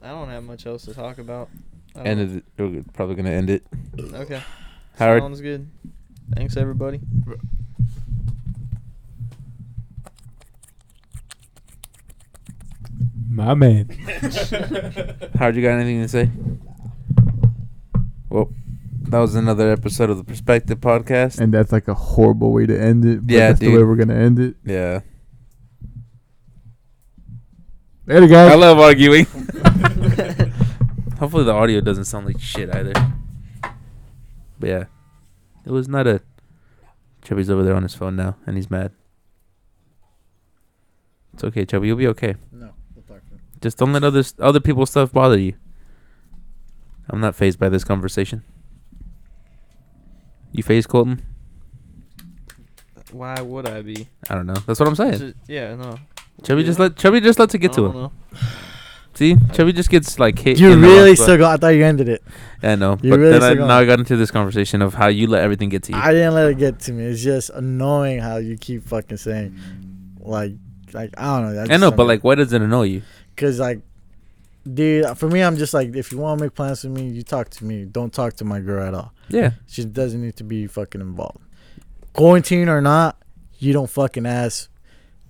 Speaker 5: I don't have much else to talk about. I
Speaker 2: End
Speaker 5: don't-
Speaker 2: of the, we're probably gonna end it.
Speaker 5: Okay.
Speaker 2: Howard,
Speaker 5: Sounds good. Thanks everybody.
Speaker 3: My man.
Speaker 2: Howard, you got anything to say? Well, that was another episode of the Perspective Podcast.
Speaker 3: And that's like a horrible way to end it. But
Speaker 2: Yeah,
Speaker 3: that's the way
Speaker 2: dude.
Speaker 3: we're gonna end it.
Speaker 2: Yeah,
Speaker 3: Later, guys.
Speaker 2: I love arguing. Hopefully, the audio doesn't sound like shit either. But yeah, it was not a. Chubby's over there on his phone now, and he's mad. It's okay, Chubby. You'll be okay.
Speaker 8: No, we'll talk to him.
Speaker 2: Just don't let other other people's stuff bother you. I'm not phased by this conversation. You phased, Colton?
Speaker 5: Why would I be?
Speaker 2: I don't know. That's what I'm saying.
Speaker 5: Just- yeah, no.
Speaker 2: Chubby just
Speaker 5: Yeah.
Speaker 2: let Chubby just lets it get
Speaker 5: I
Speaker 2: to
Speaker 5: don't
Speaker 2: him.
Speaker 5: know.
Speaker 2: See, Chubby just gets like hit.
Speaker 8: You
Speaker 2: in the wrong
Speaker 8: really
Speaker 2: spot.
Speaker 8: still go. I thought you ended it.
Speaker 2: I know,
Speaker 8: you
Speaker 2: but
Speaker 8: really
Speaker 2: then I,
Speaker 8: still go-
Speaker 2: now I got into this conversation of how you let everything get to you.
Speaker 8: I didn't let it get to me. It's just annoying how you keep fucking saying, like, like I don't know.
Speaker 2: I know, but like, why does it annoy you?
Speaker 8: because like, dude, for me, I'm just like, if you want to make plans with me, you talk to me. Don't talk to my girl at all.
Speaker 2: Yeah,
Speaker 8: She doesn't need to be fucking involved. Quarantine or not, you don't fucking ask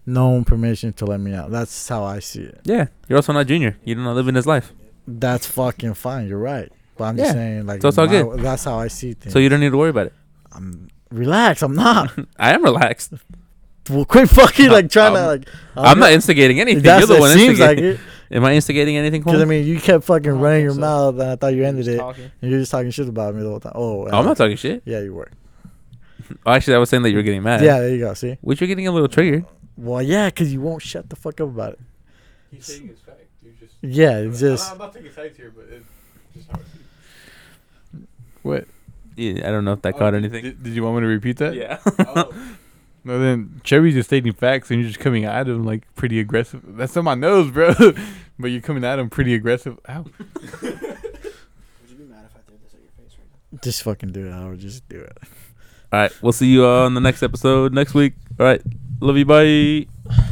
Speaker 8: no one permission to let me out. That's how I see it.
Speaker 2: yeah. You're also not junior. You don't know living his life,
Speaker 8: That's fucking fine. You're right. But I'm
Speaker 2: Yeah.
Speaker 8: just saying, like,
Speaker 2: So it's all
Speaker 8: my-
Speaker 2: good.
Speaker 8: that's how I see things.
Speaker 2: so you don't need to worry about it.
Speaker 8: I'm relaxed. I'm not.
Speaker 2: I am relaxed.
Speaker 8: well, quit fucking like trying
Speaker 2: I'm-
Speaker 8: to like.
Speaker 2: I'm not instigating anything.
Speaker 8: That's
Speaker 2: You're the
Speaker 8: what
Speaker 2: one
Speaker 8: it seems like
Speaker 2: instigating.
Speaker 8: it.
Speaker 2: Am I instigating anything?
Speaker 8: Because I
Speaker 2: Coleman?
Speaker 8: mean, you kept fucking
Speaker 5: don't
Speaker 8: running
Speaker 5: think
Speaker 8: your
Speaker 5: so.
Speaker 8: mouth, and I thought you ended
Speaker 5: Just
Speaker 8: it.
Speaker 5: talking.
Speaker 8: And you're just talking shit about me the whole time. Oh,
Speaker 2: I'm
Speaker 8: uh,
Speaker 2: not talking shit.
Speaker 8: Yeah, you were.
Speaker 2: Oh, actually, I was saying that you were getting mad.
Speaker 8: Yeah, there you go. See.
Speaker 2: Which you're getting a little triggered.
Speaker 8: Well, yeah, because you won't shut the fuck up about it.
Speaker 3: He's saying his fact. You just.
Speaker 8: Yeah, it's just.
Speaker 3: I'm not taking sides here, but it's just how it is.
Speaker 2: Yeah, I don't know if that caught anything.
Speaker 3: Did, did you want me to repeat that?
Speaker 2: Yeah.
Speaker 3: No, then Cherry's just stating facts, and you're just coming at him like pretty aggressive. That's on my nose, bro. but you're coming at him pretty aggressive. Ow.
Speaker 7: Would you be mad if I threw this at your face right now?
Speaker 8: Just fucking do it, Howard. Just do it.
Speaker 2: uh, All right. We'll see you on the next episode next week. All right. Love you. Bye.